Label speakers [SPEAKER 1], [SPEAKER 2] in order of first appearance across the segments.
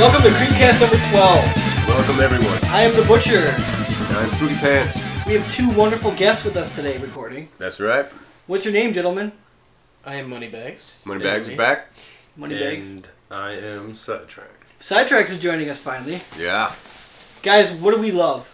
[SPEAKER 1] Welcome to Creepcast number 12.
[SPEAKER 2] Welcome everyone.
[SPEAKER 1] I am the Butcher.
[SPEAKER 2] I'm Spooky Pants.
[SPEAKER 1] We have two wonderful guests with us today recording.
[SPEAKER 2] That's right.
[SPEAKER 1] What's your name, gentlemen?
[SPEAKER 3] I am Moneybags.
[SPEAKER 2] Moneybags is
[SPEAKER 3] Bailey.
[SPEAKER 2] back.
[SPEAKER 1] Moneybags.
[SPEAKER 3] And I am Sidetrack.
[SPEAKER 1] Sidetracks is joining us finally.
[SPEAKER 2] Yeah.
[SPEAKER 1] Guys, what do we love?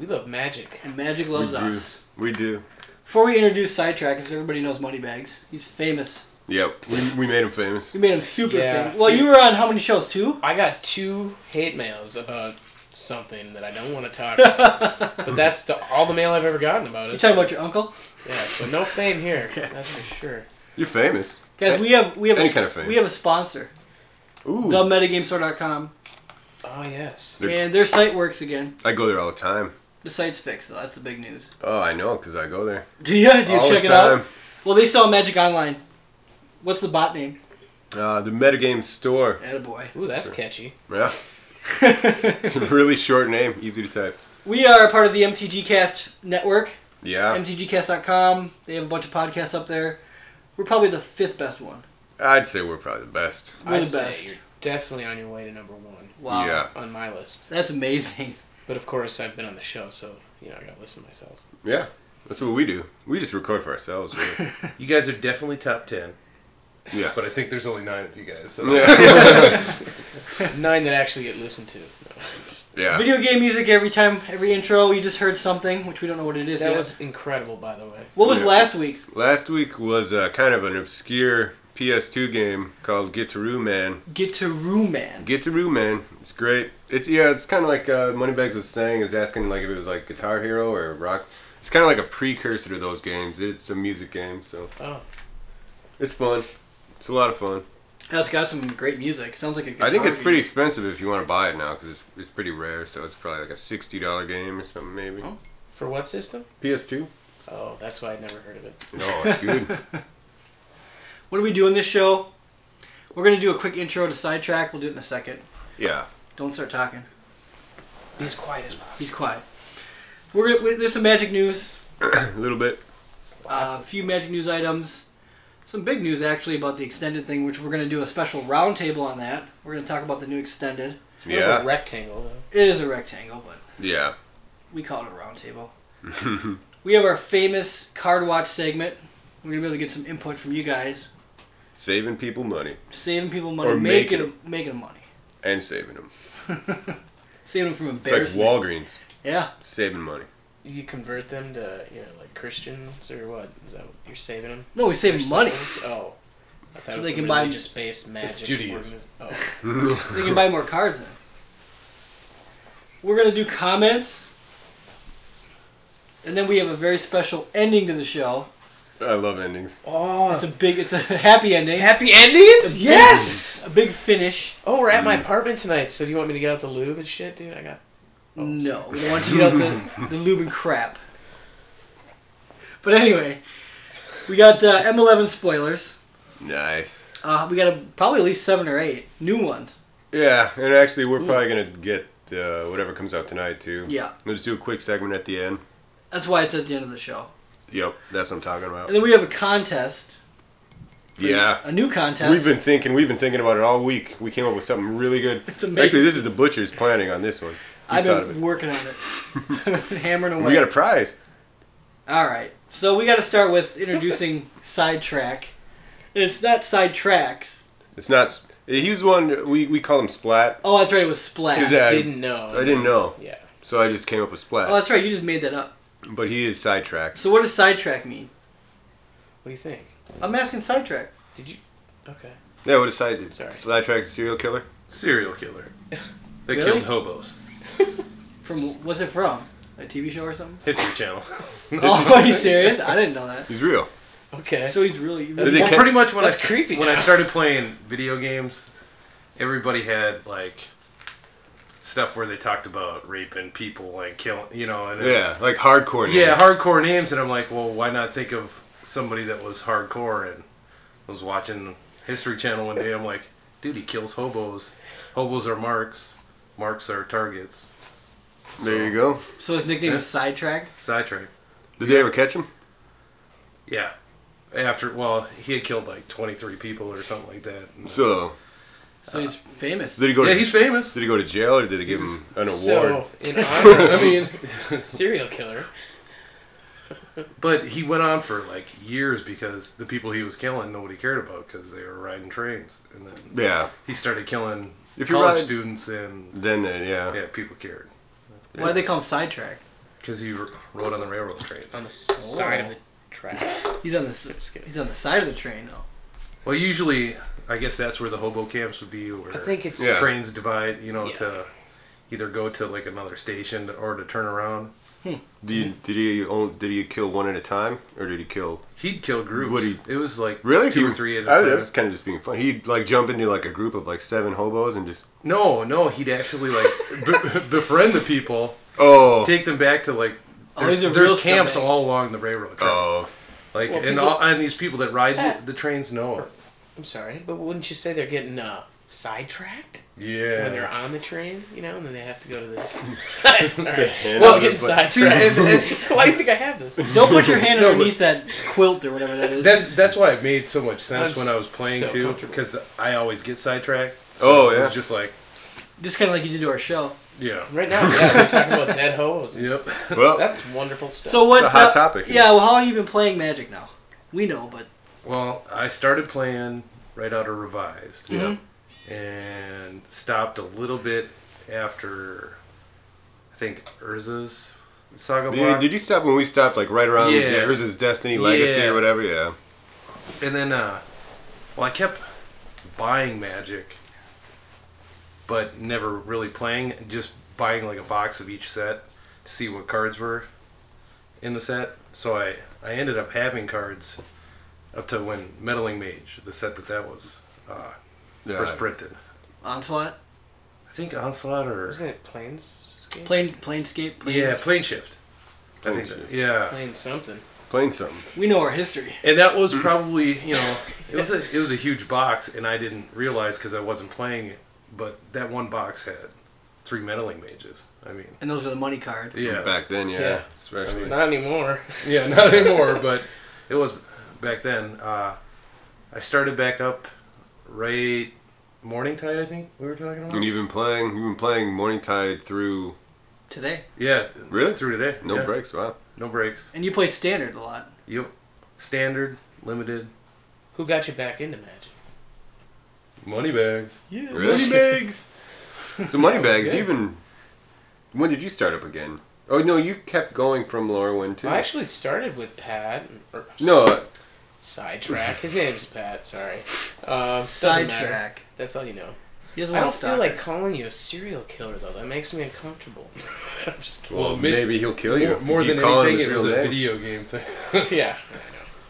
[SPEAKER 3] We love magic.
[SPEAKER 1] And Magic loves
[SPEAKER 2] we
[SPEAKER 1] us.
[SPEAKER 2] do. We do.
[SPEAKER 1] Before we introduce Sidetrack, because everybody knows Moneybags, he's famous.
[SPEAKER 2] Yep. We, we made him famous.
[SPEAKER 1] We made him super
[SPEAKER 3] Yeah.
[SPEAKER 1] famous. Well, you were on how many shows? Two?
[SPEAKER 3] I got two hate mails about something that I don't want to talk about. but that's the, all the mail I've ever gotten about
[SPEAKER 1] you
[SPEAKER 3] it.
[SPEAKER 1] talking about your uncle?
[SPEAKER 3] Yeah, so no fame here. That's for sure.
[SPEAKER 2] You're famous.
[SPEAKER 1] Guys, we have we have
[SPEAKER 2] Any
[SPEAKER 1] a,
[SPEAKER 2] kind of fame.
[SPEAKER 1] we have a sponsor,
[SPEAKER 2] Ooh.
[SPEAKER 1] TheMetagamestore.com,
[SPEAKER 3] Oh, yes.
[SPEAKER 2] They're-
[SPEAKER 1] and their site works again.
[SPEAKER 2] I go there all the time.
[SPEAKER 1] The site's fixed, so that's the big news.
[SPEAKER 2] Oh, I know, cause I go there.
[SPEAKER 1] Do you, do you
[SPEAKER 2] all
[SPEAKER 1] check
[SPEAKER 2] the
[SPEAKER 1] it out?
[SPEAKER 2] time.
[SPEAKER 1] Well, they sell Magic Online. What's the bot name?
[SPEAKER 2] Uh, the Metagame Store.
[SPEAKER 1] Attaboy.
[SPEAKER 3] Ooh, that's
[SPEAKER 2] Sure.
[SPEAKER 3] catchy.
[SPEAKER 2] Yeah. It's a really short name, easy to type.
[SPEAKER 1] we are a part of the MTG Cast network,
[SPEAKER 2] Yeah.
[SPEAKER 1] mtgcast.com. They have a bunch of podcasts up there. We're probably the fifth best one.
[SPEAKER 2] I'd say we're probably the best.
[SPEAKER 1] We're
[SPEAKER 3] I'd
[SPEAKER 1] the
[SPEAKER 3] say
[SPEAKER 1] best.
[SPEAKER 3] you're definitely on your way to number one
[SPEAKER 1] Wow.
[SPEAKER 2] Yeah.
[SPEAKER 3] on my list.
[SPEAKER 1] That's amazing.
[SPEAKER 3] But of course, I've been on the show, so, you know, I gotta listen to myself.
[SPEAKER 2] Yeah. That's what we do. We just record for ourselves. Really.
[SPEAKER 4] You guys are definitely top ten,
[SPEAKER 2] yeah.
[SPEAKER 4] but I think there's only nine of you guys. So.
[SPEAKER 2] Yeah.
[SPEAKER 3] Nine that actually get listened to. No.
[SPEAKER 2] yeah.
[SPEAKER 1] Video game music every time, every intro, you just heard something, which we don't know what it is
[SPEAKER 3] That
[SPEAKER 1] yet.
[SPEAKER 3] was incredible, by the way.
[SPEAKER 1] what was
[SPEAKER 2] Yeah.
[SPEAKER 1] last week's?
[SPEAKER 2] Last week was uh, kind of an obscure PS2 game called Gitaru Man.
[SPEAKER 1] Get to Roo Man.
[SPEAKER 2] Gitaru Man, it's great. It's yeah, it's kind of like uh, Moneybags was saying, is asking like if it was like Guitar Hero or Rock. It's kind of like a precursor to those games. It's a music game, so
[SPEAKER 3] Oh.
[SPEAKER 2] it's fun. It's a lot of fun.
[SPEAKER 1] That's got some great music. Sounds like a
[SPEAKER 2] I think
[SPEAKER 1] guitar
[SPEAKER 2] it's pretty
[SPEAKER 1] game.
[SPEAKER 2] expensive if you want to buy it now because it's, it's pretty rare. So it's probably like a sixty dollar game or something maybe.
[SPEAKER 3] Oh. For what system?
[SPEAKER 2] PS2?
[SPEAKER 3] Oh, that's why I'd never heard of it.
[SPEAKER 2] No, Oh, it's good.
[SPEAKER 1] what are we doing this show? We're gonna do a quick intro to sidetrack. We'll do it in a second.
[SPEAKER 2] yeah,
[SPEAKER 1] Don't start talking.
[SPEAKER 3] Be as quiet as possible.
[SPEAKER 1] He's quiet. We're gonna, we- there's some magic news.
[SPEAKER 2] a little bit.
[SPEAKER 3] Um,
[SPEAKER 1] Uh, a few magic news items. Some big news actually about the extended thing, which we're gonna do a special roundtable on that. We're gonna talk about the new extended.
[SPEAKER 3] It's more of
[SPEAKER 2] Yeah,
[SPEAKER 3] a rectangle, though.
[SPEAKER 1] It is a rectangle, but
[SPEAKER 2] yeah.
[SPEAKER 1] we call it a roundtable. We have our famous card watch segment. We're gonna be able to get some input from you guys,
[SPEAKER 2] saving people money
[SPEAKER 1] saving people money,
[SPEAKER 2] Or
[SPEAKER 1] making
[SPEAKER 2] making
[SPEAKER 1] them, making them money,
[SPEAKER 2] and saving them.
[SPEAKER 1] saving them from
[SPEAKER 2] It's like
[SPEAKER 1] embarrassment.
[SPEAKER 2] Walgreens
[SPEAKER 1] yeah,
[SPEAKER 2] saving money.
[SPEAKER 3] You convert them to, you know, like Christians or what? Is that what you're saving them?
[SPEAKER 1] no, we save
[SPEAKER 3] They're
[SPEAKER 1] money.
[SPEAKER 3] souls? Oh. I thought
[SPEAKER 1] So
[SPEAKER 3] it was
[SPEAKER 1] they
[SPEAKER 3] they
[SPEAKER 1] can
[SPEAKER 3] can
[SPEAKER 1] buy-
[SPEAKER 3] just based magic.
[SPEAKER 4] Judaism.
[SPEAKER 3] organis- Oh.
[SPEAKER 1] They can buy more cards then. We're gonna do comments, and then we have a very special ending to the show.
[SPEAKER 2] I love endings.
[SPEAKER 3] Oh.
[SPEAKER 1] It's a big, it's a happy ending.
[SPEAKER 3] Happy endings? Yes!
[SPEAKER 1] A big finish.
[SPEAKER 3] Oh, we're at
[SPEAKER 2] Mm.
[SPEAKER 3] my apartment tonight, so do you want me to get out the lube and shit, dude? I got. Oh,
[SPEAKER 1] No, we don't want you to get out the, the lube and crap. But anyway, we got uh, M11 spoilers.
[SPEAKER 2] Nice.
[SPEAKER 1] Uh, we got a, probably at least seven or eight new ones.
[SPEAKER 2] Yeah, and actually, we're
[SPEAKER 3] Ooh.
[SPEAKER 2] probably gonna get uh, whatever comes out tonight
[SPEAKER 3] Hmm.
[SPEAKER 2] too.
[SPEAKER 1] Yeah,
[SPEAKER 2] We'll just do a quick segment at the end.
[SPEAKER 1] that's why it's at the end of the show.
[SPEAKER 2] Yep, that's what I'm talking about.
[SPEAKER 3] Oh.
[SPEAKER 1] And then we have a contest.
[SPEAKER 2] Yeah,
[SPEAKER 1] A new contest.
[SPEAKER 2] we've been thinking, we've been thinking about it all week. We came up with something really good.
[SPEAKER 1] It's amazing.
[SPEAKER 2] Actually, this is the butcher's planning on this one. He
[SPEAKER 1] I've
[SPEAKER 2] thought
[SPEAKER 1] been
[SPEAKER 2] of
[SPEAKER 1] working on it, I've been hammering
[SPEAKER 2] it.
[SPEAKER 1] away.
[SPEAKER 2] We got a prize.
[SPEAKER 1] All right, so we got to start with introducing sidetrack. And it's not sidetracks.
[SPEAKER 2] It's not. s- He's one we, we call him Splat.
[SPEAKER 1] Oh, that's right, it was splat.
[SPEAKER 2] Is that- I-
[SPEAKER 3] didn't know.
[SPEAKER 2] I didn't know,
[SPEAKER 3] Yeah.
[SPEAKER 2] so I just came up with Splat.
[SPEAKER 1] Oh, that's right, you just made that up.
[SPEAKER 2] but he is sidetracked.
[SPEAKER 1] So what does sidetrack mean?
[SPEAKER 3] What do you think?
[SPEAKER 1] I'm asking sidetrack.
[SPEAKER 3] Did you. Okay.
[SPEAKER 2] Yeah, what is side?
[SPEAKER 3] Sorry.
[SPEAKER 2] Sidetrack's a serial killer.
[SPEAKER 4] Serial killer. They
[SPEAKER 1] Really?
[SPEAKER 4] killed hobos.
[SPEAKER 1] From what's it from? A TV show or something?
[SPEAKER 4] History Channel.
[SPEAKER 1] Oh, are you serious? I didn't know that.
[SPEAKER 2] He's real.
[SPEAKER 3] Okay.
[SPEAKER 1] So he's really.
[SPEAKER 2] Did they
[SPEAKER 4] Well,
[SPEAKER 2] ca-
[SPEAKER 4] pretty much when
[SPEAKER 3] That's
[SPEAKER 4] I
[SPEAKER 3] creepy
[SPEAKER 4] when
[SPEAKER 3] now.
[SPEAKER 4] I started playing video games, everybody had like stuff where they talked about raping people and killing, you know, and
[SPEAKER 2] Yeah, like hardcore.
[SPEAKER 4] yeah,
[SPEAKER 2] names.
[SPEAKER 4] hardcore names. And I'm like, well, why not think of somebody that was hardcore and was watching History Channel one day? I'm like, dude, he kills hobos. Hobos are marks. Marks are targets.
[SPEAKER 2] There you go.
[SPEAKER 1] so his nickname is sidetrack.
[SPEAKER 4] Sidetrack.
[SPEAKER 2] Did they ever catch him?
[SPEAKER 4] Yeah. After well, he had killed like 23 people or something like that.
[SPEAKER 2] So
[SPEAKER 1] So he's famous.
[SPEAKER 2] Did he go?
[SPEAKER 4] yeah,
[SPEAKER 2] to,
[SPEAKER 4] he's famous.
[SPEAKER 2] Did he go to jail, or did they give him an award?
[SPEAKER 3] So in honor, I mean, serial killer.
[SPEAKER 4] But he went on for like years because the people he was killing nobody cared about because they were riding trains, and then
[SPEAKER 2] yeah.
[SPEAKER 4] he started killing
[SPEAKER 2] If you
[SPEAKER 4] college
[SPEAKER 2] ride-
[SPEAKER 4] students, and
[SPEAKER 2] Then, then, yeah.
[SPEAKER 4] yeah, people cared
[SPEAKER 1] Why do they call him sidetrack?
[SPEAKER 4] because he r- rode on the railroad trains.
[SPEAKER 3] on the s side of the track.
[SPEAKER 1] He's on the s- he's on the side of the train though.
[SPEAKER 4] Well, usually, I guess that's where the hobo camps would be, where
[SPEAKER 3] I think it's
[SPEAKER 2] Yeah.
[SPEAKER 4] trains divide, you know,
[SPEAKER 3] Yeah.
[SPEAKER 4] to either go to like another station or to turn around.
[SPEAKER 2] Did, you, did he own, did he kill one at a time, or did he kill?
[SPEAKER 4] He'd kill groups.
[SPEAKER 2] Would he-
[SPEAKER 4] It was like
[SPEAKER 2] Really,
[SPEAKER 4] two
[SPEAKER 2] He
[SPEAKER 4] or
[SPEAKER 2] would-
[SPEAKER 4] three at a
[SPEAKER 2] I-
[SPEAKER 4] time.
[SPEAKER 2] That was kind of just being fun. He'd like jump into like a group of like seven hobos and just
[SPEAKER 4] No, no, he'd actually like be- befriend the people,
[SPEAKER 2] oh
[SPEAKER 4] take them back to like.
[SPEAKER 1] Oh,
[SPEAKER 4] There's,
[SPEAKER 1] he's a
[SPEAKER 4] there's
[SPEAKER 1] real
[SPEAKER 4] camps
[SPEAKER 1] scumbag.
[SPEAKER 4] all along the railroad track.
[SPEAKER 2] oh
[SPEAKER 4] Like
[SPEAKER 3] Well,
[SPEAKER 4] and
[SPEAKER 3] people-
[SPEAKER 4] all, and these people that ride the, the trains know it.
[SPEAKER 3] I'm sorry, but wouldn't you say they're getting uh, sidetracked when they're on the train? You know, and then they have to go to this. Sorry. well,
[SPEAKER 2] Well,
[SPEAKER 3] I'm getting
[SPEAKER 2] but-
[SPEAKER 3] sidetracked.
[SPEAKER 4] and- and-
[SPEAKER 3] Why do you think I have this?
[SPEAKER 1] Don't put your hand
[SPEAKER 4] No, but-
[SPEAKER 1] underneath that quilt or whatever that is.
[SPEAKER 4] That's that's why it made so much sense
[SPEAKER 3] I'm
[SPEAKER 4] when I was playing
[SPEAKER 3] so
[SPEAKER 4] too,
[SPEAKER 3] comfortable.
[SPEAKER 4] because I always get sidetracked.
[SPEAKER 2] Oh,
[SPEAKER 4] it
[SPEAKER 2] yeah.
[SPEAKER 4] was just like
[SPEAKER 1] just kind of like you did to our show.
[SPEAKER 4] yeah,
[SPEAKER 3] Right now, yeah, we're talking about dead hoes.
[SPEAKER 4] Yep.
[SPEAKER 2] well.
[SPEAKER 3] That's wonderful stuff.
[SPEAKER 1] So what?
[SPEAKER 2] a hot
[SPEAKER 1] uh,
[SPEAKER 2] topic.
[SPEAKER 1] Yeah. Well, how long you been playing Magic now? We know, but
[SPEAKER 4] well, I started playing right out of revised.
[SPEAKER 1] Mhm.
[SPEAKER 4] and stopped a little bit after I think Urza's saga
[SPEAKER 2] Did
[SPEAKER 4] block.
[SPEAKER 2] you, did you stop when we stopped, like right around
[SPEAKER 4] Yeah.
[SPEAKER 2] yeah. Here's his Destiny Legacy
[SPEAKER 4] Yeah.
[SPEAKER 2] or whatever? Yeah.
[SPEAKER 4] and then uh well I kept buying magic but never really playing, just buying like a box of each set to see what cards were in the set. So I I ended up having cards up to when Meddling Mage, the set that that was uh,
[SPEAKER 2] yeah.
[SPEAKER 4] first printed.
[SPEAKER 1] onslaught,
[SPEAKER 4] I think Onslaught or
[SPEAKER 3] Wasn't it planes?
[SPEAKER 1] plane, planescape. Planes.
[SPEAKER 4] yeah, Plane Shift. I
[SPEAKER 2] Plane
[SPEAKER 4] think
[SPEAKER 2] Shift.
[SPEAKER 4] that- yeah.
[SPEAKER 3] Plane something.
[SPEAKER 2] Playing something.
[SPEAKER 1] We know our history.
[SPEAKER 4] And that was probably, you know, it was a it was a huge box, and I didn't realize because I wasn't playing it. But that one box had three meddling mages. I mean,
[SPEAKER 1] And those are the money card.
[SPEAKER 4] yeah,
[SPEAKER 2] Back then, yeah.
[SPEAKER 3] Yeah.
[SPEAKER 2] Especially.
[SPEAKER 3] Not anymore.
[SPEAKER 4] yeah, not anymore. But it was back then. Uh, I started back up right morning tide. I think we were talking about.
[SPEAKER 2] and you've been playing. You've been playing Morning Tide through.
[SPEAKER 1] today.
[SPEAKER 4] yeah,
[SPEAKER 2] Really?
[SPEAKER 4] through today.
[SPEAKER 2] No
[SPEAKER 4] yeah,
[SPEAKER 2] breaks. Wow.
[SPEAKER 4] No breaks.
[SPEAKER 1] And you play standard a lot.
[SPEAKER 4] Yep. Standard, limited,
[SPEAKER 3] Who got you back into magic?
[SPEAKER 4] money bags.
[SPEAKER 1] Yeah.
[SPEAKER 2] Really? Moneybags. So Moneybags,
[SPEAKER 3] good.
[SPEAKER 2] you've been. When did you start up again? Oh no, you kept going from Lorwyn too.
[SPEAKER 3] I actually started with Pat. Or,
[SPEAKER 4] uh,
[SPEAKER 2] no. uh,
[SPEAKER 3] Sidetrack. His name's Pat. Sorry. Uh, doesn't matter.
[SPEAKER 1] Sidetrack.
[SPEAKER 3] That's all you know.
[SPEAKER 1] He doesn't
[SPEAKER 3] I
[SPEAKER 1] want
[SPEAKER 3] don't
[SPEAKER 1] to
[SPEAKER 3] feel
[SPEAKER 1] stop.
[SPEAKER 3] like calling you a serial killer though. That makes me uncomfortable. I'm just kidding.
[SPEAKER 2] Well,
[SPEAKER 4] Well, may-
[SPEAKER 2] maybe he'll kill you.
[SPEAKER 4] More, more
[SPEAKER 2] if you
[SPEAKER 4] than
[SPEAKER 2] call him
[SPEAKER 4] anything,
[SPEAKER 2] his
[SPEAKER 4] it
[SPEAKER 2] real
[SPEAKER 4] was a
[SPEAKER 2] name.
[SPEAKER 4] video game thing.
[SPEAKER 3] yeah.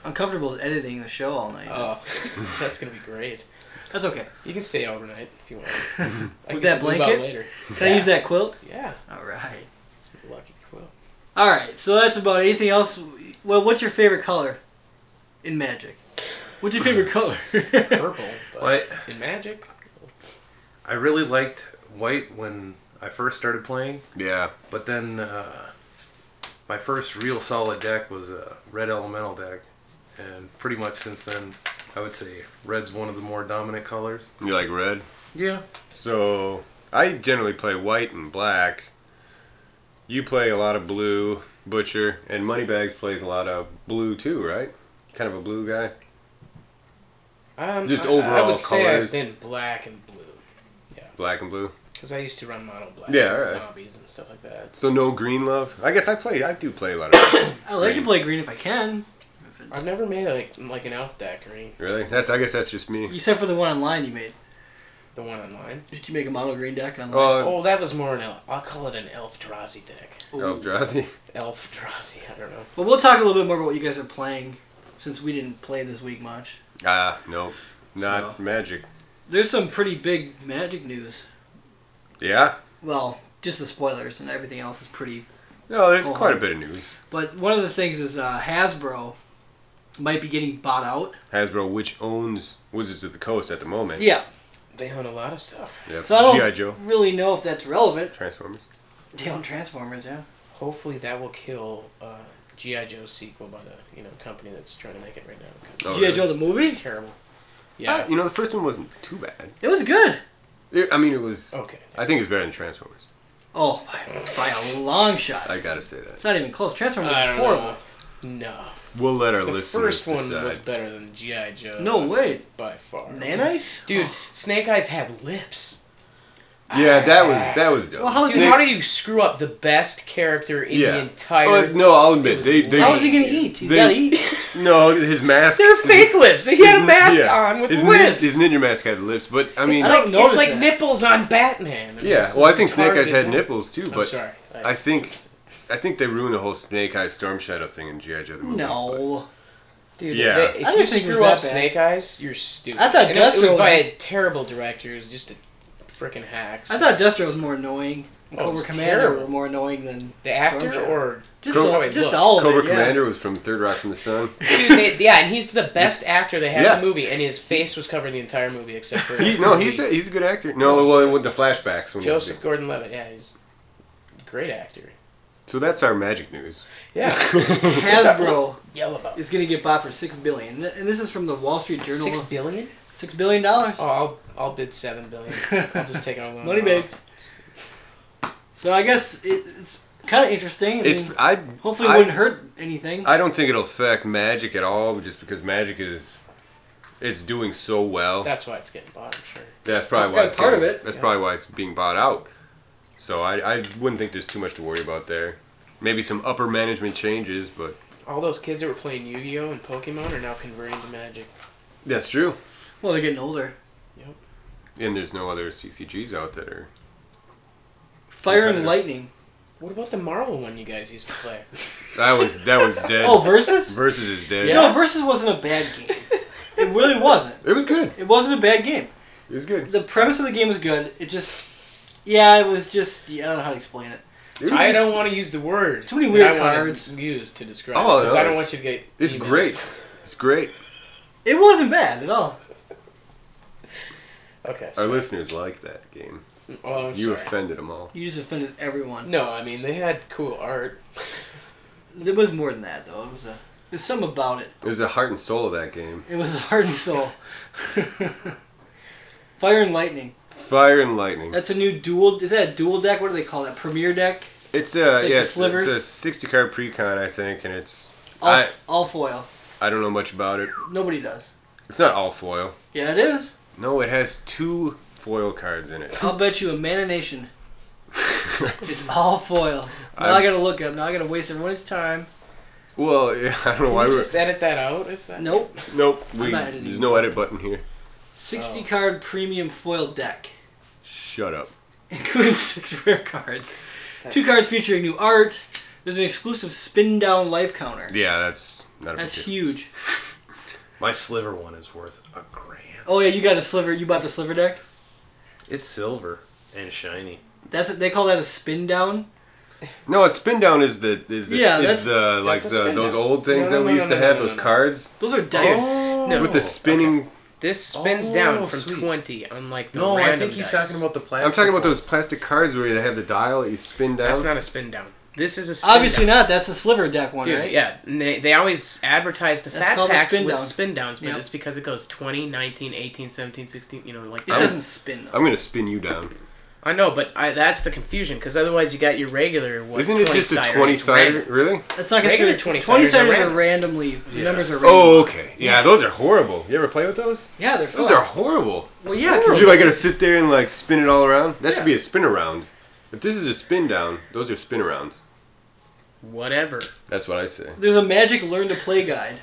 [SPEAKER 1] Uncomfortable is editing the show all night.
[SPEAKER 3] Oh, that's gonna be great.
[SPEAKER 1] That's okay.
[SPEAKER 3] You can stay overnight if you want.
[SPEAKER 1] Can
[SPEAKER 3] I
[SPEAKER 1] With
[SPEAKER 3] can
[SPEAKER 1] that
[SPEAKER 3] move out
[SPEAKER 1] blanket?
[SPEAKER 3] later.
[SPEAKER 1] I use that quilt?
[SPEAKER 3] Yeah.
[SPEAKER 1] All right.
[SPEAKER 3] It's a lucky quill.
[SPEAKER 1] All right. So that's about it. anything else. Well, what's your favorite color in Magic? What's your favorite color?
[SPEAKER 3] Purple. But
[SPEAKER 4] What?
[SPEAKER 3] In magic.
[SPEAKER 4] I really liked white when I first started playing,
[SPEAKER 2] Yeah.
[SPEAKER 4] but then uh, my first real solid deck was a red elemental deck, and pretty much since then, I would say red's one of the more dominant colors.
[SPEAKER 2] You like red?
[SPEAKER 4] Yeah.
[SPEAKER 2] So I generally play white and black. You play a lot of blue, Butcher, and Moneybags plays a lot of blue too, right? Kind of a blue guy.
[SPEAKER 3] Um,
[SPEAKER 2] Just
[SPEAKER 3] I- I
[SPEAKER 2] overall
[SPEAKER 3] would say I've
[SPEAKER 2] colors.
[SPEAKER 3] been black and blue.
[SPEAKER 2] Black and blue.
[SPEAKER 3] Because I used to run mono black.
[SPEAKER 2] Yeah, alright.
[SPEAKER 3] Zombies and stuff like that.
[SPEAKER 2] So no green love. I guess I play. I do play a lot of.
[SPEAKER 1] I like to play green if I can. If it-
[SPEAKER 3] I've never made like like an elf deck or any,
[SPEAKER 2] really? That's. I guess that's just me.
[SPEAKER 1] Except for the one online you made.
[SPEAKER 3] the one online.
[SPEAKER 1] Did you make a mono green deck online?
[SPEAKER 2] Oh,
[SPEAKER 3] oh, that was more an elf. I'll call it an elf Drazi deck.
[SPEAKER 1] Ooh.
[SPEAKER 2] Oh, Eldrazi.
[SPEAKER 3] Elf Drazi, I don't know.
[SPEAKER 1] But we'll talk a little bit more about what you guys are playing, since we didn't play this week much.
[SPEAKER 2] Ah, no, not
[SPEAKER 1] So.
[SPEAKER 2] magic.
[SPEAKER 1] There's some pretty big Magic news.
[SPEAKER 2] Yeah.
[SPEAKER 1] Well, just the spoilers and everything else is pretty
[SPEAKER 2] No, there's
[SPEAKER 1] Oh,
[SPEAKER 2] quite
[SPEAKER 1] hi.
[SPEAKER 2] a bit of news.
[SPEAKER 1] But one of the things is uh, Hasbro might be getting bought out.
[SPEAKER 2] Hasbro, which owns Wizards of the Coast at the moment.
[SPEAKER 1] Yeah.
[SPEAKER 3] They hunt a lot of stuff.
[SPEAKER 2] Yep.
[SPEAKER 1] So I don't
[SPEAKER 2] GI Joe.
[SPEAKER 1] really know if that's relevant.
[SPEAKER 2] Transformers.
[SPEAKER 1] They own Transformers, yeah.
[SPEAKER 3] Hopefully that will kill uh, G.I. Joe's sequel by the you know company that's trying to make it right now.
[SPEAKER 2] Oh,
[SPEAKER 1] G.I.
[SPEAKER 2] really?
[SPEAKER 1] Joe the movie?
[SPEAKER 3] Terrible. Yeah.
[SPEAKER 2] Ah, you know, the first one wasn't too bad.
[SPEAKER 1] It was good.
[SPEAKER 2] It- I mean, it was.
[SPEAKER 3] Okay.
[SPEAKER 2] I think it's better than Transformers.
[SPEAKER 1] Oh, by, by a long shot.
[SPEAKER 2] I gotta say that.
[SPEAKER 1] it's not even close. Transformers
[SPEAKER 3] I don't
[SPEAKER 1] was horrible.
[SPEAKER 3] know. No.
[SPEAKER 2] We'll let our
[SPEAKER 3] The
[SPEAKER 2] listeners
[SPEAKER 3] first one
[SPEAKER 2] decide.
[SPEAKER 3] was better than G.I. Joe.
[SPEAKER 1] No way.
[SPEAKER 3] By far.
[SPEAKER 1] Nanite?
[SPEAKER 3] Dude, Snake Eyes had lips.
[SPEAKER 2] yeah, that was that was dope.
[SPEAKER 1] Well, how was
[SPEAKER 3] Dude,
[SPEAKER 1] Snake-
[SPEAKER 3] how do you screw up the best character in
[SPEAKER 2] yeah.
[SPEAKER 3] the entire?
[SPEAKER 2] Well, oh, no, I'll
[SPEAKER 3] it
[SPEAKER 2] admit
[SPEAKER 3] was
[SPEAKER 2] they they.
[SPEAKER 3] lame.
[SPEAKER 1] How was he gonna eat? He's
[SPEAKER 2] They-
[SPEAKER 1] gotta eat.
[SPEAKER 2] No, his mask.
[SPEAKER 3] They're fake lips. He had a
[SPEAKER 2] his-
[SPEAKER 3] mask
[SPEAKER 2] yeah.
[SPEAKER 3] on with
[SPEAKER 2] his nin-
[SPEAKER 3] lips.
[SPEAKER 2] his ninja mask had lips, but I mean,
[SPEAKER 3] it's
[SPEAKER 1] I don't
[SPEAKER 3] like,
[SPEAKER 1] notice
[SPEAKER 3] it's like
[SPEAKER 1] that.
[SPEAKER 3] nipples on Batman. mean,
[SPEAKER 2] yeah.
[SPEAKER 3] it's
[SPEAKER 2] Well, I
[SPEAKER 3] like
[SPEAKER 2] think Snake Eyes
[SPEAKER 3] retarded.
[SPEAKER 2] had nipples too,
[SPEAKER 3] I'm
[SPEAKER 2] but
[SPEAKER 3] sorry.
[SPEAKER 2] I think I think they ruined the whole Snake Eyes Storm Shadow thing in GI Joe the movie.
[SPEAKER 1] No.
[SPEAKER 3] Dude,
[SPEAKER 2] Yeah.
[SPEAKER 3] they-
[SPEAKER 1] I
[SPEAKER 3] if
[SPEAKER 1] didn't
[SPEAKER 3] you
[SPEAKER 1] think it was
[SPEAKER 3] screw
[SPEAKER 1] that
[SPEAKER 3] up
[SPEAKER 1] bad.
[SPEAKER 3] Snake Eyes, you're stupid.
[SPEAKER 1] I thought
[SPEAKER 3] And it, it
[SPEAKER 1] Destro
[SPEAKER 3] was by
[SPEAKER 1] was-
[SPEAKER 3] a terrible director. It was just a freaking hack.
[SPEAKER 1] I thought Destro was more annoying. And
[SPEAKER 3] Oh, it
[SPEAKER 1] Cobra
[SPEAKER 3] was
[SPEAKER 1] Commander
[SPEAKER 3] terrible.
[SPEAKER 1] were more annoying than
[SPEAKER 3] the actor
[SPEAKER 1] Stormtrooper.
[SPEAKER 3] or
[SPEAKER 1] just,
[SPEAKER 2] Cobra-
[SPEAKER 1] all, just
[SPEAKER 3] Look,
[SPEAKER 1] all
[SPEAKER 2] But
[SPEAKER 1] of
[SPEAKER 2] Cobra
[SPEAKER 1] it, Oh, yeah.
[SPEAKER 2] Commander was from Third Rock from the Sun.
[SPEAKER 3] Dude, they, yeah, and he's the best actor they had
[SPEAKER 2] Yeah.
[SPEAKER 3] in the movie, and his face was covered the entire movie except for
[SPEAKER 2] He, no, he's a, he's a good actor. No, well, with the flashbacks when he's
[SPEAKER 3] Joseph Gordon-Levitt. Yeah, he's a great actor.
[SPEAKER 2] so that's our magic news.
[SPEAKER 3] Yeah,
[SPEAKER 1] Hasbro
[SPEAKER 3] yell about
[SPEAKER 1] is gonna get bought for six billion, Th- and this is from the Wall Street Journal.
[SPEAKER 3] six billion.
[SPEAKER 1] Six billion dollars.
[SPEAKER 3] Oh, I'll I'll bid seven billion. I'll just take all the
[SPEAKER 1] Money bags. So I guess it, it's kind of interesting. I
[SPEAKER 2] It's
[SPEAKER 1] mean,
[SPEAKER 2] I
[SPEAKER 1] hopefully, it
[SPEAKER 2] I-
[SPEAKER 1] wouldn't hurt anything.
[SPEAKER 2] I don't think it'll affect magic at all, just because magic is it's doing so well.
[SPEAKER 3] That's why it's getting bought. I'm sure.
[SPEAKER 2] That's probably why
[SPEAKER 1] That's
[SPEAKER 2] it's
[SPEAKER 1] part of
[SPEAKER 2] getting-
[SPEAKER 1] it.
[SPEAKER 2] That's
[SPEAKER 3] Yeah.
[SPEAKER 2] probably why it's being bought out. So I, I wouldn't think there's too much to worry about there. Maybe some upper management changes, but
[SPEAKER 3] All those kids that were playing Yu-Gi-Oh and Pokemon are now converting to Magic.
[SPEAKER 2] that's true.
[SPEAKER 1] well, they're getting older.
[SPEAKER 2] And there's no other CCGs out that are
[SPEAKER 1] Fire
[SPEAKER 2] Competitive.
[SPEAKER 1] and lightning.
[SPEAKER 3] What about the Marvel one you guys used to play?
[SPEAKER 2] That was that was dead.
[SPEAKER 1] Oh, versus.
[SPEAKER 2] versus is dead.
[SPEAKER 1] No, versus wasn't a bad game. It really wasn't.
[SPEAKER 2] It was good.
[SPEAKER 1] It wasn't a bad game.
[SPEAKER 2] It was good.
[SPEAKER 1] The premise of the game was good. It just, yeah, it was just. Yeah, I don't know how to explain it.
[SPEAKER 2] It was-
[SPEAKER 3] I don't want to use the word.
[SPEAKER 1] Too many
[SPEAKER 3] that
[SPEAKER 1] weird
[SPEAKER 3] I wanna
[SPEAKER 1] cards.
[SPEAKER 3] Use to describe.
[SPEAKER 2] Oh,
[SPEAKER 3] Oh, I
[SPEAKER 2] no.
[SPEAKER 3] don't want you to get.
[SPEAKER 2] It's
[SPEAKER 3] emails.
[SPEAKER 2] great. It's great.
[SPEAKER 1] It wasn't bad at all.
[SPEAKER 3] Okay.
[SPEAKER 2] Our listeners like that game.
[SPEAKER 3] Oh, I'm
[SPEAKER 2] you
[SPEAKER 3] sorry.
[SPEAKER 2] offended them all.
[SPEAKER 1] You just offended everyone.
[SPEAKER 3] No, I mean they had cool art.
[SPEAKER 1] There was more than that though. It was a. There's something about it.
[SPEAKER 2] It was the heart and soul of that game.
[SPEAKER 1] It was heart and soul. Fire and lightning.
[SPEAKER 2] Fire and lightning.
[SPEAKER 1] That's a new dual. Is that a dual deck? What do they call that? Premier deck.
[SPEAKER 2] It's a
[SPEAKER 1] like
[SPEAKER 2] yeah,
[SPEAKER 1] the
[SPEAKER 2] it's,
[SPEAKER 1] slivers?
[SPEAKER 2] it's a 60 card precon, I think, and it's
[SPEAKER 1] All,
[SPEAKER 2] I-
[SPEAKER 1] all foil.
[SPEAKER 2] I don't know much about it.
[SPEAKER 1] Nobody does.
[SPEAKER 2] It's not all foil.
[SPEAKER 1] Yeah, it is.
[SPEAKER 2] No, it has two foil cards in it.
[SPEAKER 1] I'll bet you a man a nation. It's all foil. Now I
[SPEAKER 2] I'm-
[SPEAKER 1] gotta look it up. Now I gotta waste everyone's time.
[SPEAKER 2] well, yeah, I don't know
[SPEAKER 3] Can
[SPEAKER 2] why
[SPEAKER 3] you
[SPEAKER 2] we're
[SPEAKER 3] just edit that out if that.
[SPEAKER 1] Nope.
[SPEAKER 2] nope. We,
[SPEAKER 1] not editing.
[SPEAKER 2] there's no edit button here.
[SPEAKER 1] 60
[SPEAKER 3] Oh.
[SPEAKER 1] card premium foil deck,
[SPEAKER 2] Shut up.
[SPEAKER 1] including six rare cards. Two cards featuring new art. There's an exclusive spin down life counter.
[SPEAKER 2] Yeah, that's not a big
[SPEAKER 1] That's
[SPEAKER 2] deal.
[SPEAKER 1] huge.
[SPEAKER 4] My sliver one is worth a grand.
[SPEAKER 1] Oh yeah, you got a sliver. You bought the sliver deck.
[SPEAKER 4] It's silver and shiny.
[SPEAKER 1] That's they call that a spin down.
[SPEAKER 2] No, a spin down is the is the,
[SPEAKER 1] Yeah, that's-
[SPEAKER 2] is the like
[SPEAKER 3] a
[SPEAKER 2] the,
[SPEAKER 3] spin
[SPEAKER 2] those
[SPEAKER 3] down.
[SPEAKER 2] old things
[SPEAKER 3] No,
[SPEAKER 2] that
[SPEAKER 3] no,
[SPEAKER 2] we
[SPEAKER 3] no,
[SPEAKER 2] used
[SPEAKER 3] no,
[SPEAKER 2] to
[SPEAKER 3] no,
[SPEAKER 2] have
[SPEAKER 3] no,
[SPEAKER 2] those
[SPEAKER 3] no.
[SPEAKER 2] cards
[SPEAKER 1] Those are dice.
[SPEAKER 3] No.
[SPEAKER 2] with the
[SPEAKER 3] Oh,
[SPEAKER 2] spinning.
[SPEAKER 3] This spins
[SPEAKER 4] Oh,
[SPEAKER 3] down from
[SPEAKER 4] sweet.
[SPEAKER 3] 20, unlike the
[SPEAKER 4] No, I
[SPEAKER 3] random
[SPEAKER 4] think he's
[SPEAKER 3] dice.
[SPEAKER 4] talking about the plastic.
[SPEAKER 2] I'm talking about those plastic cards where they have the dial that you spin down.
[SPEAKER 3] That's not a spin down. This is a spin
[SPEAKER 1] Obviously
[SPEAKER 3] down.
[SPEAKER 1] not. That's a sliver deck one,
[SPEAKER 3] Dude,
[SPEAKER 1] right?
[SPEAKER 3] yeah, and they, they always advertise the
[SPEAKER 1] That's
[SPEAKER 3] fat
[SPEAKER 1] called a
[SPEAKER 3] packs
[SPEAKER 1] spin
[SPEAKER 3] with
[SPEAKER 1] down.
[SPEAKER 3] spin downs, but
[SPEAKER 1] Yep.
[SPEAKER 3] it's because it goes 20, 19, 18, 17, 16, you know, like
[SPEAKER 1] It
[SPEAKER 2] I'm-
[SPEAKER 1] doesn't spin. Though.
[SPEAKER 2] I'm gonna spin you down.
[SPEAKER 3] I know, but I, that's the confusion because otherwise you got your regular what,
[SPEAKER 2] Isn't it
[SPEAKER 3] 20
[SPEAKER 2] just a
[SPEAKER 3] cider,
[SPEAKER 2] twenty
[SPEAKER 3] it's
[SPEAKER 2] sided?
[SPEAKER 3] random.
[SPEAKER 2] Really?
[SPEAKER 1] That's not
[SPEAKER 3] Regular
[SPEAKER 1] considered.
[SPEAKER 3] 20
[SPEAKER 1] Twenty
[SPEAKER 3] siders are
[SPEAKER 1] siders are randomly. The
[SPEAKER 4] Yeah.
[SPEAKER 1] numbers are random.
[SPEAKER 2] Oh, okay. Yeah, those are horrible. You ever play with those?
[SPEAKER 1] yeah, they're
[SPEAKER 2] Those
[SPEAKER 1] fun.
[SPEAKER 2] are horrible.
[SPEAKER 1] well, yeah. 'cause
[SPEAKER 2] Cause you like gotta sit there and like spin it all around. That
[SPEAKER 1] Yeah.
[SPEAKER 2] should be a spin around. If this is a spin down, those are spin arounds.
[SPEAKER 3] Whatever.
[SPEAKER 2] That's what I say.
[SPEAKER 1] There's a magic learn to play guide.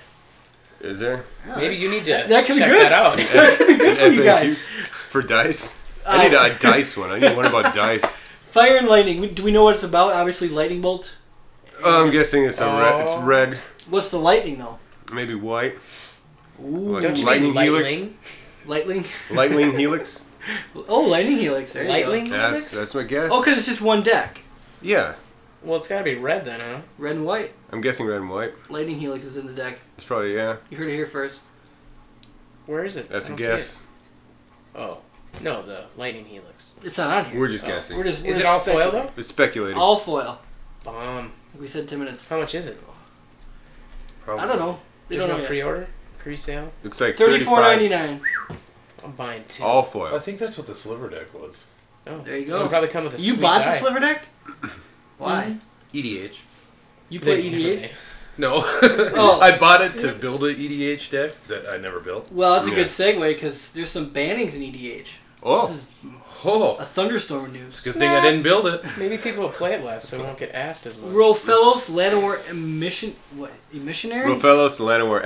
[SPEAKER 2] Is there?
[SPEAKER 3] Maybe you need to
[SPEAKER 1] That could be
[SPEAKER 3] check
[SPEAKER 1] good.
[SPEAKER 3] that out.
[SPEAKER 1] That'd be good for
[SPEAKER 2] An
[SPEAKER 1] you
[SPEAKER 2] FAQ
[SPEAKER 1] guys. Uh,
[SPEAKER 2] For dice? I need a dice one. I need one about dice.
[SPEAKER 1] Fire and lightning. We- Do we know what it's about? Obviously, lightning bolts.
[SPEAKER 2] Oh, I'm guessing it's a red.
[SPEAKER 3] Oh.
[SPEAKER 2] It's red,
[SPEAKER 1] What's the lightning though?
[SPEAKER 2] maybe white.
[SPEAKER 1] Ooh,
[SPEAKER 2] Like
[SPEAKER 3] Don't you
[SPEAKER 2] lightning
[SPEAKER 3] lightning
[SPEAKER 2] helix?
[SPEAKER 3] lightning?
[SPEAKER 1] lightning.
[SPEAKER 2] Lightning helix.
[SPEAKER 1] Oh, lightning helix. There
[SPEAKER 3] Lightning
[SPEAKER 1] you
[SPEAKER 2] That's that's my guess.
[SPEAKER 1] go. Oh, 'cause it's just one deck.
[SPEAKER 2] Yeah,
[SPEAKER 3] Well, it's got to be red then, huh?
[SPEAKER 1] Red and white.
[SPEAKER 2] I'm guessing red and white.
[SPEAKER 1] Lightning helix is in the deck.
[SPEAKER 2] It's probably yeah.
[SPEAKER 1] You heard it here first.
[SPEAKER 3] Where is it?
[SPEAKER 2] That's
[SPEAKER 3] I
[SPEAKER 2] a
[SPEAKER 3] don't see
[SPEAKER 2] guess.
[SPEAKER 3] it. Oh no, the lightning helix.
[SPEAKER 1] It's not on here.
[SPEAKER 2] We're just
[SPEAKER 3] Oh.
[SPEAKER 2] guessing.
[SPEAKER 1] We're just. we're
[SPEAKER 3] Is it
[SPEAKER 1] just
[SPEAKER 3] all foil
[SPEAKER 1] speculating.
[SPEAKER 3] though?
[SPEAKER 2] It's speculating.
[SPEAKER 1] All foil.
[SPEAKER 3] Bomb.
[SPEAKER 1] We said ten minutes.
[SPEAKER 3] How much is it?
[SPEAKER 1] I don't know. They
[SPEAKER 3] There's
[SPEAKER 1] don't
[SPEAKER 3] no
[SPEAKER 1] know yet.
[SPEAKER 3] pre-order, pre-sale.
[SPEAKER 2] Looks like
[SPEAKER 1] Thirty-four
[SPEAKER 2] 35.
[SPEAKER 1] ninety-nine.
[SPEAKER 3] I'm buying two.
[SPEAKER 2] All
[SPEAKER 4] I
[SPEAKER 2] foil.
[SPEAKER 4] think that's what the sliver deck was.
[SPEAKER 3] Oh,
[SPEAKER 1] There you go.
[SPEAKER 3] It'll probably come with a
[SPEAKER 1] You
[SPEAKER 3] sweet
[SPEAKER 1] bought
[SPEAKER 3] die.
[SPEAKER 1] the sliver deck? Why?
[SPEAKER 4] EDH.
[SPEAKER 1] You
[SPEAKER 3] They
[SPEAKER 1] play E EDH?
[SPEAKER 3] never-
[SPEAKER 4] No.
[SPEAKER 1] Oh.
[SPEAKER 4] I bought it to build an EDH deck that I never built.
[SPEAKER 1] Well, that's a
[SPEAKER 2] Yeah.
[SPEAKER 1] good segue because there's some bannings in EDH.
[SPEAKER 2] Oh,
[SPEAKER 1] This is
[SPEAKER 4] Oh.
[SPEAKER 1] a thunderstorm news.
[SPEAKER 4] It's a good thing I didn't build it.
[SPEAKER 3] Maybe people will play it less, so they won't get asked as much.
[SPEAKER 1] Rofellos Lanor emission what emissionary?
[SPEAKER 2] Rofellos Lanowar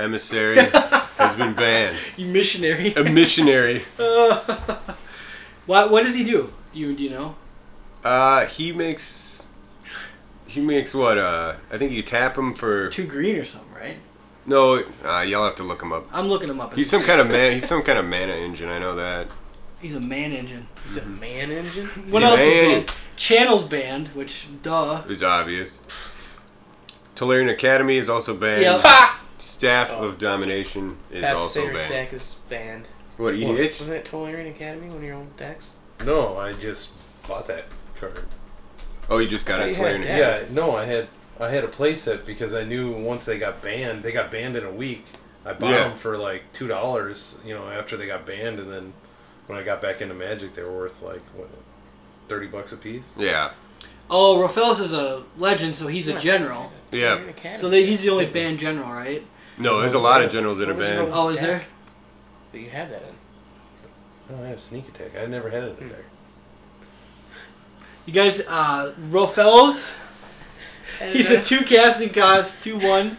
[SPEAKER 2] emissary has been banned.
[SPEAKER 1] Emissionary.
[SPEAKER 2] A missionary.
[SPEAKER 1] Uh, what what does he do? Do you do you know?
[SPEAKER 2] Uh, he makes. He makes what? Uh, I think you tap him for.
[SPEAKER 1] Two green or something, right?
[SPEAKER 2] No, uh, y'all have to look him up.
[SPEAKER 1] I'm looking him up.
[SPEAKER 2] He's some kind of man. He's some kind of mana engine. I know that.
[SPEAKER 1] He's a man engine.
[SPEAKER 3] Is it man engine?
[SPEAKER 1] What
[SPEAKER 2] Yeah,
[SPEAKER 1] else is
[SPEAKER 2] man.
[SPEAKER 1] banned? Channels banned, which duh.
[SPEAKER 2] It was obvious. Tolarian Academy is also banned.
[SPEAKER 1] Yeah.
[SPEAKER 3] Ha!
[SPEAKER 2] Staff
[SPEAKER 3] Oh.
[SPEAKER 2] of Domination is
[SPEAKER 3] Pat's
[SPEAKER 2] also
[SPEAKER 3] favorite
[SPEAKER 2] banned.
[SPEAKER 3] deck is banned.
[SPEAKER 2] What
[SPEAKER 1] E
[SPEAKER 2] E EDH?
[SPEAKER 3] Wasn't it Tolarian Academy, one of your old decks?
[SPEAKER 4] No, I just bought that card.
[SPEAKER 2] Oh, you just got
[SPEAKER 3] Oh,
[SPEAKER 2] a
[SPEAKER 3] you had
[SPEAKER 2] Tolarian.
[SPEAKER 3] Yeah.
[SPEAKER 4] Yeah. no, I had I had a playset because I knew once they got banned, they got banned in a week. I bought
[SPEAKER 2] Yeah.
[SPEAKER 4] them for like two dollars, you know, after they got banned, and then when I got back into Magic, they were worth like what, thirty bucks a piece.
[SPEAKER 2] Yeah.
[SPEAKER 1] Oh, Rofellos is a legend, so he's a general.
[SPEAKER 2] Yeah.
[SPEAKER 3] Tolarian Academy.
[SPEAKER 1] So they, he's the only banned general, right?
[SPEAKER 2] No, there's a lot of generals that are
[SPEAKER 3] What was your
[SPEAKER 2] banned.
[SPEAKER 3] old
[SPEAKER 1] Oh, is
[SPEAKER 3] deck
[SPEAKER 1] there?
[SPEAKER 3] That you have that in.
[SPEAKER 4] No, Oh, I have sneak attack. I never had
[SPEAKER 1] Hmm.
[SPEAKER 4] it in there.
[SPEAKER 1] You guys, uh, Rofellos. He's
[SPEAKER 3] uh,
[SPEAKER 1] a two casting cost, two one,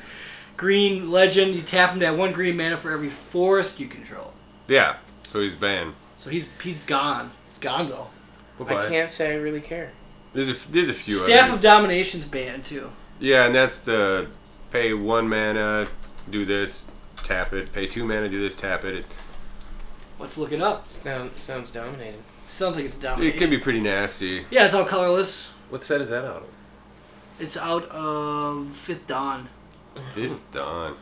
[SPEAKER 1] green legend. You tap him to have one green mana for every forest you control.
[SPEAKER 2] Yeah. So he's banned.
[SPEAKER 1] So he's he's gone. It's Gonzo.
[SPEAKER 4] Goodbye.
[SPEAKER 3] I can't say I really care.
[SPEAKER 2] There's a there's a few.
[SPEAKER 1] Staff
[SPEAKER 2] other-
[SPEAKER 1] of Domination's banned too.
[SPEAKER 2] Yeah, and that's the pay one mana, do this, tap it. Pay two mana, do this, tap it. It,
[SPEAKER 1] Let's look it up.
[SPEAKER 3] Sound, sounds dominating.
[SPEAKER 1] Sounds like it's
[SPEAKER 2] it
[SPEAKER 1] domination.
[SPEAKER 2] can be pretty nasty.
[SPEAKER 1] Yeah, it's all colorless.
[SPEAKER 4] What set is that out of?
[SPEAKER 1] It's out of Fifth Dawn.
[SPEAKER 2] Fifth Dawn.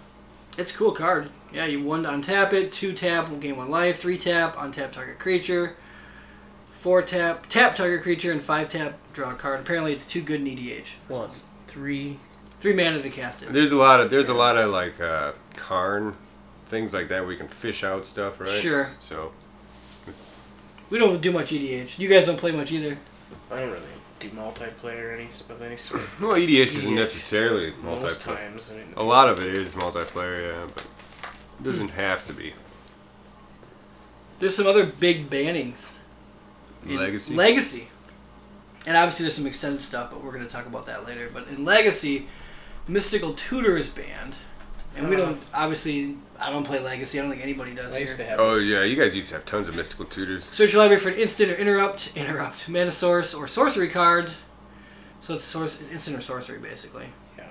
[SPEAKER 1] It's a cool card. Yeah, you one untap it, two tap, will gain one life, three tap, untap target creature, four tap, tap target creature, and five tap, draw a card. Apparently, it's too good in EDH.
[SPEAKER 3] One, three.
[SPEAKER 1] Three mana to cast it.
[SPEAKER 2] There's a lot of there's a lot of like uh, Karn things like that where you can fish out stuff, right?
[SPEAKER 1] Sure.
[SPEAKER 2] So
[SPEAKER 1] We don't do much EDH. You guys don't play much either.
[SPEAKER 3] I don't really do multiplayer any of any sort.
[SPEAKER 2] well, EDH
[SPEAKER 3] EDH.
[SPEAKER 2] isn't
[SPEAKER 1] E
[SPEAKER 2] necessarily
[SPEAKER 3] Most
[SPEAKER 2] multiplayer.
[SPEAKER 3] times, I mean,
[SPEAKER 2] A lot of it is multiplayer, yeah, but it doesn't
[SPEAKER 1] Hmm.
[SPEAKER 2] have to be.
[SPEAKER 1] There's some other big bannings. in
[SPEAKER 2] Legacy.
[SPEAKER 1] Legacy. And obviously, there's some extended stuff, but we're going to talk about that later. But in Legacy, Mystical Tutor is banned. And we
[SPEAKER 3] Uh-huh.
[SPEAKER 1] don't, obviously, I don't play Legacy. I don't think anybody does
[SPEAKER 3] I
[SPEAKER 1] here.
[SPEAKER 3] used to have.
[SPEAKER 2] oh
[SPEAKER 3] this.
[SPEAKER 2] yeah, you guys used to have tons of mystical tutors.
[SPEAKER 1] Search your library for an instant or interrupt, interrupt, mana source, or sorcery card. So it's source, it's instant or sorcery, basically.
[SPEAKER 3] Yeah.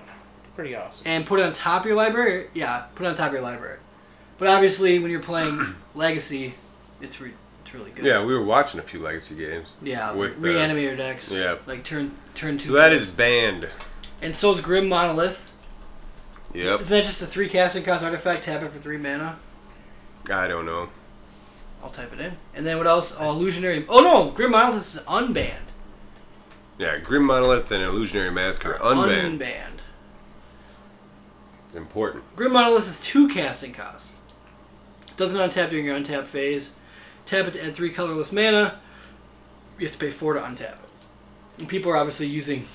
[SPEAKER 3] Pretty awesome.
[SPEAKER 1] And put it on top of your library. Yeah, put it on top of your library. But obviously, when you're playing Legacy, it's re- it's really good.
[SPEAKER 2] Yeah, we were watching a few legacy games.
[SPEAKER 1] Yeah,
[SPEAKER 2] With, uh,
[SPEAKER 1] reanimator decks.
[SPEAKER 2] yeah.
[SPEAKER 1] Like turn turn two.
[SPEAKER 2] So that is banned.
[SPEAKER 1] And so is Grim Monolith.
[SPEAKER 2] Yep.
[SPEAKER 1] Isn't that just a three casting cost artifact? Tap it for three mana.
[SPEAKER 2] I don't know.
[SPEAKER 1] I'll type it in. And then what else? Oh, illusionary. Oh no, Grim Monolith is unbanned.
[SPEAKER 2] Yeah, Grim Monolith and Illusionary Mask are unbanned.
[SPEAKER 1] Unbanned.
[SPEAKER 2] Important.
[SPEAKER 1] Grim Monolith is two casting cost. Doesn't untap during your untap phase. Tap it to add three colorless mana. You have to pay four to untap it. And people are obviously using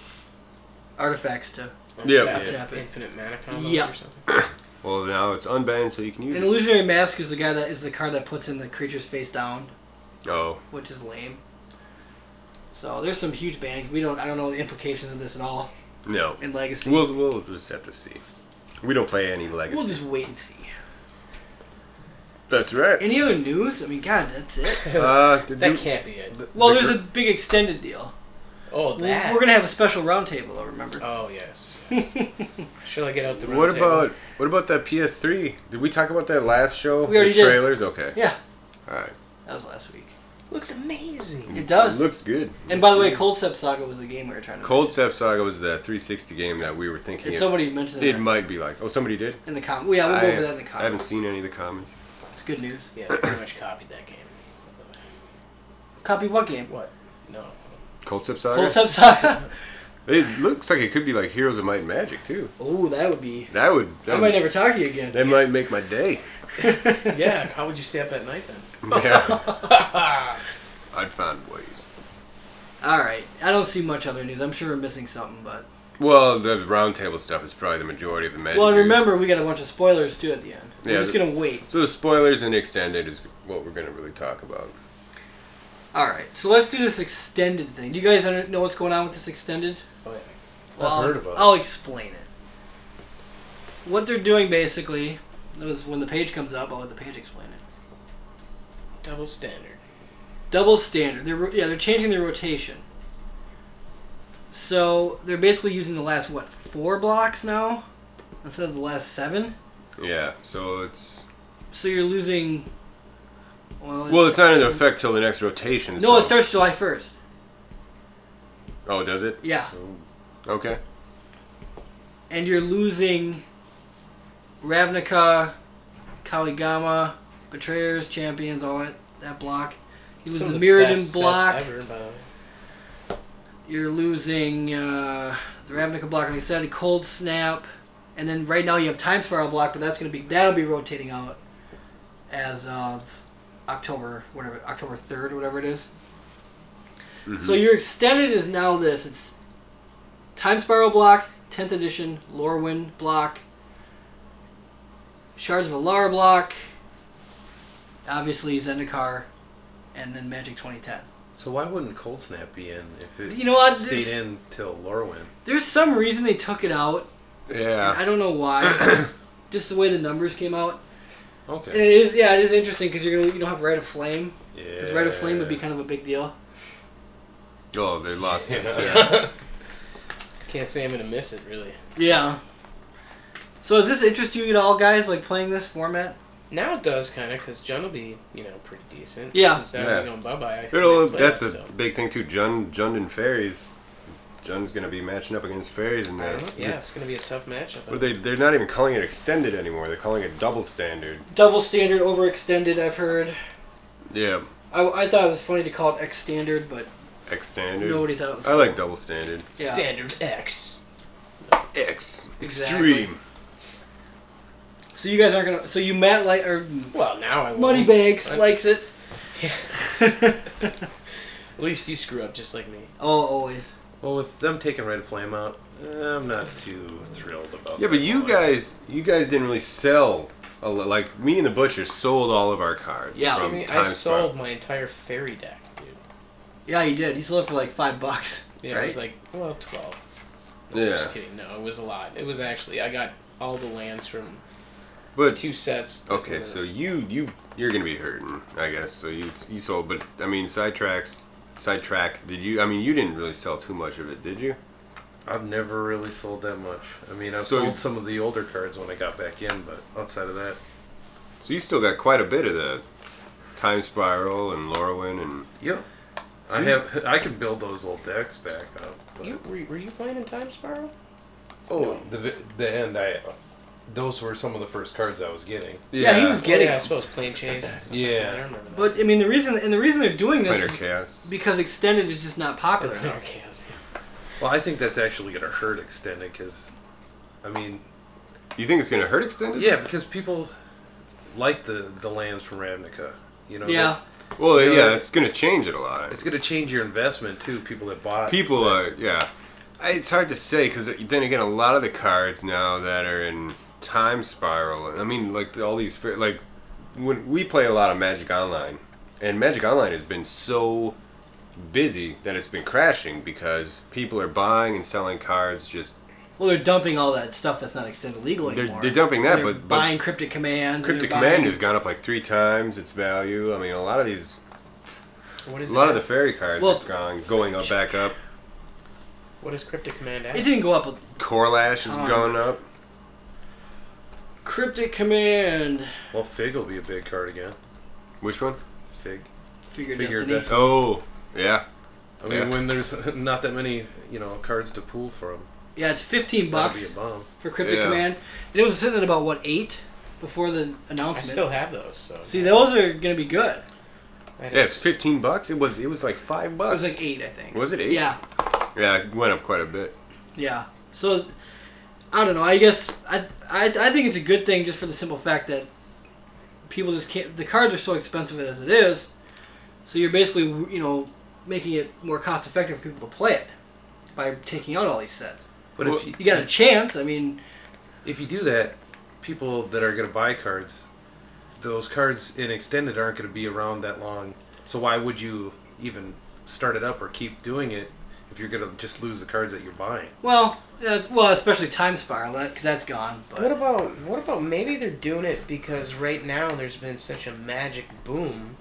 [SPEAKER 1] artifacts to.
[SPEAKER 2] Yeah.
[SPEAKER 3] Tap-
[SPEAKER 1] Yeah.
[SPEAKER 3] tap Infinite mana combos
[SPEAKER 1] Yeah.
[SPEAKER 3] or something.
[SPEAKER 2] Well, now it's unbanned, so you can use
[SPEAKER 1] An
[SPEAKER 2] it.
[SPEAKER 1] illusionary mask is the guy that is the card that puts in the creature's face down.
[SPEAKER 2] Oh,
[SPEAKER 1] which is lame. So there's some huge bannings. We don't. I don't know the implications of this at all
[SPEAKER 2] no.
[SPEAKER 1] in Legacy.
[SPEAKER 2] We'll, we'll just have to see. We don't play any Legacy.
[SPEAKER 1] We'll just wait and see.
[SPEAKER 2] That's right.
[SPEAKER 1] Any other news? I mean, God, that's it.
[SPEAKER 2] Uh, the
[SPEAKER 3] That
[SPEAKER 2] du-
[SPEAKER 3] can't be it.
[SPEAKER 2] the-
[SPEAKER 1] Well,
[SPEAKER 2] the
[SPEAKER 1] there's a
[SPEAKER 2] gr-
[SPEAKER 1] big extended deal.
[SPEAKER 3] Oh,
[SPEAKER 1] We're-
[SPEAKER 3] that.
[SPEAKER 1] We're gonna have a special roundtable. I remember.
[SPEAKER 3] Oh yes. Shall I get out the?
[SPEAKER 2] What
[SPEAKER 3] roundtable?
[SPEAKER 2] about what about that PS3? Did we talk about that last show?
[SPEAKER 1] We already
[SPEAKER 2] the
[SPEAKER 1] did.
[SPEAKER 2] trailers? Okay.
[SPEAKER 1] yeah,
[SPEAKER 2] All right.
[SPEAKER 1] that was last week.
[SPEAKER 3] Looks amazing.
[SPEAKER 2] Mm.
[SPEAKER 1] It does.
[SPEAKER 2] looks good.
[SPEAKER 1] And by the way, Cold Step Saga was the game we were trying to.
[SPEAKER 2] Cold Step Saga was the 360 game that we were thinking.
[SPEAKER 1] And
[SPEAKER 2] of.
[SPEAKER 1] somebody mentioned
[SPEAKER 2] it
[SPEAKER 1] it
[SPEAKER 2] might be like. Oh, somebody did.
[SPEAKER 1] in the com. Yeah, we'll go
[SPEAKER 2] I-
[SPEAKER 1] over that in the
[SPEAKER 2] I haven't
[SPEAKER 1] comments.
[SPEAKER 2] seen any of the comments.
[SPEAKER 1] It's good news.
[SPEAKER 3] Yeah, they pretty much copied that game.
[SPEAKER 1] Copy what game?
[SPEAKER 3] What? No.
[SPEAKER 2] Cold Step Saga.
[SPEAKER 1] Cold Step Saga.
[SPEAKER 2] It looks like it could be like Heroes of Might and Magic too.
[SPEAKER 1] Oh, that would be.
[SPEAKER 2] That would. That
[SPEAKER 1] I
[SPEAKER 2] would-
[SPEAKER 1] might never talk to you again.
[SPEAKER 2] That might make my day.
[SPEAKER 3] yeah, how would you stay up at night then?
[SPEAKER 2] Yeah, I'd find ways.
[SPEAKER 1] All right. I don't see much other news. I'm sure we're missing something, but.
[SPEAKER 2] Well, the roundtable stuff is probably the majority of the magic.
[SPEAKER 1] Well, and
[SPEAKER 2] news.
[SPEAKER 1] remember, we got a bunch of spoilers too at the end. We're
[SPEAKER 2] Yeah,
[SPEAKER 1] just
[SPEAKER 2] the-
[SPEAKER 1] gonna wait.
[SPEAKER 2] So the spoilers and extended is what we're gonna really talk about.
[SPEAKER 1] All right. So let's do this extended thing. Do you guys under- know what's going on with this extended?
[SPEAKER 4] Oh, yeah.
[SPEAKER 1] Well,
[SPEAKER 4] I've heard
[SPEAKER 1] I'll-
[SPEAKER 4] about
[SPEAKER 1] I'll
[SPEAKER 4] it.
[SPEAKER 1] explain it. What they're doing basically is when the page comes up, I'll let the page explain it.
[SPEAKER 3] Double standard.
[SPEAKER 1] Double standard. They're ro- yeah, they're changing their rotation. So they're basically using the last what four blocks now instead of the last seven.
[SPEAKER 2] Yeah. So it's
[SPEAKER 1] So you're losing. Well,
[SPEAKER 2] well, it's not in effect till the next rotation.
[SPEAKER 1] No,
[SPEAKER 2] so-
[SPEAKER 1] it starts July first.
[SPEAKER 2] Oh, does it? Oh,
[SPEAKER 1] Yeah.
[SPEAKER 2] Okay.
[SPEAKER 1] and you're losing Ravnica, Kaligama, Betrayers, Champions, all that that block. You lose
[SPEAKER 3] Some
[SPEAKER 1] the
[SPEAKER 3] of
[SPEAKER 1] Mirrodin
[SPEAKER 3] best
[SPEAKER 1] block.
[SPEAKER 3] sets ever, by the way.
[SPEAKER 1] You're losing uh, the Ravnica block, like I said, the Cold Snap, and then right now you have Time Spiral block, but that's gonna be that'll be rotating out as of October, whatever October third or whatever it is. So
[SPEAKER 2] Mhm.
[SPEAKER 1] your extended is now this. It's Time Spiral block, 10th edition, Lorwyn block, Shards of Alara block, obviously Zendikar, and then Magic 2010.
[SPEAKER 4] So why wouldn't Cold Snap be in if it
[SPEAKER 1] You know what,
[SPEAKER 4] stayed
[SPEAKER 1] there's-
[SPEAKER 4] in till Lorwyn?
[SPEAKER 1] There's some reason they took it out. I
[SPEAKER 2] Yeah.
[SPEAKER 1] don't know why. Just the way the numbers came out. And
[SPEAKER 4] Okay.
[SPEAKER 1] it is, yeah, it is interesting because you're gonna, you don't have Red of Flame.
[SPEAKER 4] Yeah.
[SPEAKER 1] Because Red of Flame would be kind of a big deal.
[SPEAKER 2] Oh, they lost it.
[SPEAKER 3] Yeah. Can't say I'm gonna miss it really.
[SPEAKER 1] Yeah. So does this interest you at all, guys? Like playing this format?
[SPEAKER 3] Now it does kind of because Jun will be you know pretty decent.
[SPEAKER 1] Yeah.
[SPEAKER 3] Since that
[SPEAKER 2] Yeah.
[SPEAKER 3] will be going bye bye.
[SPEAKER 2] It'll, that's a big thing too. Jun, Jund and Fairies. Jun's gonna be matching up against Fairies in there.
[SPEAKER 3] Yeah, it's gonna be a tough matchup.
[SPEAKER 2] But they they're not even calling it extended anymore. They're calling it double standard.
[SPEAKER 1] Double standard, overextended. I've heard.
[SPEAKER 2] Yeah.
[SPEAKER 1] I, I thought it was funny to call it X standard, but
[SPEAKER 2] X standard.
[SPEAKER 1] nobody thought it was.
[SPEAKER 2] I like double standard.
[SPEAKER 1] yeah.
[SPEAKER 3] Standard X.
[SPEAKER 2] X.
[SPEAKER 1] Exactly.
[SPEAKER 2] Extreme.
[SPEAKER 1] So you guys aren't gonna. So you Matt like or
[SPEAKER 3] Well, now I won't.
[SPEAKER 1] Moneybags
[SPEAKER 3] I-
[SPEAKER 1] likes it.
[SPEAKER 3] Yeah. At least you screw up just like me.
[SPEAKER 1] oh, always.
[SPEAKER 4] Well, with them taking Red of Flame out, eh, I'm not too thrilled about.
[SPEAKER 2] Yeah, but
[SPEAKER 4] that
[SPEAKER 2] you
[SPEAKER 4] one.
[SPEAKER 2] guys, you guys didn't really sell. A lo- like me and the butcher sold all of our cards.
[SPEAKER 1] Yeah.
[SPEAKER 2] from
[SPEAKER 3] I mean, I
[SPEAKER 2] Times
[SPEAKER 3] sold
[SPEAKER 2] Sprout.
[SPEAKER 3] my entire fairy deck, dude.
[SPEAKER 1] Yeah, he did. He sold it for like five bucks.
[SPEAKER 3] Yeah,
[SPEAKER 1] right?
[SPEAKER 3] it was like well, twelve.
[SPEAKER 2] Yeah.
[SPEAKER 3] Just kidding. No, it was a lot. It was actually I got all the lands from
[SPEAKER 2] But
[SPEAKER 3] two sets. that
[SPEAKER 2] okay,
[SPEAKER 3] were-
[SPEAKER 2] so you you you're gonna be hurting, I guess. So you you sold, but I mean, sidetracks, sidetrack. Did you? I mean, you didn't really sell too much of it, did you?
[SPEAKER 4] I've never really sold that much. I mean, I've
[SPEAKER 2] So-
[SPEAKER 4] sold some of the older cards when I got back in, but outside of that,
[SPEAKER 2] So you still got quite a bit of the time spiral and Lorwyn and
[SPEAKER 4] yep. I
[SPEAKER 2] Hmm.
[SPEAKER 4] have. I can build those old decks back up. But,
[SPEAKER 3] You, were, were you playing in Time Spiral?
[SPEAKER 4] oh, the vi- the end. I. Those were some of the first cards I was getting.
[SPEAKER 1] Yeah, he was
[SPEAKER 3] Oh,
[SPEAKER 1] Getting
[SPEAKER 3] yeah, I
[SPEAKER 1] them.
[SPEAKER 3] suppose Plane Chase. and stuff like
[SPEAKER 4] Yeah.
[SPEAKER 3] that. I remember that.
[SPEAKER 1] But I mean, the reason and the reason they're doing this
[SPEAKER 2] Fighter
[SPEAKER 1] is
[SPEAKER 2] Chaos.
[SPEAKER 1] because extended is just not popular. now.
[SPEAKER 3] Another chaos.
[SPEAKER 4] Well, I think that's actually gonna hurt extended because, I mean,
[SPEAKER 2] You think it's gonna hurt extended?
[SPEAKER 4] yeah, because people like the the lands from Ravnica. You know.
[SPEAKER 1] Yeah.
[SPEAKER 2] Well,
[SPEAKER 4] You know,
[SPEAKER 2] yeah,
[SPEAKER 4] that's-
[SPEAKER 2] it's gonna change it a lot.
[SPEAKER 4] It's gonna change your investment too. People that bought
[SPEAKER 2] People are, yeah. I, it's hard to say because then again, a lot of the cards now that are in time spiral. I mean, like all these, fa- like when we play a lot of Magic Online, and Magic Online has been so busy that it's been crashing because people are buying and selling cards. Just
[SPEAKER 1] Well, they're dumping all that stuff that's not extended legal
[SPEAKER 2] They're-
[SPEAKER 1] anymore.
[SPEAKER 2] they're dumping that,
[SPEAKER 1] They're
[SPEAKER 2] but- but
[SPEAKER 1] buying Cryptic Command.
[SPEAKER 2] Cryptic
[SPEAKER 1] they're
[SPEAKER 2] Command
[SPEAKER 1] buying-
[SPEAKER 2] has gone up like three times its value. I mean, a lot of these,
[SPEAKER 3] What
[SPEAKER 2] a
[SPEAKER 3] is
[SPEAKER 2] lot of
[SPEAKER 3] it?
[SPEAKER 2] the fairy cards
[SPEAKER 1] Well-
[SPEAKER 2] have gone going up back up.
[SPEAKER 3] What is Cryptic Command?
[SPEAKER 1] It
[SPEAKER 3] Act?
[SPEAKER 1] didn't go up. a-
[SPEAKER 2] Corlash is
[SPEAKER 1] Um,
[SPEAKER 2] going up.
[SPEAKER 1] Cryptic Command.
[SPEAKER 4] Well, Fig will be a big card again.
[SPEAKER 2] Which one?
[SPEAKER 4] Fig.
[SPEAKER 1] Figure
[SPEAKER 4] Figure
[SPEAKER 1] Destiny.
[SPEAKER 4] Destiny.
[SPEAKER 2] Oh, yeah.
[SPEAKER 4] I mean,
[SPEAKER 2] Yeah.
[SPEAKER 4] when there's not that many, you know, cards to pull from,
[SPEAKER 2] oh.
[SPEAKER 1] Yeah, it's 15
[SPEAKER 4] that'd
[SPEAKER 1] bucks
[SPEAKER 4] be a bomb.
[SPEAKER 1] for Cryptic
[SPEAKER 2] Yeah.
[SPEAKER 1] Command. And it was sitting at about, what, 8 before the
[SPEAKER 3] I
[SPEAKER 1] announcement?
[SPEAKER 3] still have those. So
[SPEAKER 1] See, those are going to be good.
[SPEAKER 3] I had a
[SPEAKER 2] Yeah, it's
[SPEAKER 3] s-
[SPEAKER 2] fifteen bucks. It was it was like five
[SPEAKER 1] It was
[SPEAKER 2] bucks.
[SPEAKER 1] like 8, I think.
[SPEAKER 2] Was it eight?
[SPEAKER 1] Yeah.
[SPEAKER 2] Yeah, it went up quite a bit.
[SPEAKER 1] Yeah. So I don't know. I guess I, I I think it's a good thing just for the simple fact that people just can't. The cards are so expensive as it is, so you're basically you know making it more cost effective for people to play it by taking out all these sets.
[SPEAKER 4] But
[SPEAKER 2] Well,
[SPEAKER 4] if you,
[SPEAKER 1] You got a chance. I mean,
[SPEAKER 4] if you do that, people that are going to buy cards, those cards in extended aren't going to be around that long. So why would you even start it up or keep doing it if you're going to just lose the cards that you're buying?
[SPEAKER 1] well, that's well, especially Time Spiral, that, cause that's gone. But
[SPEAKER 3] What about what about maybe they're doing it because right now there's been such a magic boom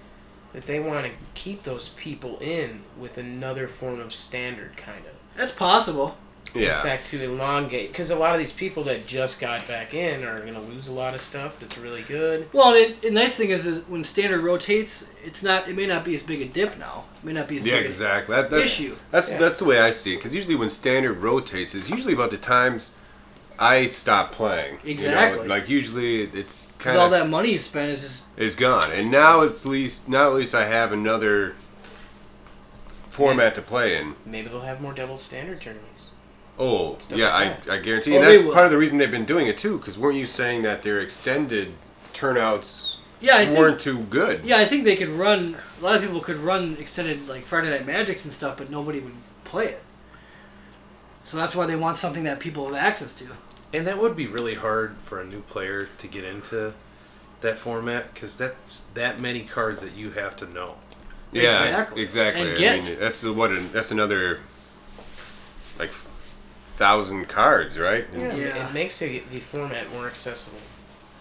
[SPEAKER 3] that they want to keep those people in with another form of standard kind of.
[SPEAKER 1] that's possible.
[SPEAKER 2] Yeah.
[SPEAKER 3] In fact, to elongate because a lot of these people that just got back in are going to lose a lot of stuff that's really good.
[SPEAKER 1] Well, and it, the nice thing is, is when standard rotates, it's not. It may not be as big a dip now. It may not be as
[SPEAKER 2] Yeah,
[SPEAKER 1] big. a-
[SPEAKER 2] exactly. That, that's,
[SPEAKER 1] issue.
[SPEAKER 2] That's
[SPEAKER 3] Yeah.
[SPEAKER 2] that's the way I see it. Because usually when standard rotates, it's usually about the times I stop playing. you know?
[SPEAKER 1] Exactly.
[SPEAKER 2] Like usually it- it's
[SPEAKER 1] Cause
[SPEAKER 2] kind
[SPEAKER 1] all
[SPEAKER 2] of
[SPEAKER 1] that money you spent is just
[SPEAKER 2] is gone, and now it's least now at least I have another format to play in.
[SPEAKER 3] Maybe they'll have more double standard tournaments.
[SPEAKER 2] Oh,
[SPEAKER 3] Stuff
[SPEAKER 2] yeah,
[SPEAKER 3] like
[SPEAKER 2] I, I guarantee.
[SPEAKER 1] Oh,
[SPEAKER 2] And
[SPEAKER 1] they
[SPEAKER 2] that's
[SPEAKER 1] will.
[SPEAKER 2] part of the reason they've been doing it too. Because weren't you saying that their extended turnouts
[SPEAKER 1] yeah. I think,
[SPEAKER 2] weren't too good?
[SPEAKER 1] Yeah, I think they could run. A lot of people could run extended like Friday Night Magics and stuff, but nobody would play it. So that's why they want something that people have access to.
[SPEAKER 4] And that would be really hard for a new player to get into that format because that's that many cards that you have to know.
[SPEAKER 2] Yeah,
[SPEAKER 1] Exactly.
[SPEAKER 2] exactly.
[SPEAKER 1] And
[SPEAKER 2] I
[SPEAKER 1] get-
[SPEAKER 2] mean, that's the- what an, that's another like thousand cards, right?
[SPEAKER 1] Yeah. Yeah.
[SPEAKER 3] It makes the, the format more accessible.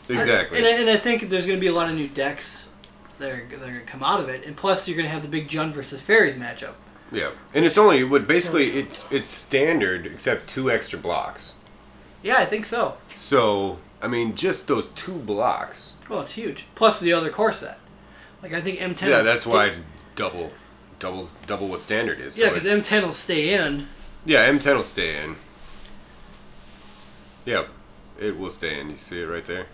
[SPEAKER 2] Exactly.
[SPEAKER 1] I, and, I, and I think there's going to be a lot of new decks that are, that are going to come out of it, and plus you're going to have the big Jun versus Fairies matchup.
[SPEAKER 2] yeah. And it's only what basically it's it's standard except two extra blocks.
[SPEAKER 1] Yeah, I think so.
[SPEAKER 2] So I mean, just those two blocks.
[SPEAKER 1] Well, it's huge. Plus the other core set. Like I think M10.
[SPEAKER 2] yeah,
[SPEAKER 1] will
[SPEAKER 2] that's
[SPEAKER 1] stay-
[SPEAKER 2] why it's double, doubles double what standard is. So
[SPEAKER 1] Yeah, because
[SPEAKER 2] it's-
[SPEAKER 1] M10 will stay in.
[SPEAKER 2] yeah, M10 will stay in. Yep, it will stay in. You see it right there?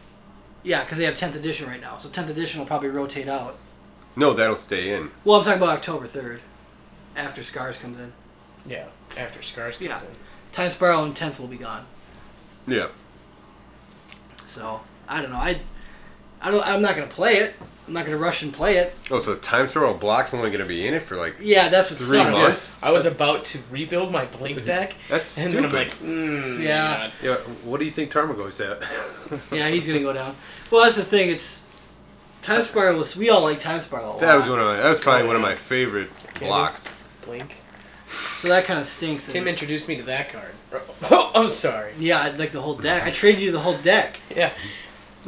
[SPEAKER 1] Yeah, because they have 10th edition right now, so 10th edition will probably rotate out.
[SPEAKER 2] No, that'll stay in.
[SPEAKER 1] Well, I'm talking about October 3rd, after Scars comes in.
[SPEAKER 3] Yeah. After Scars comes
[SPEAKER 1] Yeah.
[SPEAKER 3] in.
[SPEAKER 1] Time Spiral and 10th will be gone.
[SPEAKER 2] Yeah.
[SPEAKER 1] So I don't know. I I don't. I'm not gonna play it. I'm not gonna rush and play it.
[SPEAKER 2] Oh, so time spiral blocks only going to be in it for like
[SPEAKER 1] Yeah, that's what
[SPEAKER 2] Three
[SPEAKER 1] sucks.
[SPEAKER 2] months?
[SPEAKER 3] I was about to rebuild my blink deck,
[SPEAKER 2] That's
[SPEAKER 3] and
[SPEAKER 2] stupid.
[SPEAKER 3] then I'm like, mm,
[SPEAKER 1] Yeah.
[SPEAKER 4] Yeah, what do you think Tarmogoyf's at?
[SPEAKER 1] Yeah, he's gonna go down. Well, that's the thing. It's Time Spiral. Was, we all like Time Spiral. a lot.
[SPEAKER 2] that was one of my, that was probably
[SPEAKER 3] Oh,
[SPEAKER 2] one of
[SPEAKER 3] yeah.
[SPEAKER 2] my favorite
[SPEAKER 3] Candy?
[SPEAKER 2] blocks.
[SPEAKER 3] blink.
[SPEAKER 1] So that kind of stinks. that
[SPEAKER 3] Tim
[SPEAKER 1] it's-
[SPEAKER 3] introduced me to that card. Oh, I'm sorry.
[SPEAKER 1] Yeah, I like the whole deck. I traded you the whole deck.
[SPEAKER 3] Yeah.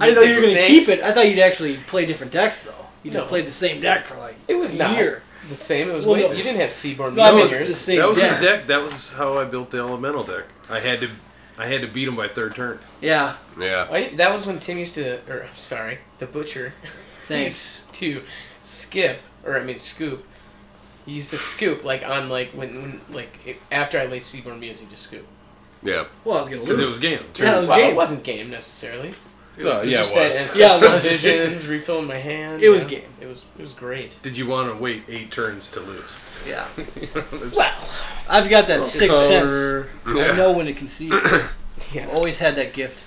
[SPEAKER 1] I didn't know you
[SPEAKER 3] Mystic
[SPEAKER 1] were gonna
[SPEAKER 3] Snakes.
[SPEAKER 1] keep it. I thought you'd actually play different decks though. You just
[SPEAKER 3] No.
[SPEAKER 1] played the same deck for like
[SPEAKER 3] It was
[SPEAKER 1] a
[SPEAKER 3] not
[SPEAKER 1] year.
[SPEAKER 3] the same. It was
[SPEAKER 1] Well,
[SPEAKER 3] way,
[SPEAKER 1] no.
[SPEAKER 3] you didn't have Seaborn
[SPEAKER 1] No, I mean,
[SPEAKER 3] Millionaires.
[SPEAKER 1] the same
[SPEAKER 4] that was
[SPEAKER 1] deck.
[SPEAKER 4] his deck. That was how I built the elemental deck. I had to, I had to beat him by third turn.
[SPEAKER 1] Yeah.
[SPEAKER 2] Yeah.
[SPEAKER 3] I, Oh, that was when Tim used to, or I'm sorry, the butcher.
[SPEAKER 1] Thanks.
[SPEAKER 3] used to skip, or I mean scoop. He used to scoop like on like when, when like it, after I laid Seaborn Muse, he just scoop.
[SPEAKER 2] Yeah.
[SPEAKER 1] Well, I was gonna
[SPEAKER 4] Because it
[SPEAKER 1] lose.
[SPEAKER 4] was game.
[SPEAKER 1] Yeah, it was
[SPEAKER 3] well,
[SPEAKER 1] game.
[SPEAKER 3] it wasn't game necessarily.
[SPEAKER 2] No, Uh, yeah,
[SPEAKER 3] just
[SPEAKER 2] it was.
[SPEAKER 3] That
[SPEAKER 1] Yeah, it
[SPEAKER 3] ancestral
[SPEAKER 1] was.
[SPEAKER 3] visions, refilling my hand.
[SPEAKER 1] It
[SPEAKER 3] you
[SPEAKER 1] was
[SPEAKER 3] know?
[SPEAKER 1] game.
[SPEAKER 3] It was it was great.
[SPEAKER 4] Did you want to wait eight turns to lose?
[SPEAKER 1] Yeah.
[SPEAKER 3] Well,
[SPEAKER 1] I've got that sixth sense. I
[SPEAKER 2] Yeah.
[SPEAKER 1] know when to conceive. I've
[SPEAKER 3] yeah.
[SPEAKER 1] always had that gift.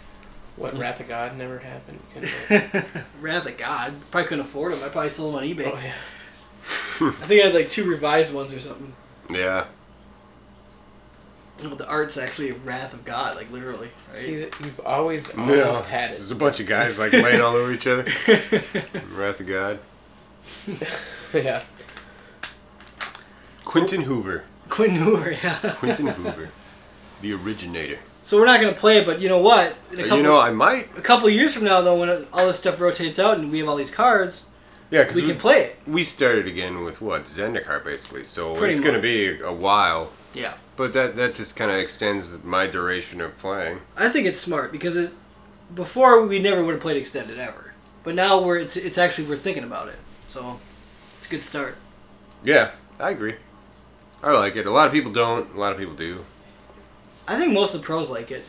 [SPEAKER 3] What Wrath of God never happened. Oh, Couldn't it?
[SPEAKER 1] Wrath of God. Probably couldn't afford them. I probably sold them on eBay.
[SPEAKER 3] oh yeah.
[SPEAKER 1] I think I had like two revised ones or something.
[SPEAKER 2] yeah.
[SPEAKER 1] Oh, the art's actually Wrath of God, like literally. Right?
[SPEAKER 3] See, that you've always almost
[SPEAKER 2] Yeah.
[SPEAKER 3] had
[SPEAKER 2] There's a bunch of guys like laying all over each other. Wrath of God.
[SPEAKER 3] it. yeah.
[SPEAKER 2] Quentin Hoover.
[SPEAKER 1] Quentin Hoover, yeah.
[SPEAKER 2] Quentin Hoover. The originator. Uh,
[SPEAKER 1] So we're not gonna play it, but you know what? In a couple,
[SPEAKER 2] You know, I might.
[SPEAKER 1] a couple years from now, though, when it- all this stuff rotates out and we have all these cards,
[SPEAKER 2] Yeah, because
[SPEAKER 1] we can play it.
[SPEAKER 2] we started again with what Zendikar basically. So
[SPEAKER 1] Pretty
[SPEAKER 2] it's going to
[SPEAKER 1] much.
[SPEAKER 2] be a while,
[SPEAKER 1] Yeah.
[SPEAKER 2] but that that just kind of extends my duration of playing.
[SPEAKER 1] I think it's smart because it. Before we never would have played extended ever, but now we're it's it's actually we're thinking about it. So it's a good start.
[SPEAKER 2] Yeah, I agree. I like it. A lot of people don't. A lot of people do.
[SPEAKER 1] I think most of the pros like it.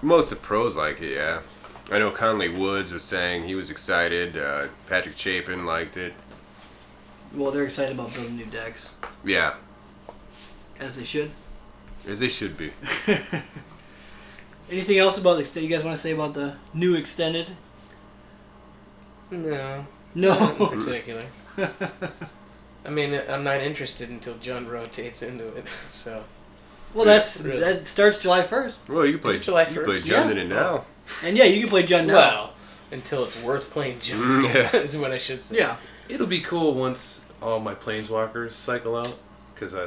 [SPEAKER 2] Most of pros like it, yeah. I know Conley Woods was saying he was excited. Uh, Patrick Chapin liked it.
[SPEAKER 1] Well, they're excited about building new decks.
[SPEAKER 2] Yeah.
[SPEAKER 1] as they should.
[SPEAKER 2] As they should be.
[SPEAKER 1] Anything else about the extended? You guys want to say about the new extended?
[SPEAKER 3] No.
[SPEAKER 1] No.
[SPEAKER 3] Not in particular. I mean, I'm not interested until John rotates into it. So
[SPEAKER 1] well, that's
[SPEAKER 3] Really?
[SPEAKER 1] that starts July 1st,
[SPEAKER 2] Well, you play.
[SPEAKER 3] It's July
[SPEAKER 2] You play
[SPEAKER 3] 1st.
[SPEAKER 2] John
[SPEAKER 1] Yeah.
[SPEAKER 2] in it now.
[SPEAKER 1] and yeah, you can play John now.
[SPEAKER 3] well, until it's worth playing John
[SPEAKER 2] Mm, yeah.
[SPEAKER 3] is what I should say.
[SPEAKER 1] yeah.
[SPEAKER 4] It'll be cool once all my planeswalkers cycle out, because I,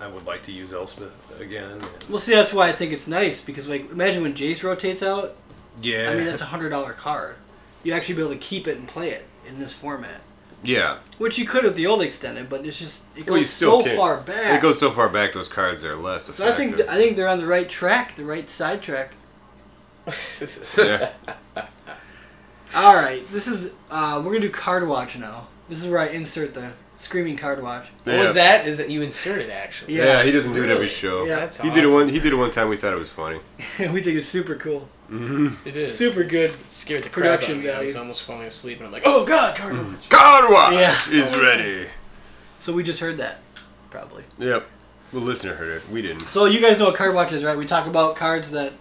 [SPEAKER 4] I would like to use Elspeth again. and-
[SPEAKER 1] Well, see, that's why I think it's nice because, like, imagine when Jace rotates out.
[SPEAKER 4] yeah.
[SPEAKER 1] I mean, that's a hundred dollar card. You actually be able to keep it and play it in this format,
[SPEAKER 2] Yeah.
[SPEAKER 1] which you could with the old extended, but it's just it goes
[SPEAKER 2] Well, you still
[SPEAKER 1] so
[SPEAKER 2] can't.
[SPEAKER 1] far back.
[SPEAKER 2] It goes so far back; those cards are less.
[SPEAKER 1] so I think
[SPEAKER 2] effective.
[SPEAKER 1] th- I think they're on the right track, the right sidetrack.
[SPEAKER 2] Yeah.
[SPEAKER 1] All right, this is uh, we're gonna do card watch now. This is where I insert the screaming card watch.
[SPEAKER 3] What
[SPEAKER 2] Yeah.
[SPEAKER 3] was that? Is that you inserted actually?
[SPEAKER 2] Yeah, he doesn't do it every
[SPEAKER 3] Really?
[SPEAKER 2] show.
[SPEAKER 1] Yeah.
[SPEAKER 3] That's
[SPEAKER 2] he did it
[SPEAKER 3] awesome.
[SPEAKER 2] one. He did it one time. We thought it was funny.
[SPEAKER 1] we think it's super cool.
[SPEAKER 2] Mm-hmm.
[SPEAKER 3] It is
[SPEAKER 1] Super good
[SPEAKER 3] It scared the
[SPEAKER 1] production
[SPEAKER 3] crap out of me. I was
[SPEAKER 1] value.
[SPEAKER 3] almost falling asleep, and I'm like, oh god, card watch.
[SPEAKER 2] Card watch
[SPEAKER 1] Yeah.
[SPEAKER 2] is ready.
[SPEAKER 1] So we just heard that, probably.
[SPEAKER 2] Yep. Well, listener heard it. We didn't.
[SPEAKER 1] So you guys know what card watch is, right? We talk about cards that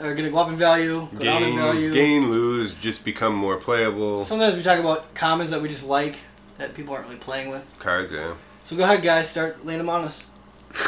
[SPEAKER 1] are gonna go up in value, go down in
[SPEAKER 2] Gain,
[SPEAKER 1] value.
[SPEAKER 2] gain, lose, just become more playable.
[SPEAKER 1] Sometimes we talk about commons that we just like that people aren't really playing with.
[SPEAKER 2] Cards, yeah.
[SPEAKER 1] So go ahead, guys, start laying them on us.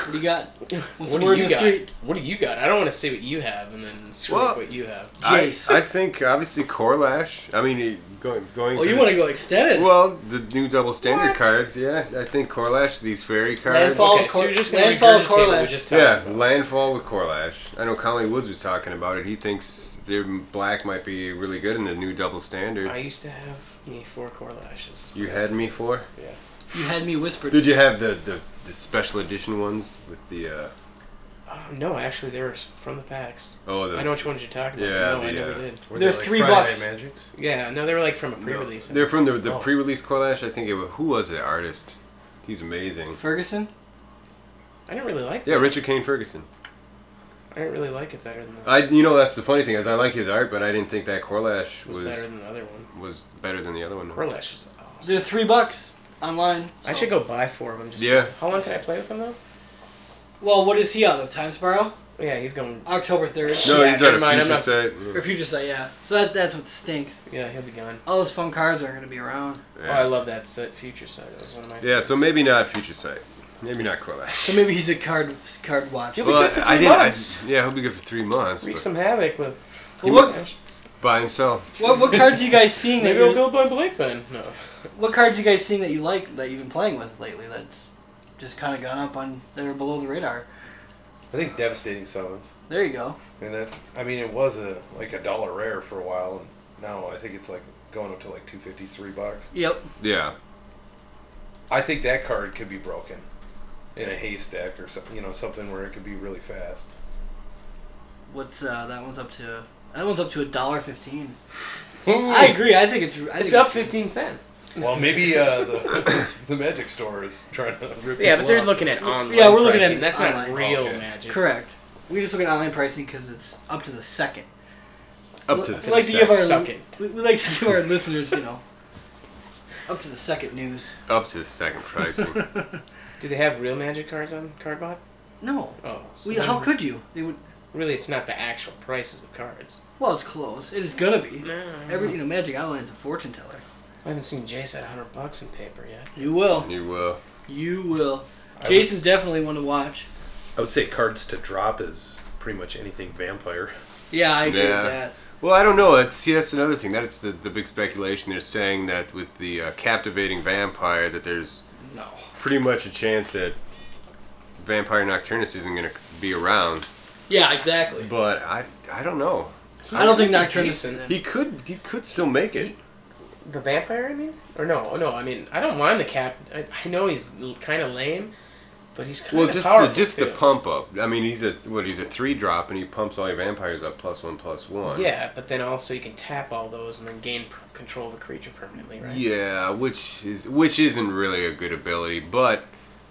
[SPEAKER 1] What do you got? What's the
[SPEAKER 3] what do
[SPEAKER 1] word in
[SPEAKER 3] you
[SPEAKER 1] the
[SPEAKER 3] got?
[SPEAKER 1] street?
[SPEAKER 3] What do you got? I don't want to say what you have and then screw
[SPEAKER 2] Well,
[SPEAKER 3] up what you have.
[SPEAKER 2] I,
[SPEAKER 1] Jace.
[SPEAKER 2] I think obviously Corlash. I mean, he- going going.
[SPEAKER 1] Oh,
[SPEAKER 2] to
[SPEAKER 1] you
[SPEAKER 2] the-
[SPEAKER 1] want to go extended?
[SPEAKER 2] Well, the new double standard
[SPEAKER 3] What?
[SPEAKER 2] cards. Yeah, I think Corlash. These fairy cards.
[SPEAKER 1] Landfall.
[SPEAKER 3] okay, so
[SPEAKER 1] Cor-
[SPEAKER 3] you're just gonna
[SPEAKER 1] Landfall
[SPEAKER 3] regurgitate what we
[SPEAKER 1] Corlash.
[SPEAKER 3] just talked
[SPEAKER 2] Yeah,
[SPEAKER 3] about.
[SPEAKER 2] landfall with Corlash. I know Conley Woods was talking about it. He thinks their black might be really good in the new double standard.
[SPEAKER 3] I used to have me four core lashes.
[SPEAKER 2] you had me for.
[SPEAKER 3] Yeah.
[SPEAKER 1] You had me whispered.
[SPEAKER 2] Did you have the, the, the special edition ones with the uh,
[SPEAKER 3] Oh, no, actually, they were s- from the packs.
[SPEAKER 2] oh the
[SPEAKER 3] I know which ones you're talking about.
[SPEAKER 2] Yeah,
[SPEAKER 3] no, I
[SPEAKER 2] the,
[SPEAKER 3] never
[SPEAKER 2] uh,
[SPEAKER 3] did.
[SPEAKER 4] Were
[SPEAKER 1] They're
[SPEAKER 4] they, like,
[SPEAKER 1] three
[SPEAKER 4] Friday
[SPEAKER 1] bucks.
[SPEAKER 4] Night Magics?
[SPEAKER 3] Yeah, no, they were like from a
[SPEAKER 2] no,
[SPEAKER 3] pre-release.
[SPEAKER 2] they're from the the
[SPEAKER 4] Oh.
[SPEAKER 2] pre-release Corlash. I think it was who was the artist? He's amazing.
[SPEAKER 1] Ferguson?
[SPEAKER 3] I didn't really like.
[SPEAKER 2] Yeah, Richard Kane Ferguson.
[SPEAKER 3] I didn't really like it better than the.
[SPEAKER 2] I you know that's the funny thing is I like his art, but I didn't think that Corlash
[SPEAKER 3] was,
[SPEAKER 2] was
[SPEAKER 3] better than the other one.
[SPEAKER 2] was better than the other one.
[SPEAKER 3] Core lashes. is Awesome.
[SPEAKER 1] They're three bucks online.
[SPEAKER 3] I
[SPEAKER 1] so-
[SPEAKER 3] should go buy four of them. Just
[SPEAKER 2] Yeah.
[SPEAKER 3] How long can I play with them though? Oh,
[SPEAKER 1] Well, what is he out of? Time Sparrow?
[SPEAKER 3] Yeah, he's going.
[SPEAKER 1] October 3rd.
[SPEAKER 2] No,
[SPEAKER 3] Yeah,
[SPEAKER 2] he's
[SPEAKER 3] never
[SPEAKER 2] out of
[SPEAKER 3] mind, I'm
[SPEAKER 2] future
[SPEAKER 3] not-
[SPEAKER 2] set.
[SPEAKER 1] Or Future Sight, yeah. So that, that's what stinks.
[SPEAKER 3] Yeah, he'll be gone.
[SPEAKER 1] All those fun cards aren't going to be around.
[SPEAKER 2] Yeah.
[SPEAKER 3] Oh, I love that set, Future Sight. That was one of my.
[SPEAKER 2] Yeah, so maybe not future sight. Maybe not Corlash.
[SPEAKER 1] So maybe he's a card card watch.
[SPEAKER 3] He'll be
[SPEAKER 2] Well,
[SPEAKER 3] good for
[SPEAKER 2] I
[SPEAKER 3] three
[SPEAKER 2] did. I,
[SPEAKER 3] months.
[SPEAKER 2] yeah, he'll be good for three months.
[SPEAKER 3] Wreak
[SPEAKER 2] but
[SPEAKER 3] some havoc with.
[SPEAKER 1] Well, what-
[SPEAKER 3] Core Lash.
[SPEAKER 2] buy and sell.
[SPEAKER 1] What, what cards are you guys seeing? that
[SPEAKER 3] Maybe I'll
[SPEAKER 1] you,
[SPEAKER 3] build my Blake then. No.
[SPEAKER 1] what cards you guys seeing that you like that you've been playing with lately? That's just kind of gone up on that are below the radar.
[SPEAKER 4] I think devastating summons.
[SPEAKER 1] There you go.
[SPEAKER 4] And that, I mean, it was a like a dollar rare for a while, and now I think it's like going up to like two fifty three bucks.
[SPEAKER 1] Yep.
[SPEAKER 2] Yeah.
[SPEAKER 4] I think that card could be broken in a haystack or something, you know, something where it could be really fast.
[SPEAKER 1] What's uh, that one's up to? That one's up to a dollar fifteen. I agree. I think it's. I think
[SPEAKER 3] It's up 15 cents.
[SPEAKER 4] Well, maybe uh, the the magic store is trying to rip
[SPEAKER 3] Yeah,
[SPEAKER 4] people
[SPEAKER 3] but they're
[SPEAKER 4] off.
[SPEAKER 3] looking at online.
[SPEAKER 1] Yeah, we're looking
[SPEAKER 3] pricing.
[SPEAKER 1] at
[SPEAKER 3] that's
[SPEAKER 1] online.
[SPEAKER 3] not real
[SPEAKER 4] Okay.
[SPEAKER 3] magic.
[SPEAKER 1] Correct. We just look at online pricing because it's up to the second.
[SPEAKER 2] Up to
[SPEAKER 1] We-
[SPEAKER 2] the
[SPEAKER 1] we like to
[SPEAKER 2] second.
[SPEAKER 1] give our
[SPEAKER 3] Second.
[SPEAKER 1] we, we like to give our listeners, you know, up to the second news.
[SPEAKER 2] up to the second pricing.
[SPEAKER 3] Do they have real magic cards on Cardbot?
[SPEAKER 1] no.
[SPEAKER 3] Oh, so
[SPEAKER 1] We, how
[SPEAKER 3] then-
[SPEAKER 1] could you? They would.
[SPEAKER 3] Really, it's not the actual prices of cards.
[SPEAKER 1] Well, it's close. It is gonna be.
[SPEAKER 3] No.
[SPEAKER 1] Every you know, Magic Online's a fortune teller.
[SPEAKER 3] I haven't seen Jace at 100 bucks in paper yet.
[SPEAKER 1] You will.
[SPEAKER 2] you will.
[SPEAKER 1] You will.
[SPEAKER 4] I would-
[SPEAKER 1] Jason's definitely one to watch.
[SPEAKER 4] I would say cards to drop is pretty much anything vampire.
[SPEAKER 1] Yeah, I agree
[SPEAKER 2] Yeah.
[SPEAKER 1] with that.
[SPEAKER 2] Well, I don't know. That's, see, that's another thing. That's the, the big speculation. They're saying that with the uh, captivating vampire, that there's
[SPEAKER 1] No.
[SPEAKER 2] pretty much a chance that Vampire Nocturnus isn't going to be around.
[SPEAKER 1] Yeah, exactly.
[SPEAKER 2] But I, I don't know.
[SPEAKER 1] I don't think
[SPEAKER 3] He's
[SPEAKER 1] Nocturnus.
[SPEAKER 3] decent.
[SPEAKER 2] He could, he could still make it.
[SPEAKER 3] The vampire, I mean? Or no, no, I mean, I don't mind the cap. I, I know he's kind of lame, but he's kind of
[SPEAKER 2] Well, just the,
[SPEAKER 3] powerful.
[SPEAKER 2] just the
[SPEAKER 3] too.
[SPEAKER 2] pump up. I mean, he's a what? He's a three drop, and he pumps all your vampires up plus one plus one.
[SPEAKER 3] Yeah, but then also you can tap all those and then gain p- control of a creature permanently, right?
[SPEAKER 2] Yeah, which is which isn't really a good ability, but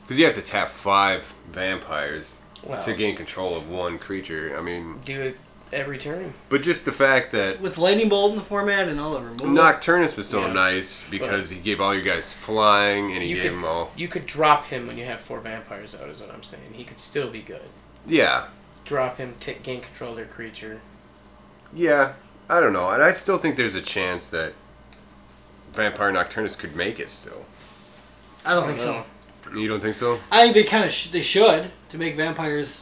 [SPEAKER 2] because you have to tap five vampires
[SPEAKER 3] Well,
[SPEAKER 2] to gain control of one creature. I mean,
[SPEAKER 3] do it. every turn.
[SPEAKER 2] But just the fact that
[SPEAKER 1] With Lightning Bolt in the format and all of them.
[SPEAKER 2] Nocturnus was so
[SPEAKER 3] Yeah.
[SPEAKER 2] nice because he gave all your guys flying and he
[SPEAKER 3] You
[SPEAKER 2] gave
[SPEAKER 3] could-
[SPEAKER 2] them all.
[SPEAKER 3] You could drop him when you have four vampires out, is what I'm saying. He could still be good.
[SPEAKER 2] Yeah.
[SPEAKER 3] Drop him, t- gain control of their creature.
[SPEAKER 2] Yeah. I don't know. And I still think there's a chance that Vampire Nocturnus could make it still.
[SPEAKER 1] I don't think so.
[SPEAKER 2] Oh,
[SPEAKER 3] know.
[SPEAKER 2] You don't think so?
[SPEAKER 1] I think they kind of sh- they should to make vampires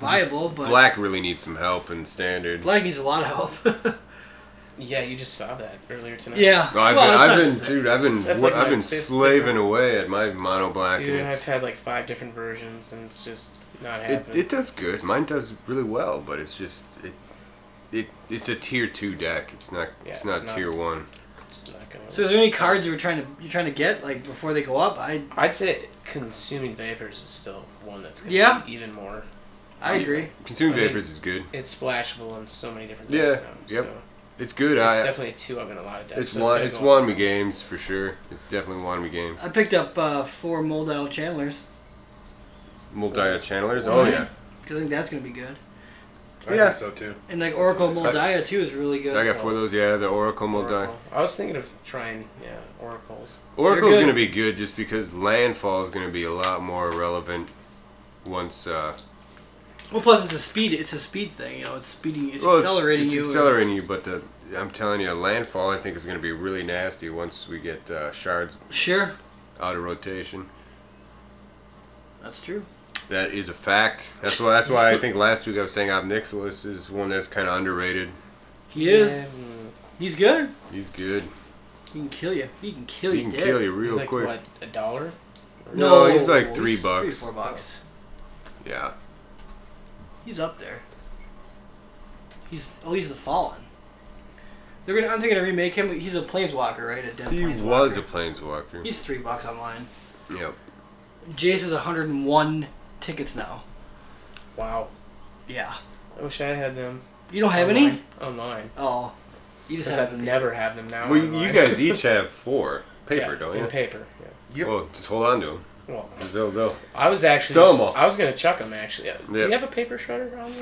[SPEAKER 1] viable, but
[SPEAKER 2] Black really needs some help in standard.
[SPEAKER 1] Black needs a lot of help.
[SPEAKER 3] Yeah, you just saw that earlier tonight.
[SPEAKER 1] yeah.
[SPEAKER 2] Well, I've
[SPEAKER 1] Well, it's not-
[SPEAKER 2] been, I've been, dude, I've been,
[SPEAKER 3] That's
[SPEAKER 2] wor-
[SPEAKER 3] like
[SPEAKER 2] I've
[SPEAKER 3] my
[SPEAKER 2] been
[SPEAKER 3] fifth
[SPEAKER 2] slaving
[SPEAKER 3] different-
[SPEAKER 2] away at my mono black,
[SPEAKER 3] Dude,
[SPEAKER 2] and
[SPEAKER 3] I've
[SPEAKER 2] it's,
[SPEAKER 3] had like five different versions, and it's just not
[SPEAKER 2] it,
[SPEAKER 3] happening.
[SPEAKER 2] it does good. Mine does really well, but it's just, it, it, it's a tier two deck. It's not,
[SPEAKER 3] Yeah,
[SPEAKER 2] it's not
[SPEAKER 3] it's not-
[SPEAKER 2] tier one.
[SPEAKER 3] It's not gonna
[SPEAKER 1] So, is there any cards you were trying to you're trying to get like before they go up? I
[SPEAKER 3] I'd say consuming vapors is still one that's gonna
[SPEAKER 1] Yeah.
[SPEAKER 3] be even more.
[SPEAKER 1] I agree.
[SPEAKER 2] Consuming
[SPEAKER 3] I mean-
[SPEAKER 2] Vapors is good.
[SPEAKER 3] It's splashable in so many different
[SPEAKER 2] Yeah,
[SPEAKER 3] decks now.
[SPEAKER 2] yep.
[SPEAKER 3] So
[SPEAKER 2] It's good.
[SPEAKER 3] it's
[SPEAKER 2] I,
[SPEAKER 3] definitely a two up in a lot of decks.
[SPEAKER 2] It's
[SPEAKER 3] so
[SPEAKER 2] won.
[SPEAKER 3] gonna
[SPEAKER 2] It's
[SPEAKER 3] go
[SPEAKER 2] won
[SPEAKER 3] up.
[SPEAKER 2] me games for sure. It's definitely won me games.
[SPEAKER 1] I picked up uh, four Moldau Chandlers
[SPEAKER 2] Multi channelers. Oh yeah.
[SPEAKER 1] 'cause I think that's gonna be good.
[SPEAKER 4] I
[SPEAKER 2] Yeah.
[SPEAKER 4] think so too.
[SPEAKER 1] And like Oracle
[SPEAKER 2] That's right.
[SPEAKER 1] Moldiah too is really good.
[SPEAKER 2] I got four of those. Yeah, the Oracle Multi.
[SPEAKER 3] Oracle. I was thinking of trying, yeah, oracles.
[SPEAKER 2] Oracle's
[SPEAKER 1] good.
[SPEAKER 2] gonna be good just because landfall is gonna be a lot more relevant once. Uh,
[SPEAKER 1] Well, plus it's a speed it's a speed thing. You know, it's speeding, it's
[SPEAKER 2] well,
[SPEAKER 1] accelerating
[SPEAKER 2] it's,
[SPEAKER 1] you. uh,
[SPEAKER 2] It's accelerating you, but the I'm telling you, landfall I think is gonna be really nasty once we get uh, shards
[SPEAKER 1] Sure,
[SPEAKER 2] out of rotation.
[SPEAKER 1] that's true.
[SPEAKER 2] That is a fact. That's why. That's why I think last week I was saying Obnixilus is one that's kind of underrated.
[SPEAKER 1] He is.
[SPEAKER 3] Yeah, mm,
[SPEAKER 1] He's good.
[SPEAKER 2] He's good.
[SPEAKER 1] He can kill you. He can kill
[SPEAKER 2] He
[SPEAKER 1] you.
[SPEAKER 2] can
[SPEAKER 1] dead.
[SPEAKER 2] kill you real
[SPEAKER 3] he's like,
[SPEAKER 2] quick.
[SPEAKER 3] What a dollar?
[SPEAKER 2] No, he's like three
[SPEAKER 1] he's Three,
[SPEAKER 2] bucks.
[SPEAKER 1] four bucks.
[SPEAKER 2] Yeah.
[SPEAKER 1] He's up there. He's oh, he's the Fallen. They're gonna. I'm thinking to remake him. He's a planeswalker, right? A dead
[SPEAKER 2] He
[SPEAKER 1] planeswalker.
[SPEAKER 2] was a planeswalker.
[SPEAKER 1] He's three bucks online.
[SPEAKER 2] yep.
[SPEAKER 1] Jace is 101 tickets now.
[SPEAKER 3] Wow.
[SPEAKER 1] Yeah.
[SPEAKER 3] I wish I had them. Oh,
[SPEAKER 1] You don't have any?
[SPEAKER 3] online, Online.
[SPEAKER 1] Oh. You just
[SPEAKER 3] Because
[SPEAKER 1] have
[SPEAKER 3] I've
[SPEAKER 1] them.
[SPEAKER 3] never have them now.
[SPEAKER 2] Well, you
[SPEAKER 3] online.
[SPEAKER 2] guys each have four paper,
[SPEAKER 3] Yeah,
[SPEAKER 2] don't
[SPEAKER 3] in
[SPEAKER 2] you?
[SPEAKER 3] paper. Yeah.
[SPEAKER 2] Well, Oh, just hold on to them.
[SPEAKER 3] Well,
[SPEAKER 2] They'll, they'll.
[SPEAKER 3] I was actually.
[SPEAKER 2] Sell 'em
[SPEAKER 3] just-
[SPEAKER 2] all.
[SPEAKER 3] I was gonna chuck them actually. Yeah. Do
[SPEAKER 2] Yeah.
[SPEAKER 3] you have a paper shredder on?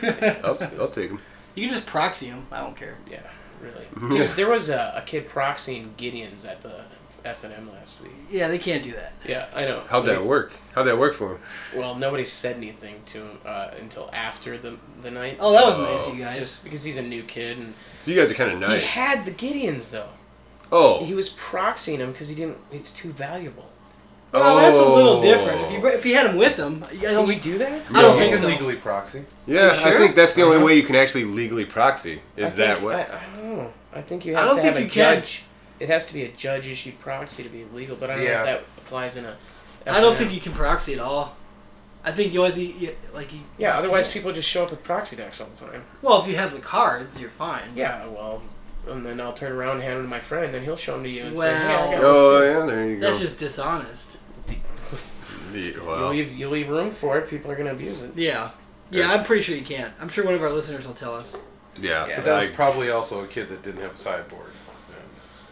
[SPEAKER 2] I'll, I'll take them.
[SPEAKER 1] You can just proxy him. I don't care.
[SPEAKER 3] Yeah, really. Dude, there was a, a kid proxying Gideon's at the F and M last week.
[SPEAKER 1] Yeah, they can't do that.
[SPEAKER 3] Yeah, I know.
[SPEAKER 2] How'd
[SPEAKER 3] Like,
[SPEAKER 2] that work? How'd that work for him?
[SPEAKER 3] Well, nobody said anything to him uh, until after the the night.
[SPEAKER 1] Oh, that was
[SPEAKER 2] Oh.
[SPEAKER 1] nice, you guys.
[SPEAKER 3] Just because he's a new kid and
[SPEAKER 2] So you guys are kind of nice.
[SPEAKER 3] he had the Gideons though.
[SPEAKER 2] oh.
[SPEAKER 3] He was proxying him because he didn't. It's too valuable.
[SPEAKER 1] well, that's a little
[SPEAKER 2] Oh.
[SPEAKER 1] different. If you if you had him with him, I
[SPEAKER 3] Can
[SPEAKER 1] don't
[SPEAKER 3] we
[SPEAKER 1] think.
[SPEAKER 3] do that?
[SPEAKER 1] I don't
[SPEAKER 2] No.
[SPEAKER 1] think
[SPEAKER 4] you can
[SPEAKER 1] so.
[SPEAKER 4] legally proxy.
[SPEAKER 2] Yeah,
[SPEAKER 1] Are you
[SPEAKER 2] I
[SPEAKER 1] sure?
[SPEAKER 2] think that's the only
[SPEAKER 4] Uh-huh.
[SPEAKER 2] way you can actually legally proxy.
[SPEAKER 3] I
[SPEAKER 2] Is
[SPEAKER 3] think-
[SPEAKER 2] that what?
[SPEAKER 3] I, I don't know. I think you
[SPEAKER 1] I
[SPEAKER 3] have
[SPEAKER 1] don't
[SPEAKER 3] to have
[SPEAKER 1] think
[SPEAKER 3] a
[SPEAKER 1] you can.
[SPEAKER 3] judge. It has to be a judge issued proxy to be legal, but I don't
[SPEAKER 4] Yeah.
[SPEAKER 3] know if that applies in a.
[SPEAKER 1] I don't think you can proxy at all. I think you only you, like you.
[SPEAKER 3] Yeah, otherwise people just show up with proxy decks all the time.
[SPEAKER 1] Well, if you have the cards, you're fine.
[SPEAKER 3] Yeah, well, and then I'll turn around and hand them to my friend, and he'll show them to you and say, hey,
[SPEAKER 1] Well-
[SPEAKER 3] I got
[SPEAKER 2] oh
[SPEAKER 3] this
[SPEAKER 2] yeah, there you go.
[SPEAKER 1] That's just dishonest.
[SPEAKER 3] too."
[SPEAKER 2] Yeah,
[SPEAKER 3] You
[SPEAKER 2] wow.
[SPEAKER 3] leave, you leave room for it. People are gonna abuse it.
[SPEAKER 1] Yeah. Yeah,
[SPEAKER 2] Yeah.
[SPEAKER 1] I'm pretty sure you can't. I'm sure one of our listeners will tell us.
[SPEAKER 2] Yeah.
[SPEAKER 3] Yeah.
[SPEAKER 4] But that was
[SPEAKER 2] like-
[SPEAKER 4] probably also a kid that didn't have a sideboard.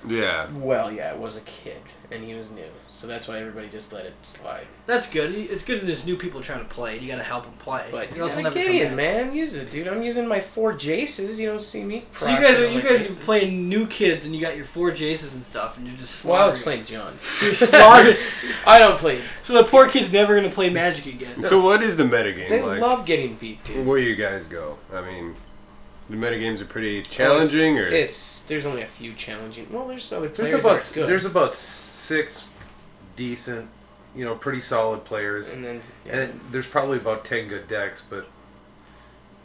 [SPEAKER 2] yeah.
[SPEAKER 3] Well, yeah, it was a kid, and he was new, so that's why everybody just let it slide.
[SPEAKER 1] That's good. It's good that there's new people trying to play. You got to help them play.
[SPEAKER 3] But
[SPEAKER 1] Or else
[SPEAKER 3] use
[SPEAKER 1] they'll
[SPEAKER 3] a
[SPEAKER 1] never come
[SPEAKER 3] Gideon,
[SPEAKER 1] back.
[SPEAKER 3] man, use it, dude. I'm using my four Jaces. You don't see me.
[SPEAKER 1] So you guys are
[SPEAKER 3] proxying
[SPEAKER 1] you
[SPEAKER 3] like
[SPEAKER 1] guys
[SPEAKER 3] this.
[SPEAKER 1] are playing new kids and you got your four Jaces and stuff and you're just
[SPEAKER 3] Well, I
[SPEAKER 1] slaughtering.
[SPEAKER 3] was playing John.
[SPEAKER 1] You're slaughtering.
[SPEAKER 3] I don't play.
[SPEAKER 1] so the poor kid's never gonna play Magic again.
[SPEAKER 2] So what is the metagame
[SPEAKER 3] They
[SPEAKER 2] like?
[SPEAKER 3] love getting beat, dude.
[SPEAKER 2] Where you guys go? I mean, the metagames are pretty challenging, or
[SPEAKER 3] It's there's only a few challenging. Well, there's other players
[SPEAKER 4] There's about
[SPEAKER 3] that are good.
[SPEAKER 4] there's about six decent, you know, pretty solid players,
[SPEAKER 3] and then
[SPEAKER 4] and there's probably about ten good decks, but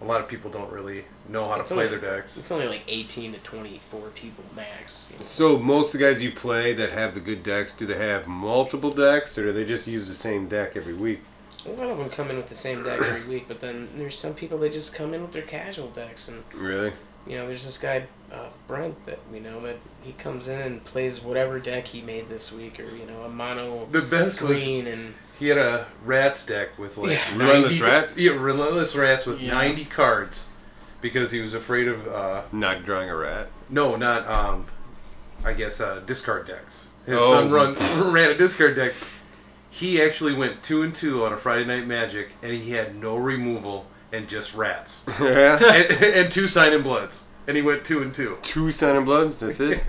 [SPEAKER 4] a lot of people don't really know how to
[SPEAKER 3] It's
[SPEAKER 4] play
[SPEAKER 3] only-
[SPEAKER 4] their decks.
[SPEAKER 3] It's only like 18 to 24 people max. you know.
[SPEAKER 2] So most of the guys you play that have the good decks, do they have multiple decks, or do they just use the same deck every week?
[SPEAKER 3] A lot of them come in with the same deck every week, but then there's some people that just come in with their casual decks, and
[SPEAKER 2] Really?
[SPEAKER 3] you know, there's this guy uh, Brent that we know that he comes in and plays whatever deck he made this week, or you know, a mono
[SPEAKER 4] The best was
[SPEAKER 3] green and
[SPEAKER 4] He had a rats deck with like
[SPEAKER 3] Yeah.
[SPEAKER 4] 90
[SPEAKER 2] Relentless rats?
[SPEAKER 4] Yeah, relentless rats with
[SPEAKER 1] Yeah.
[SPEAKER 4] 90 cards because he was afraid of uh
[SPEAKER 2] Not drawing a rat.
[SPEAKER 4] no, not um I guess uh discard decks. His
[SPEAKER 2] Oh.
[SPEAKER 4] son run ran a discard deck. He actually went 2 and 2 on a Friday night magic and he had no removal and just rats.
[SPEAKER 2] yeah.
[SPEAKER 4] and, and two sign in bloods. And he went two and two.
[SPEAKER 2] Two Sun and Bloods. That's it.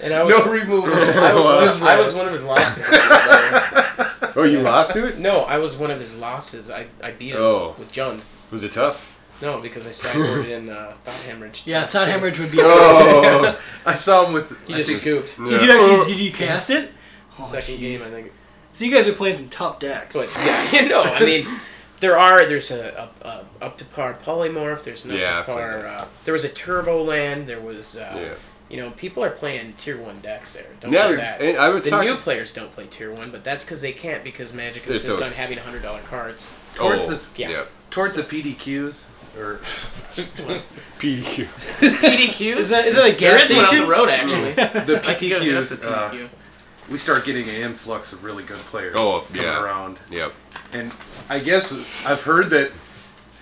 [SPEAKER 3] And I was,
[SPEAKER 4] no removal.
[SPEAKER 3] I, was
[SPEAKER 2] Wow.
[SPEAKER 3] just, I was one of his losses. by
[SPEAKER 2] Oh, you lost to
[SPEAKER 3] the way.
[SPEAKER 2] it?
[SPEAKER 3] no, I was one of his losses. I, I beat him
[SPEAKER 2] Oh.
[SPEAKER 3] with Jund.
[SPEAKER 2] Was it tough?
[SPEAKER 3] No, because I sideboarded in uh, Thought Hemorrhage.
[SPEAKER 1] Yeah, thought hemorrhage would be.
[SPEAKER 2] Oh.
[SPEAKER 4] I saw him with.
[SPEAKER 3] He
[SPEAKER 4] I
[SPEAKER 3] just
[SPEAKER 4] think-
[SPEAKER 3] scooped.
[SPEAKER 1] You did actually? Did you cast it? Oh,
[SPEAKER 3] Second
[SPEAKER 1] jeez.
[SPEAKER 3] game, I think.
[SPEAKER 1] So you guys are playing some tough decks.
[SPEAKER 3] But yeah, you know, I mean, there are there's a, a, a up to par polymorph. There's an
[SPEAKER 2] Yeah,
[SPEAKER 3] up
[SPEAKER 2] I've
[SPEAKER 3] to
[SPEAKER 2] played
[SPEAKER 3] par.
[SPEAKER 2] that.
[SPEAKER 3] Uh, there was a turbo land. There was. Uh,
[SPEAKER 2] Yeah.
[SPEAKER 3] You know, people are playing tier one decks there. Don't
[SPEAKER 2] Yeah, I
[SPEAKER 3] do
[SPEAKER 2] was-
[SPEAKER 3] that.
[SPEAKER 2] I was
[SPEAKER 3] the
[SPEAKER 2] talking-
[SPEAKER 3] new players don't play tier one, but that's because they can't because Magic
[SPEAKER 2] They're
[SPEAKER 3] insists
[SPEAKER 2] so
[SPEAKER 3] on
[SPEAKER 2] ex-
[SPEAKER 3] having hundred dollar cards.
[SPEAKER 4] Towards
[SPEAKER 2] oh,
[SPEAKER 4] the-
[SPEAKER 3] yeah.
[SPEAKER 2] Yep.
[SPEAKER 4] Towards the PDQs, or
[SPEAKER 2] PDQ.
[SPEAKER 3] PDQs.
[SPEAKER 1] Is that is that a
[SPEAKER 3] there
[SPEAKER 1] gas
[SPEAKER 3] is one on
[SPEAKER 1] station? Mm.
[SPEAKER 3] the road actually.
[SPEAKER 4] the
[SPEAKER 3] I think it was
[SPEAKER 4] PTQs,
[SPEAKER 3] a
[SPEAKER 4] uh,
[SPEAKER 3] PDQ.
[SPEAKER 4] we start getting an influx of really good players
[SPEAKER 2] Oh,
[SPEAKER 4] coming
[SPEAKER 2] yeah.
[SPEAKER 4] around.
[SPEAKER 2] Yep.
[SPEAKER 4] And I guess I've heard that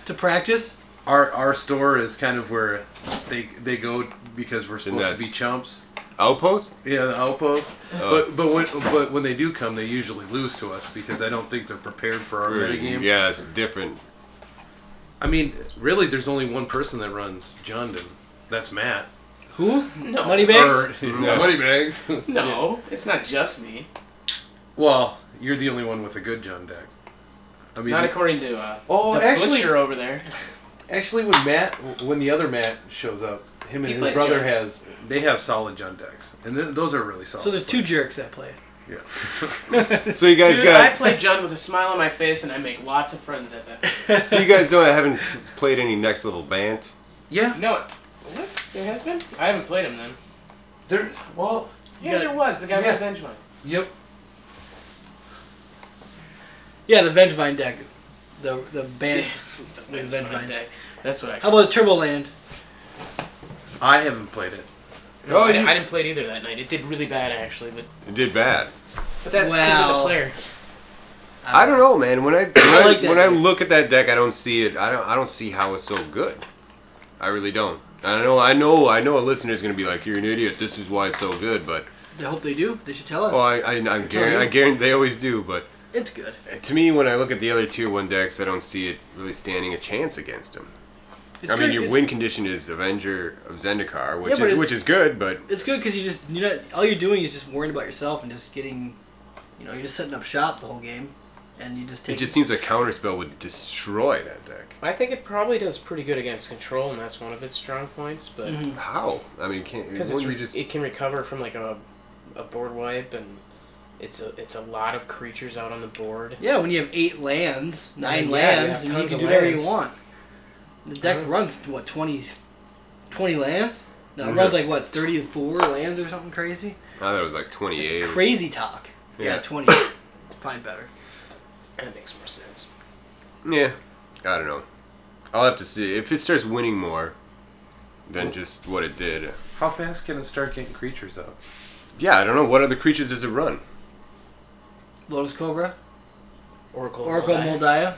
[SPEAKER 1] to practice.
[SPEAKER 4] our our store is kind of where they they go because we're supposed to
[SPEAKER 2] that's-
[SPEAKER 4] be chumps.
[SPEAKER 2] Outpost?
[SPEAKER 4] Yeah, the outposts.
[SPEAKER 2] Oh.
[SPEAKER 4] But but when but when they do come, they usually lose to us because I don't think they're prepared for our metagame.
[SPEAKER 2] Yeah, it's different.
[SPEAKER 4] I mean, really, there's only one person that runs Jundon. That's Matt.
[SPEAKER 1] Who?
[SPEAKER 3] No.
[SPEAKER 1] Moneybags.
[SPEAKER 4] Or
[SPEAKER 2] No.
[SPEAKER 4] Moneybags.
[SPEAKER 3] No, it's not just me.
[SPEAKER 4] Well, you're the only one with a good Jund deck. I mean,
[SPEAKER 3] Not according to uh,
[SPEAKER 4] Oh,
[SPEAKER 3] the
[SPEAKER 4] actually-
[SPEAKER 3] butcher over there.
[SPEAKER 4] Actually, when Matt, when the other Matt shows up, him
[SPEAKER 3] He
[SPEAKER 4] and his
[SPEAKER 3] plays
[SPEAKER 4] brother
[SPEAKER 3] Jund.
[SPEAKER 4] has, they have solid Jund decks, and th- those are really solid.
[SPEAKER 1] So there's two
[SPEAKER 4] plays.
[SPEAKER 1] jerks that play.
[SPEAKER 4] Yeah.
[SPEAKER 2] So you guys
[SPEAKER 3] Dude, I
[SPEAKER 2] got.
[SPEAKER 3] play Jund with a smile on my face, and I make lots of friends at that.
[SPEAKER 2] so you guys don't haven't played any next level band.
[SPEAKER 4] yeah.
[SPEAKER 3] No, what? There has been? I haven't played him then.
[SPEAKER 4] There. Well.
[SPEAKER 3] Yeah, there was. The guy
[SPEAKER 4] Yeah.
[SPEAKER 3] with the Benjamin.
[SPEAKER 4] Yep.
[SPEAKER 1] Yeah, the Vengevine deck. The the band.
[SPEAKER 3] The Benjamin deck. That's what I.
[SPEAKER 1] How about Turbo Land?
[SPEAKER 4] I haven't played it.
[SPEAKER 3] No,
[SPEAKER 2] Oh,
[SPEAKER 3] I, di-
[SPEAKER 2] you-
[SPEAKER 3] I didn't play it either that night. It did really bad actually, but
[SPEAKER 2] It did bad.
[SPEAKER 3] but that's 'cause of
[SPEAKER 1] Wow.
[SPEAKER 3] the player.
[SPEAKER 2] I don't know, man. When I when,
[SPEAKER 1] I
[SPEAKER 2] I,
[SPEAKER 1] like that
[SPEAKER 2] when I
[SPEAKER 1] deck.
[SPEAKER 2] look at that deck, I don't see it. I don't I don't see how it's so good. I really don't. I know I know I know a listener's gonna be like, "You're an idiot. This is why it's so good." But
[SPEAKER 1] I hope they do. They should tell us.
[SPEAKER 2] oh, I I, I, guarantee, I guarantee they always do. But
[SPEAKER 1] it's good.
[SPEAKER 2] to me, when I look at the other tier one decks, I don't see it really standing a chance against them.
[SPEAKER 1] It's
[SPEAKER 2] I mean,
[SPEAKER 1] good.
[SPEAKER 2] your
[SPEAKER 1] it's,
[SPEAKER 2] win condition is Avenger of Zendikar,
[SPEAKER 1] Yeah,
[SPEAKER 2] which
[SPEAKER 1] but
[SPEAKER 2] is
[SPEAKER 1] it's-
[SPEAKER 2] which is good, but
[SPEAKER 1] It's good because you just you know all you're doing is just worrying about yourself and just getting, you know, you're just setting up shop the whole game, and you just
[SPEAKER 2] it
[SPEAKER 1] take.
[SPEAKER 2] just seems like counterspell would destroy that deck.
[SPEAKER 3] I think it probably does pretty good against control, and that's one of its strong points. But
[SPEAKER 1] Mhm.
[SPEAKER 2] How? I mean, can't
[SPEAKER 3] because
[SPEAKER 2] wouldn't you just
[SPEAKER 3] it can recover from like a a board wipe, and it's a it's a lot of creatures out on the board.
[SPEAKER 1] Yeah, when you have eight lands, nine
[SPEAKER 3] Yeah, you
[SPEAKER 1] lands,
[SPEAKER 3] have
[SPEAKER 1] and you
[SPEAKER 3] tons
[SPEAKER 1] can
[SPEAKER 3] of
[SPEAKER 1] do whatever you
[SPEAKER 3] lands.
[SPEAKER 1] want. The deck
[SPEAKER 3] Mhm.
[SPEAKER 1] runs what 20, 20 lands. No, it
[SPEAKER 3] Uh-huh.
[SPEAKER 2] Mhm.
[SPEAKER 1] runs like what thirty four lands or something crazy.
[SPEAKER 2] I thought it was like 28.
[SPEAKER 1] It's crazy talk. Yeah,
[SPEAKER 2] Yeah.
[SPEAKER 1] twenty. It's probably better.
[SPEAKER 3] That makes more sense.
[SPEAKER 2] Yeah, I don't know. I'll have to see if it starts winning more than just what it did.
[SPEAKER 4] How fast can it start getting creatures out?
[SPEAKER 2] Yeah, I don't know what other creatures does it run.
[SPEAKER 1] Lotus Cobra,
[SPEAKER 3] Oracle,
[SPEAKER 1] Oracle
[SPEAKER 3] Moldiah.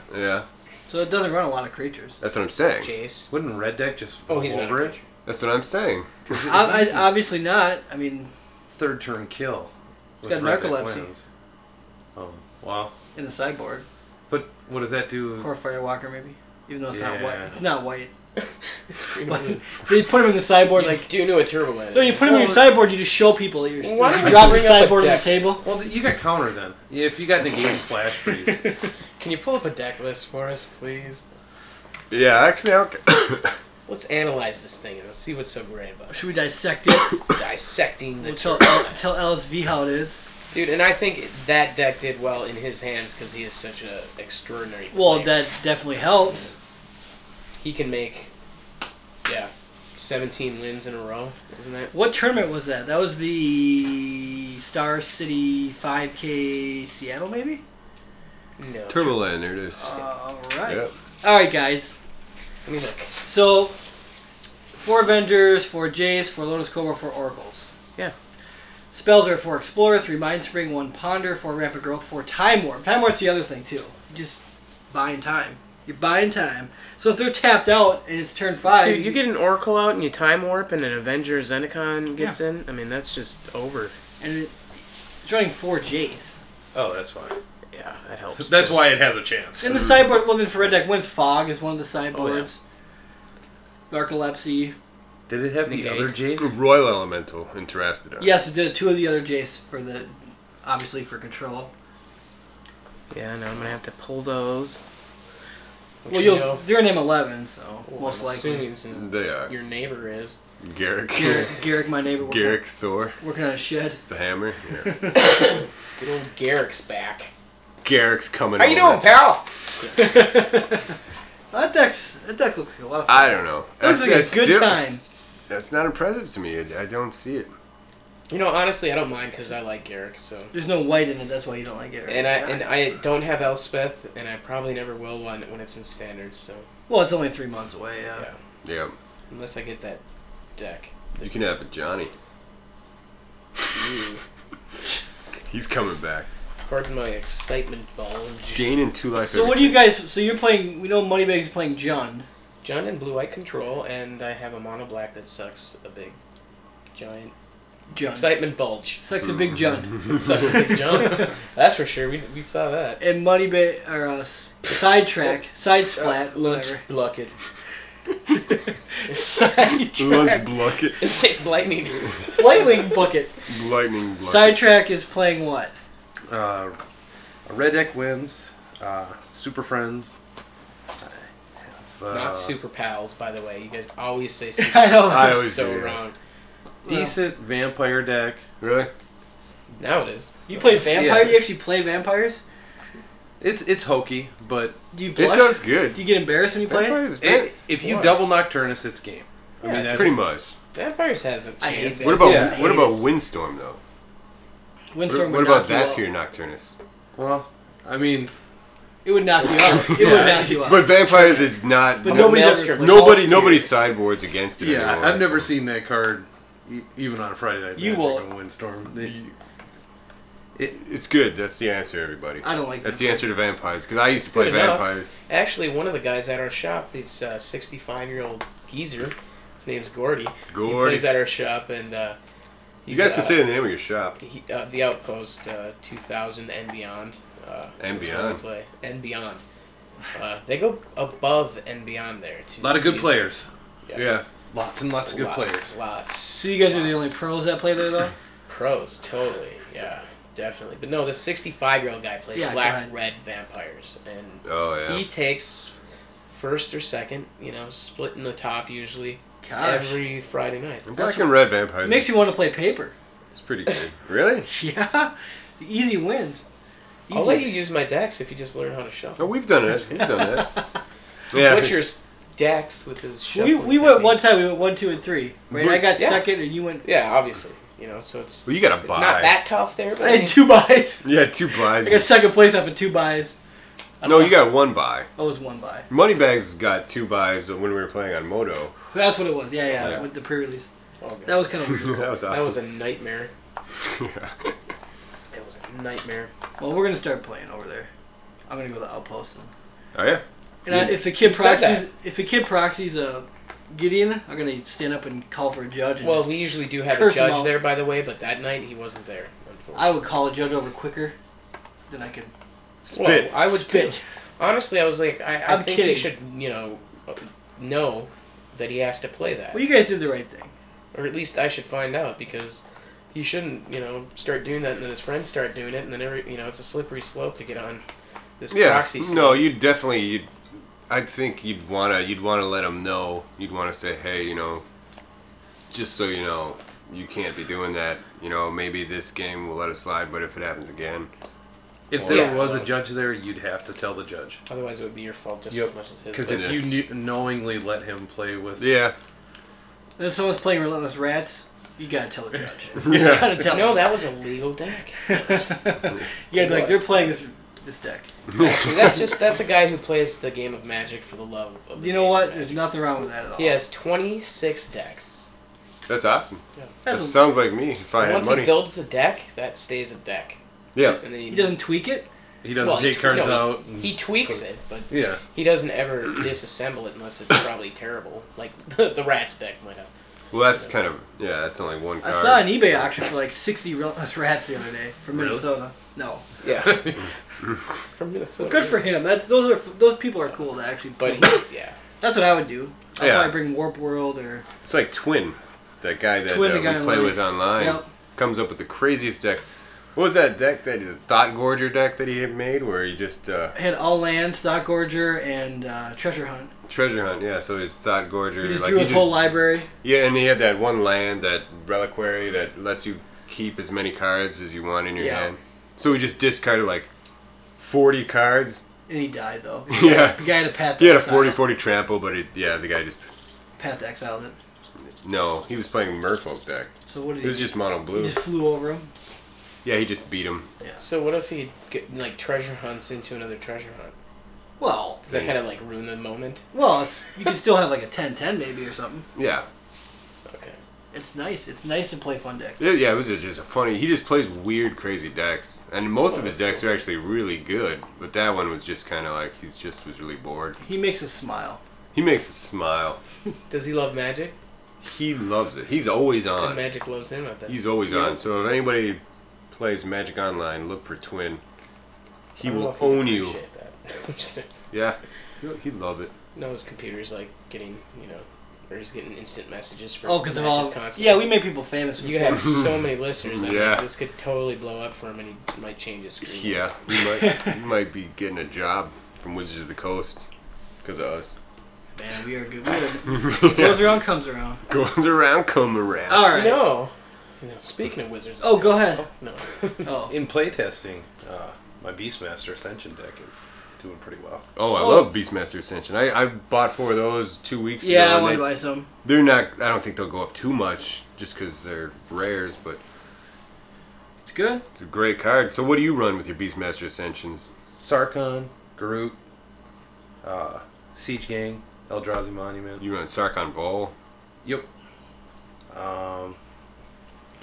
[SPEAKER 1] Moldiah.
[SPEAKER 2] Yeah,
[SPEAKER 1] So it doesn't run a lot of creatures.
[SPEAKER 2] that's what I'm saying.
[SPEAKER 3] Jace.
[SPEAKER 4] Wouldn't Red Deck just
[SPEAKER 3] Oh, he's not a
[SPEAKER 4] over it?
[SPEAKER 3] creature.
[SPEAKER 2] That's what I'm saying.
[SPEAKER 1] I, I, obviously not. I mean,
[SPEAKER 4] Third turn kill.
[SPEAKER 1] It's
[SPEAKER 4] with
[SPEAKER 1] got
[SPEAKER 4] Red Deck
[SPEAKER 1] narcolepsy.
[SPEAKER 4] wins. Oh wow!
[SPEAKER 1] in the sideboard,
[SPEAKER 4] But what does that
[SPEAKER 3] Mm.
[SPEAKER 4] do?
[SPEAKER 1] or Firewalker maybe, even though it's not white.
[SPEAKER 4] Yeah.
[SPEAKER 1] It's not white.
[SPEAKER 3] it's
[SPEAKER 1] But
[SPEAKER 3] green.
[SPEAKER 1] they put him in the sideboard like.
[SPEAKER 3] do know a turbo land.
[SPEAKER 1] No, you put him in your sideboard. You just show people that you're.
[SPEAKER 3] Why
[SPEAKER 1] you
[SPEAKER 3] don't we
[SPEAKER 1] drop your
[SPEAKER 3] bring up a
[SPEAKER 1] sideboard on the
[SPEAKER 3] deck?
[SPEAKER 1] table.
[SPEAKER 4] Well, you got counter then. If you got negated flash freeze,
[SPEAKER 3] Can you pull up a deck list for us, please?
[SPEAKER 2] Yeah, actually, I'll,
[SPEAKER 3] Let's analyze this thing and let's see what's so great about it.
[SPEAKER 1] Should we dissect it?
[SPEAKER 3] Dissecting the
[SPEAKER 1] We'll tell,
[SPEAKER 3] turbo
[SPEAKER 1] L- tell LSV how it is.
[SPEAKER 3] dude, and I think that deck did well in his hands because he is such an extraordinary.
[SPEAKER 1] Well,
[SPEAKER 3] player.
[SPEAKER 1] that definitely helps.
[SPEAKER 3] he can make, yeah, 17 wins in a row, isn't that?
[SPEAKER 1] What tournament was that? That was the Star City 5K Seattle, maybe?
[SPEAKER 3] No.
[SPEAKER 2] Turbo Land, there it is.
[SPEAKER 1] Uh, Alright.
[SPEAKER 2] Yep.
[SPEAKER 1] Alright, guys.
[SPEAKER 3] Let me look.
[SPEAKER 1] So, four Avengers, four Jace, four Lotus Cobra, four Oracles.
[SPEAKER 3] Yeah.
[SPEAKER 1] Spells are four Explorer, three Mind Spring, one Ponder, four Rapid Growth, four Time Warp. Time Warp's the other thing, too. You just buying time. You're buying time. So if they're tapped out and it's turn five.
[SPEAKER 3] Dude, you get an Oracle out and you time warp and an Avenger Zendikon gets
[SPEAKER 1] gets
[SPEAKER 3] in. I mean, that's just over.
[SPEAKER 1] And it, it's running four Jace.
[SPEAKER 4] oh, that's fine.
[SPEAKER 3] Yeah, that helps.
[SPEAKER 4] That's why it has a chance.
[SPEAKER 1] And the sideboard, well, then for Red Deck wins Fog is one of the
[SPEAKER 3] Oh,
[SPEAKER 1] sideboards. Narcolepsy.
[SPEAKER 4] Did it have the
[SPEAKER 3] Negate.
[SPEAKER 4] other Jace?
[SPEAKER 2] Royal Elemental in Terastodon.
[SPEAKER 1] Yes, it did two of the other Jace for the, obviously for control.
[SPEAKER 3] Yeah, now I'm gonna have to pull those. Which
[SPEAKER 1] well,
[SPEAKER 3] we
[SPEAKER 1] you'll
[SPEAKER 3] know-
[SPEAKER 1] they're in M11, so
[SPEAKER 3] well,
[SPEAKER 1] most
[SPEAKER 3] I'm
[SPEAKER 1] likely.
[SPEAKER 3] assuming since
[SPEAKER 2] They are.
[SPEAKER 3] your neighbor is.
[SPEAKER 2] Garrick.
[SPEAKER 1] Garrick, Garrick, my neighbor, working,
[SPEAKER 2] Garrick Thor.
[SPEAKER 1] working on a shed.
[SPEAKER 2] The hammer. Yeah.
[SPEAKER 3] Good old Garrick's back.
[SPEAKER 2] Garrick's coming
[SPEAKER 3] How you
[SPEAKER 2] over.
[SPEAKER 3] doing, pal?
[SPEAKER 1] that deck's that deck looks like a lot of fun.
[SPEAKER 2] I don't know.
[SPEAKER 1] Looks like a
[SPEAKER 2] that's
[SPEAKER 1] good
[SPEAKER 2] still-
[SPEAKER 1] time.
[SPEAKER 2] That's not impressive to me. I, I don't see it.
[SPEAKER 3] you know, honestly, I don't mind because I like Garrick. So.
[SPEAKER 1] There's no white in it, that's why you don't like it. right?
[SPEAKER 3] And I and I don't have Elspeth, and I probably never will one when it's in standards. So
[SPEAKER 1] well, it's only three months away. Yeah.
[SPEAKER 3] yeah,
[SPEAKER 2] Yeah.
[SPEAKER 3] unless I get that deck.
[SPEAKER 2] You can have a Johnny.
[SPEAKER 3] Ooh.
[SPEAKER 2] He's coming back.
[SPEAKER 3] According to my excitement bulge.
[SPEAKER 2] Gaining two life.
[SPEAKER 1] So
[SPEAKER 2] every
[SPEAKER 1] what do you
[SPEAKER 2] turn.
[SPEAKER 1] guys? So you're playing? We know Moneybags is playing Jun.
[SPEAKER 3] John and Blue I control, and I have a mono black that sucks a big, giant
[SPEAKER 1] Jun.
[SPEAKER 3] excitement bulge.
[SPEAKER 1] Sucks a big Jun.
[SPEAKER 3] Sucks a big jump. That's for sure. We, we saw that.
[SPEAKER 1] And Moneybag or uh, sidetrack,
[SPEAKER 2] Oh.
[SPEAKER 1] side splat,
[SPEAKER 3] Uh, lunch
[SPEAKER 1] whatever.
[SPEAKER 3] block it.
[SPEAKER 2] Let's
[SPEAKER 3] Sidetrack.
[SPEAKER 2] block it.
[SPEAKER 3] It's like lightning.
[SPEAKER 1] Lightning bucket.
[SPEAKER 2] Lightning block.
[SPEAKER 1] Sidetrack is playing what?
[SPEAKER 4] Uh, Red Deck wins. Uh, Super Friends. Uh,
[SPEAKER 3] Not super pals, by the way. You guys always say super.
[SPEAKER 1] I know.
[SPEAKER 3] Pals.
[SPEAKER 2] I always
[SPEAKER 3] so
[SPEAKER 2] do, yeah.
[SPEAKER 3] wrong.
[SPEAKER 4] Decent vampire deck.
[SPEAKER 2] Really?
[SPEAKER 3] Now it is.
[SPEAKER 1] You play vampire?
[SPEAKER 4] Yeah.
[SPEAKER 1] You actually play vampires?
[SPEAKER 4] It's it's hokey, but
[SPEAKER 1] Do you
[SPEAKER 2] It
[SPEAKER 1] blush?
[SPEAKER 2] does
[SPEAKER 1] Do you
[SPEAKER 2] good.
[SPEAKER 1] get embarrassed when you play? it?
[SPEAKER 2] Vampires,
[SPEAKER 4] it, if you
[SPEAKER 3] Why?
[SPEAKER 4] double Nocturnus, it's game. I
[SPEAKER 3] Yeah,
[SPEAKER 4] mean, that's,
[SPEAKER 2] pretty much.
[SPEAKER 3] Vampires has a chance.
[SPEAKER 1] I hate that.
[SPEAKER 2] What about
[SPEAKER 4] Yeah.
[SPEAKER 2] what about Windstorm though?
[SPEAKER 1] Windstorm
[SPEAKER 2] what
[SPEAKER 1] would
[SPEAKER 2] what
[SPEAKER 1] knock
[SPEAKER 2] about
[SPEAKER 1] you
[SPEAKER 2] that
[SPEAKER 1] out.
[SPEAKER 2] to your Nocturnus?
[SPEAKER 4] Well, I mean,
[SPEAKER 1] It would knock you out. It
[SPEAKER 4] Yeah.
[SPEAKER 1] would knock you out.
[SPEAKER 2] But vampires is not.
[SPEAKER 1] But
[SPEAKER 2] no-
[SPEAKER 3] How about
[SPEAKER 1] nobody ever-
[SPEAKER 3] Maelstrom?
[SPEAKER 2] nobody
[SPEAKER 3] Maelstrom?
[SPEAKER 2] nobody sideboards against it.
[SPEAKER 4] yeah,
[SPEAKER 2] anymore,
[SPEAKER 4] I've never
[SPEAKER 2] so.
[SPEAKER 4] seen that card, e- even on a Friday night.
[SPEAKER 1] You
[SPEAKER 4] Magic
[SPEAKER 1] will-
[SPEAKER 4] on Windstorm. It- it,
[SPEAKER 2] It's good. That's the answer, everybody.
[SPEAKER 1] I don't like
[SPEAKER 2] That's the
[SPEAKER 1] vampires.
[SPEAKER 2] answer to vampires because I used to play
[SPEAKER 3] Good enough.
[SPEAKER 2] vampires.
[SPEAKER 3] Actually, one of the guys at our shop, this uh, 65-year-old geezer, his name's Gordy. He
[SPEAKER 2] Gordy.
[SPEAKER 3] plays at our shop, and uh,
[SPEAKER 2] You
[SPEAKER 3] he's,
[SPEAKER 2] guys can
[SPEAKER 3] uh,
[SPEAKER 2] say the name of your shop.
[SPEAKER 3] he, uh, the Outpost uh, 2000 and beyond. Uh,
[SPEAKER 2] And
[SPEAKER 3] is where we
[SPEAKER 2] beyond.
[SPEAKER 3] play. And beyond. Uh, they go above and beyond there.
[SPEAKER 4] a
[SPEAKER 3] too.
[SPEAKER 4] lot of good
[SPEAKER 3] These-
[SPEAKER 4] players.
[SPEAKER 2] Yeah.
[SPEAKER 4] Lots and lots of good
[SPEAKER 3] Lots,
[SPEAKER 4] players.
[SPEAKER 3] Lots.
[SPEAKER 1] So you guys are the
[SPEAKER 3] lots.
[SPEAKER 1] only pros that play there, though.
[SPEAKER 3] Pros, totally. Yeah, definitely. But no, the 65-year-old guy plays
[SPEAKER 1] Yeah, go
[SPEAKER 3] black
[SPEAKER 1] ahead.
[SPEAKER 3] red vampires, and
[SPEAKER 2] Oh yeah.
[SPEAKER 3] he takes first or second. You know, split in the top usually
[SPEAKER 1] Gosh.
[SPEAKER 3] every Friday night.
[SPEAKER 2] Black and red
[SPEAKER 1] It
[SPEAKER 2] vampires.
[SPEAKER 1] makes you want to play paper.
[SPEAKER 2] It's pretty good. really?
[SPEAKER 1] Yeah. The Easy wins.
[SPEAKER 3] I'll let you use my decks if you just learn how to
[SPEAKER 2] Oh,
[SPEAKER 3] shuffle.
[SPEAKER 2] we've done it. We've done that. Yeah.
[SPEAKER 3] What's your decks with his
[SPEAKER 1] We,
[SPEAKER 3] shuffling
[SPEAKER 1] we went
[SPEAKER 3] technique?
[SPEAKER 1] one time. We went one, two, and three. Right? I got
[SPEAKER 3] Yeah.
[SPEAKER 1] second, and you went.
[SPEAKER 3] Yeah, obviously. You know, so it's
[SPEAKER 2] Well, you got a buy.
[SPEAKER 3] not that tough there. But
[SPEAKER 1] I had two buys.
[SPEAKER 2] Yeah, two buys.
[SPEAKER 1] I got second place off of two buys. I
[SPEAKER 2] No,
[SPEAKER 1] don't
[SPEAKER 2] you got one buy.
[SPEAKER 1] know. Oh, it was one buy.
[SPEAKER 2] Moneybags got two buys when we were playing on Moto.
[SPEAKER 1] That's what it was. Yeah, yeah.
[SPEAKER 2] Yeah.
[SPEAKER 1] With the pre-release.
[SPEAKER 3] Oh, God.
[SPEAKER 1] That was kind of weird.
[SPEAKER 2] that was
[SPEAKER 3] that was a
[SPEAKER 2] awesome.
[SPEAKER 3] nightmare.
[SPEAKER 2] Yeah.
[SPEAKER 3] It was a nightmare.
[SPEAKER 1] Well, we're gonna start playing over there. I'm gonna go to the outpost. And,
[SPEAKER 2] Oh yeah.
[SPEAKER 1] and I,
[SPEAKER 2] You-
[SPEAKER 1] if the kid
[SPEAKER 3] you said
[SPEAKER 1] proxies, if the kid proxies a Gideon, I'm gonna stand up and call for a judge. And
[SPEAKER 3] Well, we usually do have
[SPEAKER 1] Curse
[SPEAKER 3] a
[SPEAKER 1] him
[SPEAKER 3] judge
[SPEAKER 1] out.
[SPEAKER 3] there, by the way, but that night he wasn't there. Unfortunately.
[SPEAKER 1] I would call a judge over quicker than I could.
[SPEAKER 2] Spit.
[SPEAKER 3] Well, I would
[SPEAKER 1] spit.
[SPEAKER 3] too. Honestly, I was like, I, I
[SPEAKER 1] I'm
[SPEAKER 3] think
[SPEAKER 1] kidding.
[SPEAKER 3] he should, you know, uh, know that he has to play that,
[SPEAKER 1] Well, you guys did the right thing.
[SPEAKER 3] or at least I should find out because he shouldn't, you know, start doing that, and then his friends start doing it, and then every, you know, it's a slippery slope to get on this
[SPEAKER 2] yeah.
[SPEAKER 3] proxy.
[SPEAKER 2] No,
[SPEAKER 3] stuff.
[SPEAKER 2] you definitely. You'd, I think you'd wanna. You'd wanna let them know. You'd wanna say, hey, you know, just so you know, you can't be doing that. You know, maybe this game will let it slide, but if it happens again,
[SPEAKER 4] If there
[SPEAKER 3] Yeah.
[SPEAKER 4] was a judge there, you'd have to tell the judge.
[SPEAKER 3] Otherwise, it would be your fault just
[SPEAKER 4] Yep.
[SPEAKER 3] as much as his.
[SPEAKER 4] Because if
[SPEAKER 2] Yeah.
[SPEAKER 4] you knew, knowingly let him play with
[SPEAKER 2] yeah.
[SPEAKER 1] And if someone's playing Relentless Rats, you gotta tell the judge. You
[SPEAKER 2] Yeah.
[SPEAKER 1] gotta tell.
[SPEAKER 3] no,
[SPEAKER 1] him.
[SPEAKER 3] that was a legal deck.
[SPEAKER 1] you gotta be like, they're playing this this deck.
[SPEAKER 3] Actually, that's just that's a guy who plays the game of Magic for the love of. The
[SPEAKER 1] You know
[SPEAKER 3] game of
[SPEAKER 1] what?
[SPEAKER 3] Magic.
[SPEAKER 1] There's nothing wrong with that at all.
[SPEAKER 3] He has 26 decks.
[SPEAKER 2] That's awesome.
[SPEAKER 1] That's
[SPEAKER 2] that
[SPEAKER 1] a-
[SPEAKER 2] sounds like me if I
[SPEAKER 3] And
[SPEAKER 2] had
[SPEAKER 3] once
[SPEAKER 2] Oh, money.
[SPEAKER 3] he builds a deck, that stays a deck.
[SPEAKER 2] yeah.
[SPEAKER 3] And then
[SPEAKER 1] he doesn't tweak it.
[SPEAKER 4] He doesn't
[SPEAKER 3] well, he
[SPEAKER 4] take
[SPEAKER 3] tw-
[SPEAKER 4] cards
[SPEAKER 3] no,
[SPEAKER 4] out. and-
[SPEAKER 3] He tweaks it, but
[SPEAKER 4] Yeah.
[SPEAKER 3] he doesn't ever disassemble it unless it's probably terrible, like the, the Rats deck might have.
[SPEAKER 2] Well, that's kind of yeah. That's only one card.
[SPEAKER 1] I saw an eBay auction for like 60 relentless rats the other day from
[SPEAKER 4] Really?
[SPEAKER 1] Minnesota. No,
[SPEAKER 3] Yeah, from Minnesota.
[SPEAKER 1] good for him. That's those are those people are cool to actually.
[SPEAKER 3] But
[SPEAKER 1] play.
[SPEAKER 3] he- yeah,
[SPEAKER 1] that's what I would do. I'd
[SPEAKER 2] Yeah.
[SPEAKER 1] probably bring Warp World or
[SPEAKER 2] It's like Twin, that guy that
[SPEAKER 1] Twin,
[SPEAKER 2] uh,
[SPEAKER 1] the guy
[SPEAKER 2] we play
[SPEAKER 1] online.
[SPEAKER 2] with online.
[SPEAKER 1] Yep.
[SPEAKER 2] Comes up with the craziest deck. What was that deck that the Thought Gorger deck that he had made, where he just uh,
[SPEAKER 1] I had All Land, Stock Gorger, and uh, Treasure Hunt.
[SPEAKER 2] treasure hunt? Yeah, so it's Thought Gorger.
[SPEAKER 1] He just
[SPEAKER 2] like,
[SPEAKER 1] drew
[SPEAKER 2] he
[SPEAKER 1] his whole library.
[SPEAKER 2] Yeah, and he had that one land, that reliquary that lets you keep as many cards as you want in your
[SPEAKER 1] Yeah.
[SPEAKER 2] hand. So we just discarded like 40 cards.
[SPEAKER 1] And he died though.
[SPEAKER 2] Yeah.
[SPEAKER 1] The guy had a path.
[SPEAKER 2] He
[SPEAKER 1] to
[SPEAKER 2] had a
[SPEAKER 1] exile.
[SPEAKER 2] 40-40 trample, but it, yeah, the guy just
[SPEAKER 1] Path to exile. It.
[SPEAKER 2] no. He was playing Merfolk deck.
[SPEAKER 1] So what did
[SPEAKER 2] It
[SPEAKER 1] he?
[SPEAKER 2] was just mono
[SPEAKER 1] do?
[SPEAKER 2] blue.
[SPEAKER 1] he just flew over him.
[SPEAKER 2] Yeah, he just beat him.
[SPEAKER 3] So what if he get, like treasure hunts into another treasure hunt?
[SPEAKER 1] Well,
[SPEAKER 3] Does that
[SPEAKER 2] Thing.
[SPEAKER 3] kind of like ruin the moment?
[SPEAKER 1] well, it's, you can still have like a 10-10 maybe or something.
[SPEAKER 2] Yeah,
[SPEAKER 3] Okay.
[SPEAKER 1] It's nice. It's nice to play fun decks.
[SPEAKER 2] Yeah, yeah, it was just just a funny. He just plays weird, crazy decks, and most of his decks are actually really good. But that one was just kind of like he's just was really bored.
[SPEAKER 1] He makes us smile.
[SPEAKER 2] He makes us smile.
[SPEAKER 3] Does he love magic?
[SPEAKER 2] He loves it. He's always
[SPEAKER 3] And
[SPEAKER 2] on.
[SPEAKER 3] magic loves him. I bet.
[SPEAKER 2] He's always
[SPEAKER 3] Yeah.
[SPEAKER 2] on. So if anybody plays Magic Online, look for Twin. He
[SPEAKER 3] I don't know
[SPEAKER 2] will
[SPEAKER 3] if he'd
[SPEAKER 2] own you.
[SPEAKER 3] appreciate that. I'm just kidding.
[SPEAKER 2] Yeah, He'll- he'd love it.
[SPEAKER 3] no, his computer's like getting you know, or he's getting instant messages for
[SPEAKER 1] Oh, because of
[SPEAKER 3] matches
[SPEAKER 1] all.
[SPEAKER 3] constantly.
[SPEAKER 1] Yeah, we make people famous.
[SPEAKER 3] You have so many listeners. and
[SPEAKER 2] Yeah.
[SPEAKER 3] This could totally blow up for him, and he might change his screen.
[SPEAKER 2] Yeah, he might he might be getting a job from Wizards of the Coast because of us.
[SPEAKER 1] Man, we are good. We are Goes
[SPEAKER 2] Yeah.
[SPEAKER 1] around, comes around.
[SPEAKER 2] Goes around, come around.
[SPEAKER 1] All right.
[SPEAKER 3] No. No, Speaking of wizards.
[SPEAKER 1] Oh, go ahead.
[SPEAKER 3] No.
[SPEAKER 1] Oh.
[SPEAKER 4] In playtesting, uh, my Beastmaster Ascension deck is doing pretty well.
[SPEAKER 2] Oh, I
[SPEAKER 1] Oh.
[SPEAKER 2] love Beastmaster Ascension. I, I bought four of those two weeks
[SPEAKER 1] Yeah, I
[SPEAKER 2] ago.
[SPEAKER 1] want
[SPEAKER 2] and
[SPEAKER 1] to buy some.
[SPEAKER 2] they, are not. I don't think they'll go up too much just because they're rares, but
[SPEAKER 1] It's good.
[SPEAKER 2] it's a great card. So what do you run with your Beastmaster Ascensions?
[SPEAKER 4] Sarkon, Garut, uh, Siege Gang, Eldrazi Monument.
[SPEAKER 2] You run Sarkon Ball.
[SPEAKER 4] Yep. Um,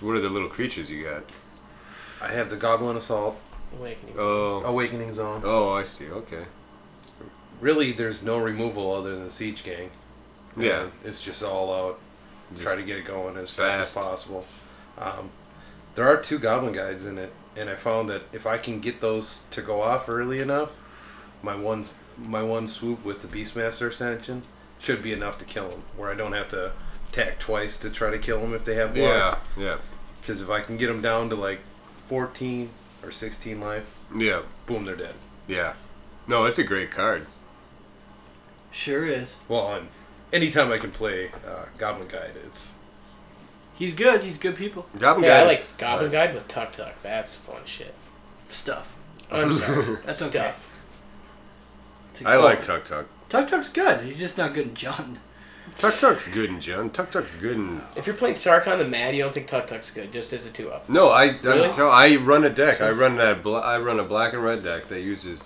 [SPEAKER 2] What are the little creatures you got?
[SPEAKER 4] I have the Goblin Assault,
[SPEAKER 3] Awakening.
[SPEAKER 2] Oh,
[SPEAKER 4] Awakening Zone.
[SPEAKER 2] oh, I see. Okay.
[SPEAKER 4] Really, there's no removal other than the Siege Gang.
[SPEAKER 2] Yeah.
[SPEAKER 4] And It's just all out.
[SPEAKER 2] Just-
[SPEAKER 4] Try to get it going as fast,
[SPEAKER 2] fast.
[SPEAKER 4] as possible. Um, there are two Goblin Guides in it, and I found that if I can get those to go off early enough, my one my one swoop with the Beastmaster Ascension should be enough to kill them. Where I don't have to attack twice to try to kill them if they have blocks.
[SPEAKER 2] Yeah. Yeah.
[SPEAKER 4] Because if I can get them down to like 14 or 16 life,
[SPEAKER 2] Yeah.
[SPEAKER 4] boom, they're dead.
[SPEAKER 2] Yeah. No, it's a great card.
[SPEAKER 1] Sure is.
[SPEAKER 4] Well, and anytime I can play uh, Goblin Guide, it's
[SPEAKER 1] He's good. He's good people.
[SPEAKER 2] Goblin
[SPEAKER 3] Hey, I
[SPEAKER 2] Guide
[SPEAKER 3] like
[SPEAKER 2] is-
[SPEAKER 3] Goblin Guide with Tuck Tuck. That's fun shit.
[SPEAKER 1] Stuff.
[SPEAKER 3] I'm sorry.
[SPEAKER 1] That's
[SPEAKER 3] Stuff.
[SPEAKER 1] okay. It's
[SPEAKER 2] I like
[SPEAKER 1] expensive.
[SPEAKER 2] Tuck Tuck.
[SPEAKER 1] Tuck Tuck's good. He's just not good in John.
[SPEAKER 2] Tuck Tuck's good in John. Tuck Tuck's good in
[SPEAKER 3] If you're playing Sarkon the Mad, you don't think Tuck Tuck's good, just as a two up.
[SPEAKER 2] No, I I'm
[SPEAKER 3] Really?
[SPEAKER 2] tell, I run a deck. I run that bla- I run a black and red deck that uses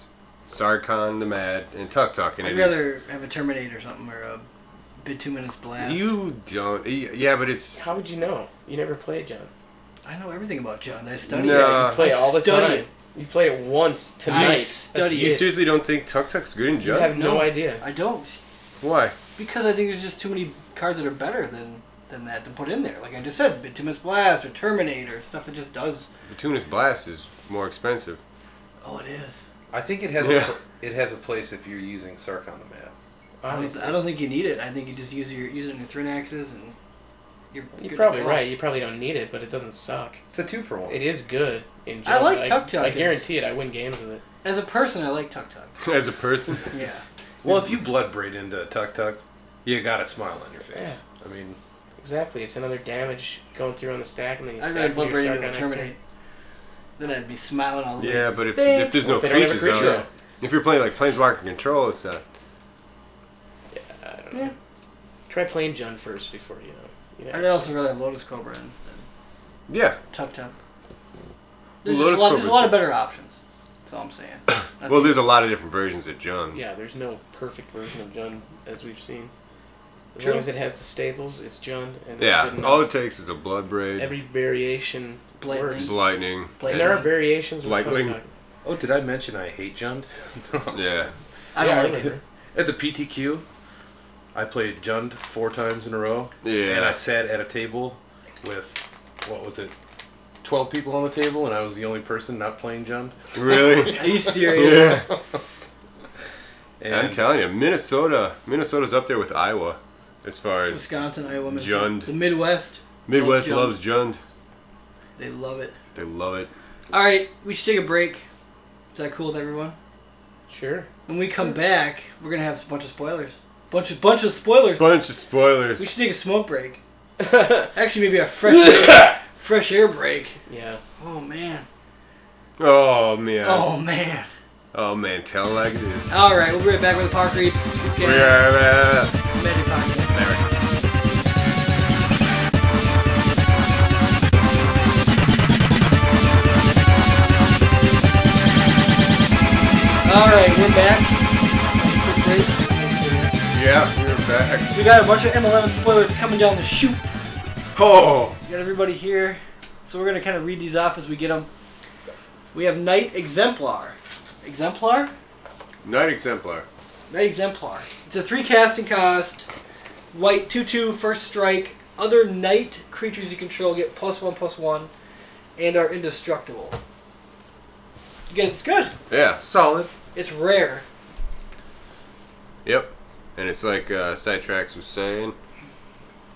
[SPEAKER 2] Sarkon the Mad and Tuck Tuck. And
[SPEAKER 1] I'd
[SPEAKER 2] it
[SPEAKER 1] rather have a Terminator or something or a Bituminous Blast.
[SPEAKER 2] is- you don't. y- Yeah, but it's
[SPEAKER 3] How would you know? You never played, John.
[SPEAKER 1] I know everything about John. I study
[SPEAKER 2] No.
[SPEAKER 1] it.
[SPEAKER 3] Yeah, you play
[SPEAKER 1] I
[SPEAKER 3] all the
[SPEAKER 1] study
[SPEAKER 3] time.
[SPEAKER 1] it.
[SPEAKER 3] You play it once tonight.
[SPEAKER 1] study
[SPEAKER 2] you
[SPEAKER 1] it.
[SPEAKER 2] seriously don't think Tuck Tuck's good in
[SPEAKER 3] You
[SPEAKER 2] Jug?
[SPEAKER 3] have no,
[SPEAKER 1] No.
[SPEAKER 3] idea.
[SPEAKER 1] I don't
[SPEAKER 2] Why?
[SPEAKER 1] because I think there's just too many cards that are better than than that to put in there. Like I just said, Bituminous Blast or Terminator stuff that just does.
[SPEAKER 2] Batuna's Blast is more expensive.
[SPEAKER 1] Oh, it is.
[SPEAKER 4] I think it has
[SPEAKER 2] Yeah.
[SPEAKER 4] a, pl- it has a place if you're using Sark on the map.
[SPEAKER 1] I
[SPEAKER 3] Honestly.
[SPEAKER 1] don't, I don't think you need it. I think you just use your using your Thrinaxes and you're. good
[SPEAKER 3] You're
[SPEAKER 1] to
[SPEAKER 3] probably
[SPEAKER 1] go.
[SPEAKER 3] right. You probably don't need it, but it doesn't suck.
[SPEAKER 4] It's a two for one.
[SPEAKER 3] It is good. In
[SPEAKER 1] I like
[SPEAKER 3] general.
[SPEAKER 1] Tuck Tuck.
[SPEAKER 3] I guarantee it. I win games with it.
[SPEAKER 1] As a person, I like Tuck Tuck.
[SPEAKER 2] As a person,
[SPEAKER 1] Yeah.
[SPEAKER 4] Well, if you blood braid into Tuck Tuck, you got a smile on your face.
[SPEAKER 3] Yeah.
[SPEAKER 4] I mean,
[SPEAKER 3] Exactly. It's another damage going through on the stack, and then you
[SPEAKER 1] I'd
[SPEAKER 3] sack
[SPEAKER 1] rather blood
[SPEAKER 3] your
[SPEAKER 1] brain
[SPEAKER 3] Sarkon
[SPEAKER 1] into a
[SPEAKER 3] next
[SPEAKER 1] Terminator.
[SPEAKER 3] turn.
[SPEAKER 1] Then I'd be smiling all the way.
[SPEAKER 2] yeah, but if,
[SPEAKER 1] Bing.
[SPEAKER 2] if there's no
[SPEAKER 3] Well, if they don't have a
[SPEAKER 2] creatures,
[SPEAKER 3] creature.
[SPEAKER 2] out, if you're playing like Planeswalker Control, it's uh, not.
[SPEAKER 3] Yeah, I don't know.
[SPEAKER 1] Yeah.
[SPEAKER 3] Try playing Jun first before you know. You know
[SPEAKER 1] I'd also rather have Lotus Cobra and and
[SPEAKER 2] Yeah.
[SPEAKER 1] Tuck Tuck. There's,
[SPEAKER 2] Lotus
[SPEAKER 1] just a, lot, there's a
[SPEAKER 2] Cobra's
[SPEAKER 1] lot of
[SPEAKER 2] good.
[SPEAKER 1] better options. That's all I'm saying. I
[SPEAKER 2] Well,
[SPEAKER 1] think-
[SPEAKER 2] there's a lot of different versions of Jung.
[SPEAKER 3] Yeah, there's no perfect version of Jun as we've seen. As
[SPEAKER 2] True.
[SPEAKER 3] long as it has the staples, it's Jun. And It's
[SPEAKER 2] Yeah. Oh,
[SPEAKER 3] good
[SPEAKER 2] All it
[SPEAKER 3] enough.
[SPEAKER 2] takes is a Blood Braid,
[SPEAKER 3] Every variation
[SPEAKER 1] Blightling.
[SPEAKER 3] works.
[SPEAKER 2] Blightning.
[SPEAKER 3] And
[SPEAKER 1] Blightning.
[SPEAKER 3] there are variations. with
[SPEAKER 2] Blightling.
[SPEAKER 3] Tuck Tuck.
[SPEAKER 4] oh, did I mention I hate Jund?
[SPEAKER 2] Yeah.
[SPEAKER 1] I don't
[SPEAKER 3] Yeah, I
[SPEAKER 1] like
[SPEAKER 3] remember.
[SPEAKER 1] it.
[SPEAKER 4] At the PTQ, I played Jund four times in a row.
[SPEAKER 2] Yeah.
[SPEAKER 4] And I sat at a table with, what was it, 12 people on the table, and I was the only person not playing Jund.
[SPEAKER 2] Really?
[SPEAKER 1] Are you serious?
[SPEAKER 4] And
[SPEAKER 2] I'm telling you, Minnesota, Minnesota's up there with Iowa, as far as
[SPEAKER 1] Wisconsin, Iowa, Minnesota.
[SPEAKER 2] Jund.
[SPEAKER 1] The Midwest,
[SPEAKER 2] Midwest
[SPEAKER 1] Jund.
[SPEAKER 2] loves Jund.
[SPEAKER 1] they love it.
[SPEAKER 2] They love it.
[SPEAKER 1] All right, we should take a break. Is that cool with everyone?
[SPEAKER 3] Sure.
[SPEAKER 1] When we come back, we're gonna have a bunch of spoilers. Bunch of bunch of spoilers.
[SPEAKER 2] Bunch of spoilers.
[SPEAKER 1] We should take a smoke break.
[SPEAKER 3] yeah.
[SPEAKER 1] Actually, maybe a fresh air, fresh air break. Oh man.
[SPEAKER 2] Oh man.
[SPEAKER 1] Oh man. Oh,
[SPEAKER 2] Oh, man, tell it like it is.
[SPEAKER 1] All right, we'll be right back with the Park Creeps.
[SPEAKER 2] We are uh,
[SPEAKER 1] Magic Podcast. All right, we're back. Quick break.
[SPEAKER 2] Yeah, we're back.
[SPEAKER 1] We got a bunch of M11 spoilers coming down the chute.
[SPEAKER 2] Oh,
[SPEAKER 1] We got everybody here, so we're gonna kind of read these off as we get them. We have Knight Exemplar. Exemplar?
[SPEAKER 2] Night Exemplar.
[SPEAKER 1] Knight Exemplar. It's a three casting cost. White 2 2, first strike. Other knight creatures you control get plus 1 plus 1 and are indestructible. Again, it's good.
[SPEAKER 2] Yeah.
[SPEAKER 4] solid.
[SPEAKER 1] It's rare.
[SPEAKER 2] Yep. And it's like uh, Sidetracks was saying,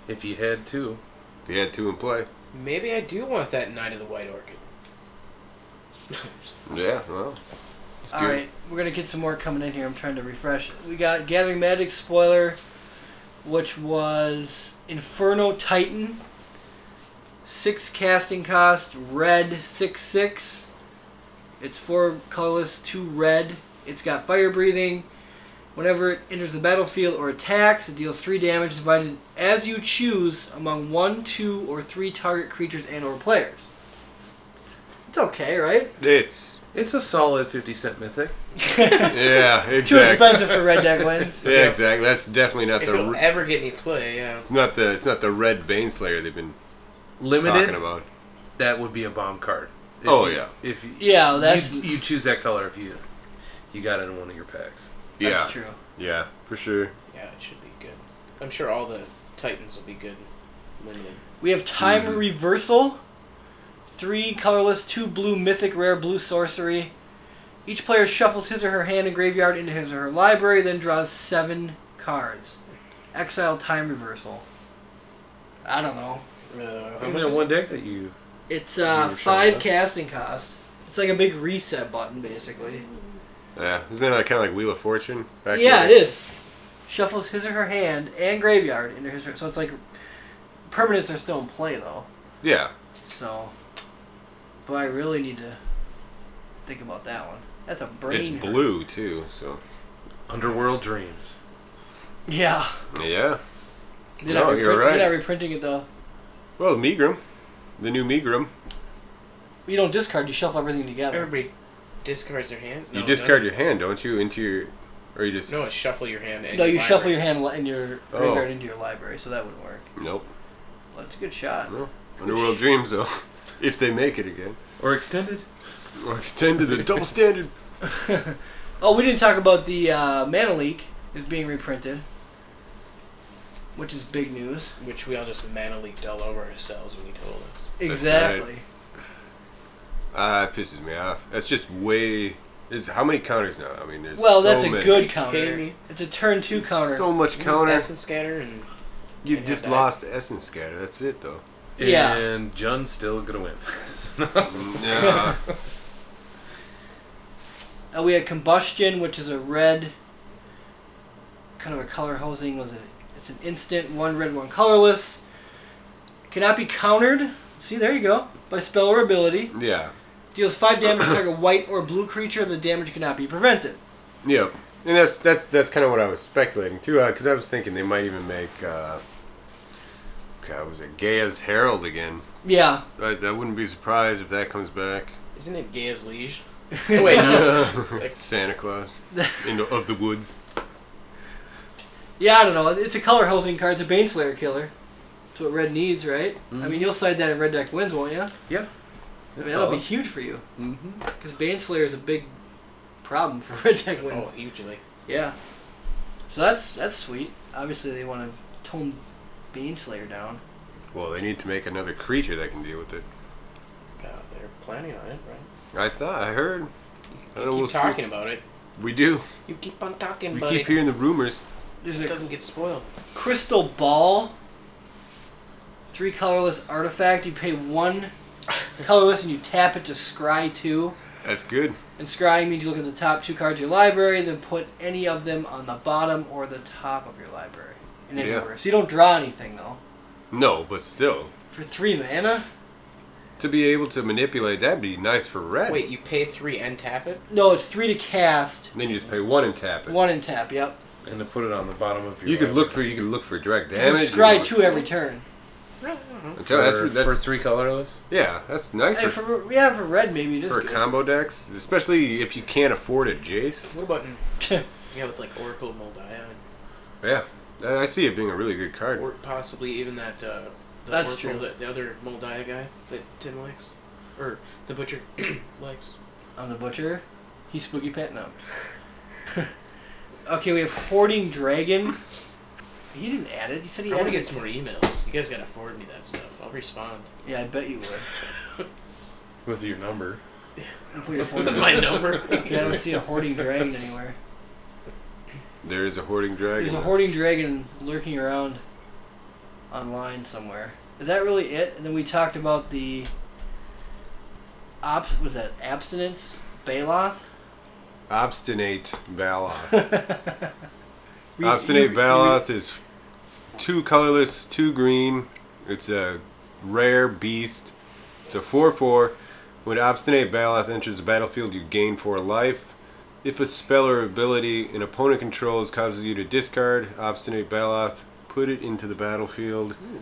[SPEAKER 4] If you had two.
[SPEAKER 2] if you had two in play.
[SPEAKER 3] Maybe I do want that Knight of the White Orchid.
[SPEAKER 2] Yeah, well. Let's do
[SPEAKER 1] All right, we're gonna get some more coming in here. I'm trying to refresh. We got Gathering Magic spoiler, which was Inferno Titan. Six casting cost, red six six. It's four colorless, two red. It's got fire breathing. Whenever it enters the battlefield or attacks, it deals three damage divided as you choose among one, two, or three target creatures and/or players. It's okay, right?
[SPEAKER 2] it. It's.
[SPEAKER 4] It's a solid 50 cent mythic.
[SPEAKER 2] Yeah,
[SPEAKER 1] Too
[SPEAKER 2] exactly.
[SPEAKER 1] expensive for red deck wins.
[SPEAKER 2] Yeah, exactly. That's definitely not
[SPEAKER 3] If
[SPEAKER 2] the.
[SPEAKER 3] it'll
[SPEAKER 2] r-
[SPEAKER 3] ever get any play, yeah.
[SPEAKER 2] It's not the. It's not the red Baneslayer they've been
[SPEAKER 4] Limited,
[SPEAKER 2] talking about.
[SPEAKER 4] that would be a bomb card. If
[SPEAKER 2] Oh,
[SPEAKER 4] you-
[SPEAKER 2] yeah.
[SPEAKER 4] If you,
[SPEAKER 1] Yeah, well, that's
[SPEAKER 4] you, you choose that color if you you got it in one of your packs.
[SPEAKER 2] Yeah.
[SPEAKER 1] that's true.
[SPEAKER 2] Yeah, for sure.
[SPEAKER 3] Yeah, it should be good. I'm sure all the Titans will be good. Limited.
[SPEAKER 1] We have time
[SPEAKER 2] Mhm.
[SPEAKER 1] reversal. Three colorless, two blue mythic rare blue sorcery. Each player shuffles his or her hand and graveyard into his or her library, then draws seven cards. Exile time reversal. I don't know.
[SPEAKER 3] Uh,
[SPEAKER 4] I'm in one deck that you.
[SPEAKER 1] It's uh,
[SPEAKER 4] were showing
[SPEAKER 1] five
[SPEAKER 4] us.
[SPEAKER 1] casting cost. It's like a big reset button, basically.
[SPEAKER 2] Yeah, isn't that kind of like Wheel of Fortune? back
[SPEAKER 1] yeah,
[SPEAKER 2] there?
[SPEAKER 1] it is. Shuffles his or her hand and graveyard into his or so it's like permanents are still in play though.
[SPEAKER 2] Yeah,
[SPEAKER 1] So, but I really need to think about that one. That's a brain.
[SPEAKER 2] it's blue too. So
[SPEAKER 4] Underworld Dreams.
[SPEAKER 1] Yeah.
[SPEAKER 2] yeah.
[SPEAKER 1] They're
[SPEAKER 2] No,
[SPEAKER 1] not
[SPEAKER 2] you're
[SPEAKER 1] reprint-
[SPEAKER 2] right.
[SPEAKER 1] They're not reprinting it though.
[SPEAKER 2] Well, Megrim, the new Megrim.
[SPEAKER 1] You don't discard. You shuffle everything together.
[SPEAKER 3] Everybody discards their hand.
[SPEAKER 2] You
[SPEAKER 3] No,
[SPEAKER 2] discard your hand, don't you? Into your, or you just
[SPEAKER 3] No, it's shuffle your hand. And
[SPEAKER 1] no, you
[SPEAKER 3] library.
[SPEAKER 1] shuffle your hand li- in your
[SPEAKER 2] Oh.
[SPEAKER 1] graveyard into your library, so that would work.
[SPEAKER 2] nope.
[SPEAKER 1] Well, it's a good shot.
[SPEAKER 2] No. Underworld Dreams though, if they make it again,
[SPEAKER 4] Or extended.
[SPEAKER 2] or extend to the double standard.
[SPEAKER 1] oh, we didn't talk about the uh, Mana Leak is being reprinted, which is big news.
[SPEAKER 3] Which we all just mana leaked all over ourselves when you told us.
[SPEAKER 2] right.
[SPEAKER 1] Exactly.
[SPEAKER 2] Ah, it pisses me off. That's just way. There's how many counters now? I mean, there's
[SPEAKER 1] Well,
[SPEAKER 2] so
[SPEAKER 1] that's a
[SPEAKER 2] many.
[SPEAKER 1] good
[SPEAKER 3] you kidding
[SPEAKER 1] counter.
[SPEAKER 3] me?
[SPEAKER 1] It's a turn two
[SPEAKER 2] There's
[SPEAKER 1] counter.
[SPEAKER 2] So much
[SPEAKER 3] Use
[SPEAKER 2] counter.
[SPEAKER 3] Essence scatter and
[SPEAKER 2] You've
[SPEAKER 3] and
[SPEAKER 2] just
[SPEAKER 3] have that.
[SPEAKER 2] lost essence scatter. That's it though.
[SPEAKER 1] Yeah.
[SPEAKER 4] And Jun's still gonna win.
[SPEAKER 2] Yeah.
[SPEAKER 1] Uh, we had Combustion, which is a red, kind of a color hosing. Was it? It's an instant, one red, one colorless. Cannot be countered. See, there you go. By spell or ability,
[SPEAKER 2] Yeah.
[SPEAKER 1] deals five damage to a white or blue creature. The damage cannot be prevented.
[SPEAKER 2] Yep. And that's that's that's kind of what I was speculating too, because I was thinking they might even make. Uh, God, was it Gaia's Herald again?
[SPEAKER 1] Yeah.
[SPEAKER 2] I, I wouldn't be surprised if that comes back.
[SPEAKER 3] isn't it gay as liege? Wait, no.
[SPEAKER 2] Santa Claus in the, of the woods.
[SPEAKER 1] yeah, I don't know. It's a color hosing card. It's a Baneslayer killer. That's what red needs, right? I
[SPEAKER 3] Mm-hmm.
[SPEAKER 4] Mhm.
[SPEAKER 1] mean, you'll side that in red deck wins, won't you? I
[SPEAKER 4] yeah.
[SPEAKER 1] mean, that'll be huge for you
[SPEAKER 4] Mm-hmm.
[SPEAKER 1] because Baneslayer is a big problem for red deck wins.
[SPEAKER 3] Oh, hugely.
[SPEAKER 1] Yeah. So that's that's sweet. Obviously, they want to tone Bane Slayer down.
[SPEAKER 2] Well, they need to make another creature that can deal with it.
[SPEAKER 3] Yeah, they're planning on it, right?
[SPEAKER 2] I thought I heard. I don't
[SPEAKER 3] You
[SPEAKER 2] know,
[SPEAKER 3] keep
[SPEAKER 2] we'll see.
[SPEAKER 3] talking about it.
[SPEAKER 2] We do.
[SPEAKER 3] You keep on talking
[SPEAKER 2] We
[SPEAKER 3] about
[SPEAKER 2] keep
[SPEAKER 3] it.
[SPEAKER 2] hearing the rumors.
[SPEAKER 1] There's
[SPEAKER 3] it
[SPEAKER 1] a
[SPEAKER 3] doesn't get spoiled.
[SPEAKER 1] crystal ball, three colorless artifact. You pay one colorless and you tap it to scry two.
[SPEAKER 2] That's good.
[SPEAKER 1] And scrying means you look at the top two cards of your library and then put any of them on the bottom or the top of your library in any
[SPEAKER 2] Yeah.
[SPEAKER 1] order. So you don't draw anything though.
[SPEAKER 2] No, but still,
[SPEAKER 1] For three mana?
[SPEAKER 2] to be able to manipulate that'd be nice for red.
[SPEAKER 3] Wait, you pay three and tap it?
[SPEAKER 1] No, it's three to cast,
[SPEAKER 2] And then you just pay one and tap it.
[SPEAKER 1] one and tap. Yep.
[SPEAKER 4] And to put it on the bottom of your.
[SPEAKER 2] You could
[SPEAKER 4] library.
[SPEAKER 2] look for you could look for direct
[SPEAKER 1] You can
[SPEAKER 2] damage.
[SPEAKER 1] scry
[SPEAKER 2] you
[SPEAKER 1] two every turn.
[SPEAKER 3] I don't know.
[SPEAKER 2] can-
[SPEAKER 4] for,
[SPEAKER 2] that's, that's,
[SPEAKER 4] for three colorless.
[SPEAKER 2] Yeah, that's nice
[SPEAKER 1] Hey,
[SPEAKER 2] for,
[SPEAKER 1] for, yeah, for red maybe it is
[SPEAKER 2] for
[SPEAKER 1] good.
[SPEAKER 2] combo decks, especially if you can't afford it, Jace.
[SPEAKER 3] What about in, yeah with like Oracle of Moldiah
[SPEAKER 2] Yeah, I I see it being a really good
[SPEAKER 3] and,
[SPEAKER 2] card.
[SPEAKER 3] or possibly even that uh, the
[SPEAKER 1] That's
[SPEAKER 3] Oracle
[SPEAKER 1] true.
[SPEAKER 3] that the other Moldiah guy that Tim likes or the butcher likes.
[SPEAKER 1] I'm the butcher. He's spooky pet now. okay, we have hoarding dragon. He didn't add it. He said
[SPEAKER 3] I
[SPEAKER 1] he
[SPEAKER 3] want to
[SPEAKER 1] added
[SPEAKER 3] get
[SPEAKER 1] it.
[SPEAKER 3] some more emails. You guys gotta forward me that stuff. I'll respond.
[SPEAKER 1] Yeah, I bet you would.
[SPEAKER 4] With your number.
[SPEAKER 1] Put your phone
[SPEAKER 3] With
[SPEAKER 1] number.
[SPEAKER 3] my number.
[SPEAKER 1] Yeah, I don't see a hoarding dragon anywhere.
[SPEAKER 2] There is a hoarding dragon.
[SPEAKER 1] There's a
[SPEAKER 2] there.
[SPEAKER 1] hoarding dragon lurking around online somewhere. Is that really it? And then we talked about the obs was that abstinence Baloth?
[SPEAKER 2] Obstinate Baloth.
[SPEAKER 1] Re-
[SPEAKER 2] Obstinate
[SPEAKER 1] re-
[SPEAKER 2] Baloth is two colorless, two green. It's a rare beast. It's a 4 4. When Obstinate Baloth enters the battlefield, you gain 4 life. If a spell or ability an opponent controls causes you to discard Obstinate Baloth, put it into the battlefield
[SPEAKER 3] Ooh,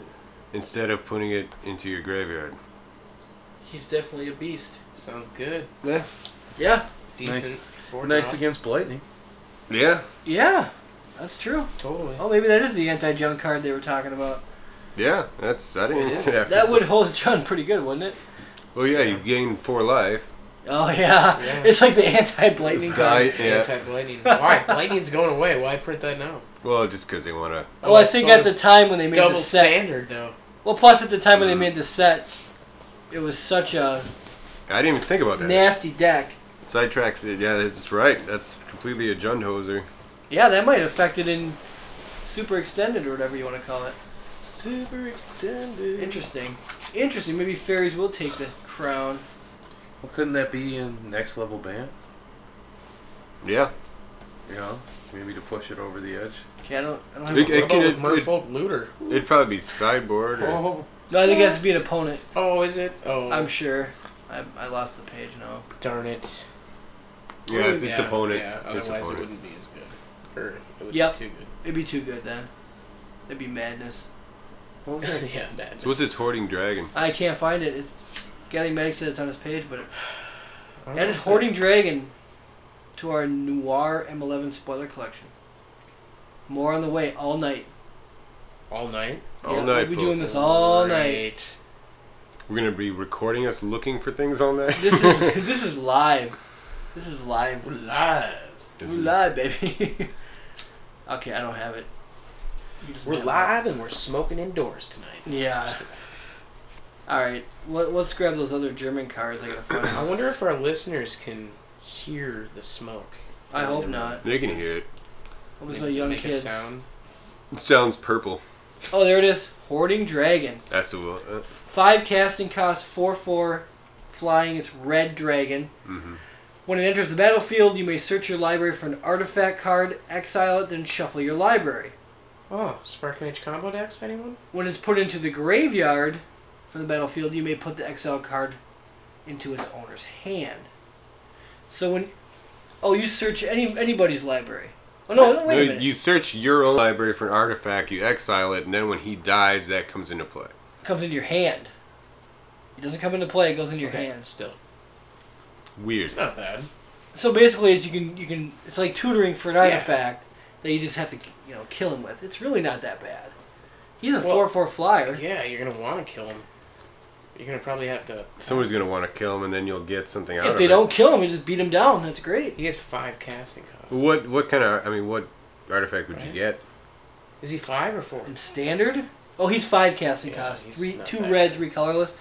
[SPEAKER 2] instead of putting it into your graveyard.
[SPEAKER 1] He's definitely a beast.
[SPEAKER 3] sounds good.
[SPEAKER 2] Yeah.
[SPEAKER 1] Yeah.
[SPEAKER 3] Decent. Forward
[SPEAKER 4] Nice
[SPEAKER 3] now.
[SPEAKER 4] against Blightning.
[SPEAKER 2] Yeah.
[SPEAKER 1] Yeah. That's true.
[SPEAKER 3] Totally.
[SPEAKER 1] Oh, maybe that is the anti-junk card they were talking about.
[SPEAKER 2] Yeah. That's. I didn't
[SPEAKER 1] It is.
[SPEAKER 2] have to
[SPEAKER 1] That
[SPEAKER 2] say-
[SPEAKER 1] would hold John pretty good, wouldn't it?
[SPEAKER 2] Well, yeah, you gain 4 life.
[SPEAKER 1] Oh yeah.
[SPEAKER 3] Yeah.
[SPEAKER 1] It's like the anti-blightning
[SPEAKER 2] It's
[SPEAKER 1] card.
[SPEAKER 2] like- Yeah.
[SPEAKER 3] Anti lightning. Why? Lightning's going away. Why print that now?
[SPEAKER 2] Well, just because they want to.
[SPEAKER 1] Oh, I think at the time when they made
[SPEAKER 3] double
[SPEAKER 1] the set.
[SPEAKER 3] standard though.
[SPEAKER 1] Well, plus at the time when they
[SPEAKER 2] Mhm.
[SPEAKER 1] made the set, it was such a
[SPEAKER 2] I didn't even think about that.
[SPEAKER 1] nasty deck.
[SPEAKER 2] Sidetracks it. Yeah, that's right. That's completely a jund hoser.
[SPEAKER 1] Yeah, that might affect it in super extended or whatever you want to call it.
[SPEAKER 4] Super extended.
[SPEAKER 1] Interesting. Interesting. Maybe fairies will take the crown.
[SPEAKER 4] Well, couldn't that be in next level ban?
[SPEAKER 2] Yeah.
[SPEAKER 4] You know, maybe to push it over the edge.
[SPEAKER 1] Okay, I don't. I don't have.
[SPEAKER 2] It-
[SPEAKER 1] a-
[SPEAKER 2] it-
[SPEAKER 3] what
[SPEAKER 2] can-
[SPEAKER 3] about with
[SPEAKER 2] it-
[SPEAKER 3] Merfolk Looter?
[SPEAKER 2] It'd probably be sideboard. Or,
[SPEAKER 3] Oh,
[SPEAKER 1] no, I think it has to be an opponent.
[SPEAKER 3] oh, is it? Oh,
[SPEAKER 1] I'm sure. I, I lost the page now.
[SPEAKER 3] Darn it.
[SPEAKER 2] yeah, it's, it's opponent.
[SPEAKER 3] Yeah,
[SPEAKER 2] it's
[SPEAKER 3] otherwise it
[SPEAKER 2] opponent.
[SPEAKER 3] wouldn't be as good. Or it would
[SPEAKER 1] Yep.
[SPEAKER 3] be too good.
[SPEAKER 1] It'd be too good then. It'd be madness.
[SPEAKER 4] What was that?
[SPEAKER 3] yeah, imagine.
[SPEAKER 2] So what's this hoarding dragon?
[SPEAKER 1] I can't find it. It's Getting Mag said it's on his page, but it,
[SPEAKER 3] I don't know
[SPEAKER 1] added
[SPEAKER 3] if
[SPEAKER 1] Hoarding
[SPEAKER 3] that-
[SPEAKER 1] Dragon to our Noir M11 spoiler collection. More on the way all night.
[SPEAKER 3] all night.
[SPEAKER 2] All
[SPEAKER 1] yeah,
[SPEAKER 2] night,
[SPEAKER 1] We'll be doing
[SPEAKER 2] folks.
[SPEAKER 1] this all night.
[SPEAKER 3] Great.
[SPEAKER 2] We're gonna be recording us looking for things all night.
[SPEAKER 1] This is this is live. This is live.
[SPEAKER 3] We're live.
[SPEAKER 2] This
[SPEAKER 1] We're
[SPEAKER 2] is-
[SPEAKER 1] live, baby. okay, I don't have it. You just
[SPEAKER 3] We're
[SPEAKER 1] have it.
[SPEAKER 3] live and we're smoking indoors tonight.
[SPEAKER 1] Yeah. All right. Let, let's grab those other German cards. I gotta find.
[SPEAKER 3] I
[SPEAKER 1] them.
[SPEAKER 3] wonder if our listeners can hear the smoke.
[SPEAKER 1] I hope not.
[SPEAKER 2] They can hear it.
[SPEAKER 1] Hope there's
[SPEAKER 3] Does
[SPEAKER 1] no
[SPEAKER 3] it
[SPEAKER 1] young
[SPEAKER 3] make a
[SPEAKER 1] kids.
[SPEAKER 3] sound?
[SPEAKER 2] It sounds purple.
[SPEAKER 1] Oh, there it is. Hoarding Dragon.
[SPEAKER 2] That's the one. Uh,
[SPEAKER 1] Five casting cost, four four, flying. It's red dragon.
[SPEAKER 2] mhm.
[SPEAKER 1] When it enters the battlefield, you may search your library for an artifact card, exile it, then shuffle your library.
[SPEAKER 3] Oh, Sparking Edge combo decks, anyone?
[SPEAKER 1] When it's put into the graveyard from the battlefield, you may put the exile card into its owner's hand. So when oh, you search any anybody's library. Oh no, wait
[SPEAKER 2] No,
[SPEAKER 1] a minute.
[SPEAKER 2] you search your own library for an artifact, you exile it, and then when he dies, that comes into play.
[SPEAKER 1] comes into your hand. It doesn't come into play. It goes in your
[SPEAKER 3] Okay,
[SPEAKER 1] hands.
[SPEAKER 3] Still,
[SPEAKER 2] Weird.
[SPEAKER 3] it's not bad.
[SPEAKER 1] So basically, it's you can you can it's like tutoring for an
[SPEAKER 3] Yeah.
[SPEAKER 1] artifact that you just have to you know kill him with. It's really not that bad. He's a
[SPEAKER 3] Well,
[SPEAKER 1] four four flyer.
[SPEAKER 3] Yeah, you're gonna want to kill him. You're gonna probably have to.
[SPEAKER 2] Somebody's gonna want to kill him, and then you'll get something out
[SPEAKER 1] If
[SPEAKER 2] of
[SPEAKER 1] they
[SPEAKER 2] it.
[SPEAKER 1] don't kill him, you just beat him down. That's great.
[SPEAKER 3] He has five casting costs.
[SPEAKER 2] What what kind of I mean what artifact would you
[SPEAKER 3] Right.
[SPEAKER 2] get?
[SPEAKER 3] Is he five or four?
[SPEAKER 1] In standard? Oh, he's five casting
[SPEAKER 3] Yeah,
[SPEAKER 1] costs.
[SPEAKER 3] he's
[SPEAKER 1] Three,
[SPEAKER 3] not
[SPEAKER 1] two
[SPEAKER 3] that
[SPEAKER 1] red,
[SPEAKER 3] good.
[SPEAKER 1] three colorless.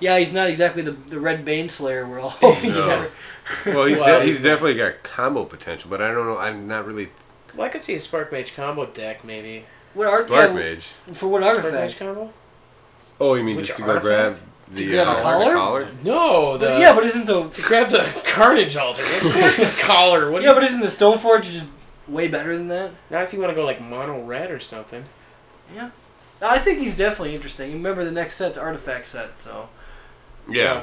[SPEAKER 1] Yeah, he's not exactly the the red bane slayer we're all hoping
[SPEAKER 2] No.
[SPEAKER 1] for.
[SPEAKER 2] Well, he's,
[SPEAKER 3] Well,
[SPEAKER 2] de- he's
[SPEAKER 3] he's-
[SPEAKER 2] definitely got combo potential, but I don't know. I'm not really
[SPEAKER 3] Well, I could see a Spark Mage combo deck maybe.
[SPEAKER 1] what art,
[SPEAKER 2] Spark
[SPEAKER 1] yeah,
[SPEAKER 2] Mage.
[SPEAKER 1] For what
[SPEAKER 3] Spark Mage
[SPEAKER 1] artifact?
[SPEAKER 3] combo?
[SPEAKER 2] Oh, you mean
[SPEAKER 3] Which
[SPEAKER 2] just to go grab
[SPEAKER 3] artifact?
[SPEAKER 2] the,
[SPEAKER 1] To grab a
[SPEAKER 2] uh,
[SPEAKER 1] collar?
[SPEAKER 2] collar?
[SPEAKER 3] No, the
[SPEAKER 1] But, yeah, but isn't the
[SPEAKER 3] to grab the Carnage altar. Of course, the collar. What? do
[SPEAKER 1] yeah,
[SPEAKER 3] you-
[SPEAKER 1] but isn't the Stoneforge just way better than that?
[SPEAKER 3] not if you want to go like mono red or something.
[SPEAKER 1] Yeah. I think he's definitely interesting. Remember, the next set's artifact set, so
[SPEAKER 2] Yeah.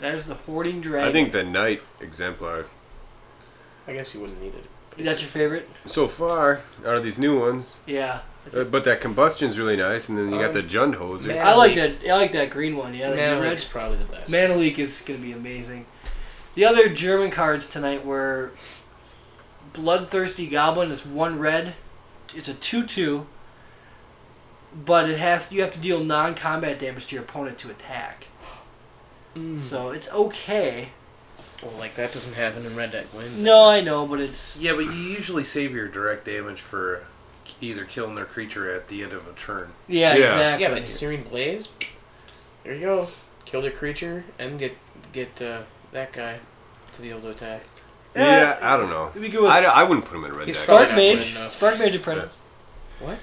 [SPEAKER 1] that is the Hoarding Dragon.
[SPEAKER 2] I think the Knight Exemplar.
[SPEAKER 3] I guess you wouldn't need it.
[SPEAKER 1] is that your favorite?
[SPEAKER 2] So far, out of these new ones,
[SPEAKER 1] Yeah.
[SPEAKER 2] uh, but that combustion's really nice, and then you got
[SPEAKER 3] Um,
[SPEAKER 2] the Jund Hoser.
[SPEAKER 3] yeah.
[SPEAKER 1] I like that. I like that green one. Yeah, that
[SPEAKER 3] Mana
[SPEAKER 1] you read.
[SPEAKER 3] Leak's probably the best.
[SPEAKER 1] Mana Leak is going to be amazing. The other German cards tonight were Bloodthirsty Goblin is one red. It's a two-two, but it has you have to deal non-combat damage to your opponent to attack.
[SPEAKER 3] Hmm.
[SPEAKER 1] So it's okay.
[SPEAKER 3] Well, like that doesn't happen in red deck wins.
[SPEAKER 1] No, I know, but it's
[SPEAKER 4] Yeah, but you usually save your direct damage for either killing their creature at the end of a turn.
[SPEAKER 1] yeah,
[SPEAKER 2] Yeah.
[SPEAKER 1] exactly.
[SPEAKER 3] Yeah, but Searing Blaze. There you go. Kill their creature and get get uh, that guy to be able to attack.
[SPEAKER 2] Yeah, I don't know.
[SPEAKER 1] We go with
[SPEAKER 2] I, I wouldn't put him in a red
[SPEAKER 3] He's
[SPEAKER 2] deck.
[SPEAKER 3] probably
[SPEAKER 1] Spark
[SPEAKER 3] not
[SPEAKER 1] Mage,
[SPEAKER 3] good enough.
[SPEAKER 1] Spark Mage and Predator.
[SPEAKER 3] What?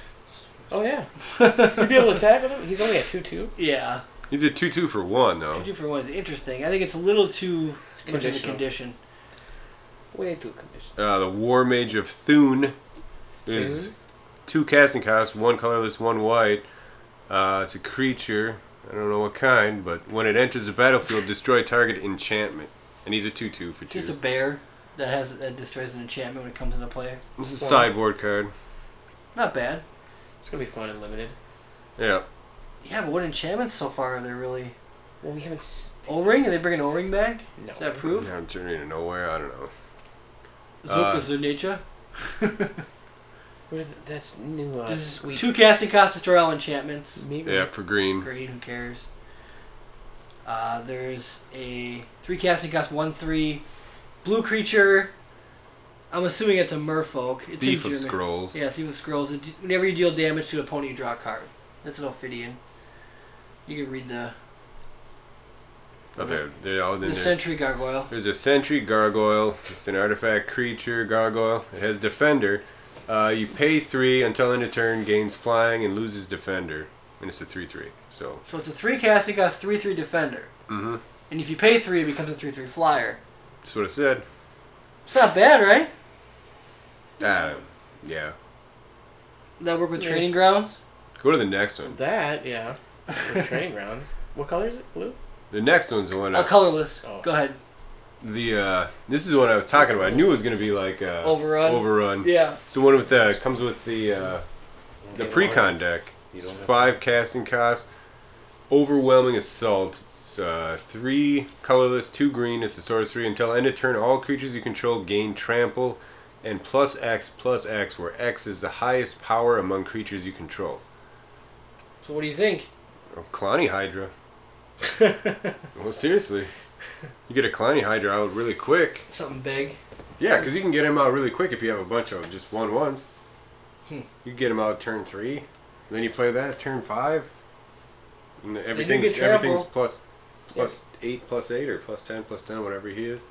[SPEAKER 3] Oh yeah. You'd be able to attack with him. He's only at two two.
[SPEAKER 1] Yeah,
[SPEAKER 2] He's a two-two for one
[SPEAKER 3] Oh.
[SPEAKER 2] though.
[SPEAKER 1] two two for one is interesting. I think it's a little too much of a
[SPEAKER 3] Conditional.
[SPEAKER 1] condition.
[SPEAKER 3] Way too conditioned.
[SPEAKER 2] Uh, the War Mage of Thune is
[SPEAKER 1] Mm-hmm.
[SPEAKER 3] Thune?
[SPEAKER 2] two casting costs, one colorless, one white. Uh, it's a creature. I don't know what kind, but when it enters the battlefield, destroy target enchantment. And he's a 2 2 for 2.
[SPEAKER 1] Just a bear that has that destroys an enchantment when it comes into play.
[SPEAKER 2] this is a sideboard card.
[SPEAKER 1] Not bad.
[SPEAKER 3] It's gonna be fun and limited.
[SPEAKER 2] Yeah.
[SPEAKER 1] Yeah, but what enchantments so far are there really?
[SPEAKER 3] Well, we haven't. S-
[SPEAKER 1] O ring? Are they bringing O ring back?
[SPEAKER 3] no.
[SPEAKER 1] Is that proof?
[SPEAKER 2] I'm turning to nowhere. I don't know.
[SPEAKER 1] Zoka
[SPEAKER 2] Uh,
[SPEAKER 1] Zunicha?
[SPEAKER 3] Where th- that's new. Uh,
[SPEAKER 1] This is
[SPEAKER 3] sweet.
[SPEAKER 1] Two casting cost destroy all enchantments.
[SPEAKER 3] Maybe.
[SPEAKER 2] Yeah, for green.
[SPEAKER 1] Green, who cares? Uh, there's a three casting cost one three blue creature. I'm assuming it's a merfolk. It's
[SPEAKER 2] Thief
[SPEAKER 1] in German.
[SPEAKER 2] of Scrolls.
[SPEAKER 1] Yeah, Thief of Scrolls. It, whenever you deal damage to an opponent, you draw a card. That's an Ophidian. You can read the,
[SPEAKER 2] Oh, there. there oh, then
[SPEAKER 1] the
[SPEAKER 2] there's,
[SPEAKER 1] Sentry Gargoyle.
[SPEAKER 2] there's a Sentry Gargoyle. It's an artifact creature gargoyle. It has Defender. Uh, you pay 3 until end of turn, gains flying, and loses Defender. And it's a 3 3. So.
[SPEAKER 1] So it's a three casting cost three three defender.
[SPEAKER 2] Mm-hmm.
[SPEAKER 1] And if you pay three, it becomes a three three flyer.
[SPEAKER 2] That's what I said.
[SPEAKER 1] It's not bad, right?
[SPEAKER 2] Ah, yeah.
[SPEAKER 1] That work with
[SPEAKER 3] Yeah.
[SPEAKER 1] training grounds.
[SPEAKER 2] Go to the next one.
[SPEAKER 3] That yeah. With training grounds. What color is it? Blue.
[SPEAKER 2] The next one's the one.
[SPEAKER 1] A
[SPEAKER 2] I,
[SPEAKER 1] colorless.
[SPEAKER 3] Oh.
[SPEAKER 1] Go ahead.
[SPEAKER 2] the uh, this is what I was talking about. I knew it was gonna be like uh,
[SPEAKER 1] Overrun?
[SPEAKER 2] Overrun.
[SPEAKER 1] Yeah.
[SPEAKER 2] It's the one with the comes with the uh, the
[SPEAKER 4] You
[SPEAKER 2] precon
[SPEAKER 4] don't-
[SPEAKER 2] deck.
[SPEAKER 4] you
[SPEAKER 2] It's
[SPEAKER 4] don't have-
[SPEAKER 2] five casting costs. Overwhelming assault. It's uh, three colorless, two green. It's a sorcery. Until end of turn, all creatures you control gain trample, and plus X plus X, where X is the highest power among creatures you control.
[SPEAKER 1] So what do you think?
[SPEAKER 2] Oh, Kalani Hydra. Well, seriously, you get a Kalani Hydra out really quick.
[SPEAKER 1] Something big.
[SPEAKER 2] Yeah, because you can get him out really quick if you have a bunch of just one ones.
[SPEAKER 1] Hmm.
[SPEAKER 2] You get him out turn three, then you play that turn five. And the- everything's
[SPEAKER 1] get trample.
[SPEAKER 2] everything's plus plus eight plus eight or plus ten plus ten whatever he is.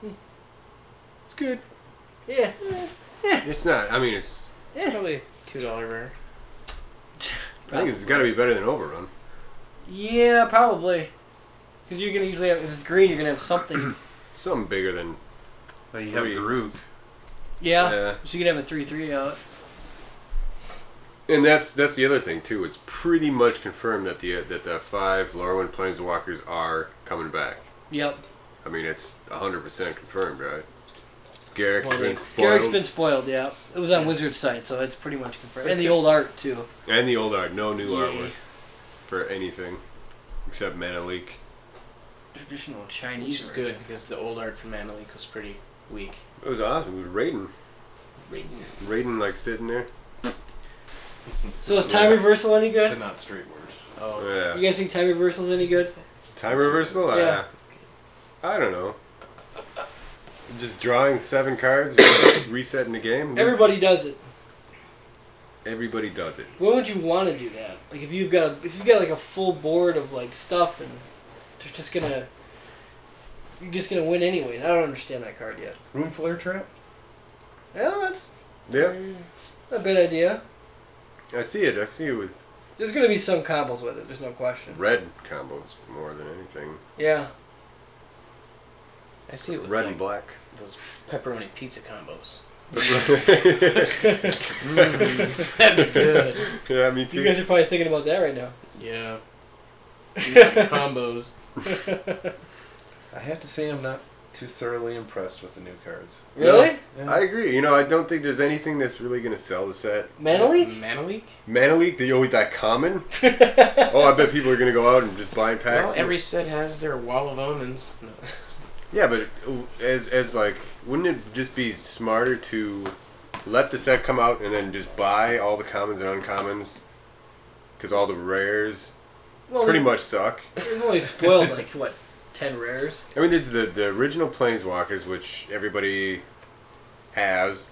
[SPEAKER 1] Hmm.
[SPEAKER 2] It's good.
[SPEAKER 1] Yeah.
[SPEAKER 3] Eh.
[SPEAKER 1] Yeah.
[SPEAKER 2] It's not. I mean, it's.
[SPEAKER 1] Yeah.
[SPEAKER 3] Probably two dollar rare.
[SPEAKER 2] eh. I think it's got to be better than Overrun.
[SPEAKER 1] Yeah, probably. Because you're gonna usually have if it's green, you're gonna have something.
[SPEAKER 2] Something bigger than.
[SPEAKER 4] Well, you have
[SPEAKER 2] Three.
[SPEAKER 4] Garuk.
[SPEAKER 1] yeah.
[SPEAKER 2] Yeah.
[SPEAKER 1] So you can have a three three out.
[SPEAKER 2] And that's that's the other thing too. It's pretty much confirmed that the that the five Lorwyn Planeswalkers are coming back.
[SPEAKER 1] Yep.
[SPEAKER 2] I mean, it's 100% confirmed, right? Garrick's
[SPEAKER 3] Well,
[SPEAKER 2] been
[SPEAKER 3] they-
[SPEAKER 1] Garrick's
[SPEAKER 2] spoiled.
[SPEAKER 1] been spoiled. Yeah. It was on Wizard's site, so it's pretty much confirmed. And the old art too.
[SPEAKER 2] and the old art, no new
[SPEAKER 1] Yeah.
[SPEAKER 2] artwork for anything except Mana Leak.
[SPEAKER 1] Traditional Chinese.
[SPEAKER 3] Which is
[SPEAKER 1] version.
[SPEAKER 3] good because the old art from Mana Leak was pretty weak.
[SPEAKER 2] It was awesome. It was Raiden. Raiden, like, sitting there.
[SPEAKER 1] So is time
[SPEAKER 2] Yeah.
[SPEAKER 1] reversal any
[SPEAKER 5] They're
[SPEAKER 1] good?
[SPEAKER 5] not straight words.
[SPEAKER 3] Oh.
[SPEAKER 1] You
[SPEAKER 2] Yeah.
[SPEAKER 1] guys think time reversal is any good?
[SPEAKER 2] Time reversal?
[SPEAKER 1] Yeah.
[SPEAKER 2] I, I don't know. Just drawing seven cards, resetting the game.
[SPEAKER 1] Everybody does it.
[SPEAKER 2] Everybody does it.
[SPEAKER 1] When would you want to do that? Like if you've got if you've got like a full board of like stuff and they're just gonna you're just gonna win anyway. I don't understand that card yet.
[SPEAKER 4] Room flare trap?
[SPEAKER 1] Well, that's
[SPEAKER 2] Yeah,
[SPEAKER 1] not a bad idea.
[SPEAKER 2] I see it. I see it with
[SPEAKER 1] There's gonna be some combos with it. There's no question.
[SPEAKER 2] red combos more than anything.
[SPEAKER 1] Yeah.
[SPEAKER 3] I see it with
[SPEAKER 2] Red
[SPEAKER 3] like,
[SPEAKER 2] and black.
[SPEAKER 3] those pepperoni pizza combos.
[SPEAKER 1] Mm,
[SPEAKER 3] that'd be good.
[SPEAKER 2] Yeah, me
[SPEAKER 1] You guys
[SPEAKER 2] too.
[SPEAKER 1] are probably thinking about that right now.
[SPEAKER 3] Yeah. combos.
[SPEAKER 4] I have to say I'm not too thoroughly impressed with the new cards.
[SPEAKER 1] really?
[SPEAKER 2] I agree. You know, I don't think there's anything that's really going to sell the set.
[SPEAKER 1] Mentally?
[SPEAKER 3] Manalik?
[SPEAKER 2] Manalik, they always that common. Oh, I bet people are going to go out and just buy packs.
[SPEAKER 3] Well, every set has their wall of omens. No.
[SPEAKER 2] Yeah, but uh, as as like, wouldn't it just be smarter to let the set come out and then just buy all the commons and uncommons? Because all the rares
[SPEAKER 1] Well,
[SPEAKER 2] pretty
[SPEAKER 1] they-
[SPEAKER 2] much suck.
[SPEAKER 1] They've only spoiled like what ten rares.
[SPEAKER 2] I mean, there's the the original Planeswalkers, which everybody has,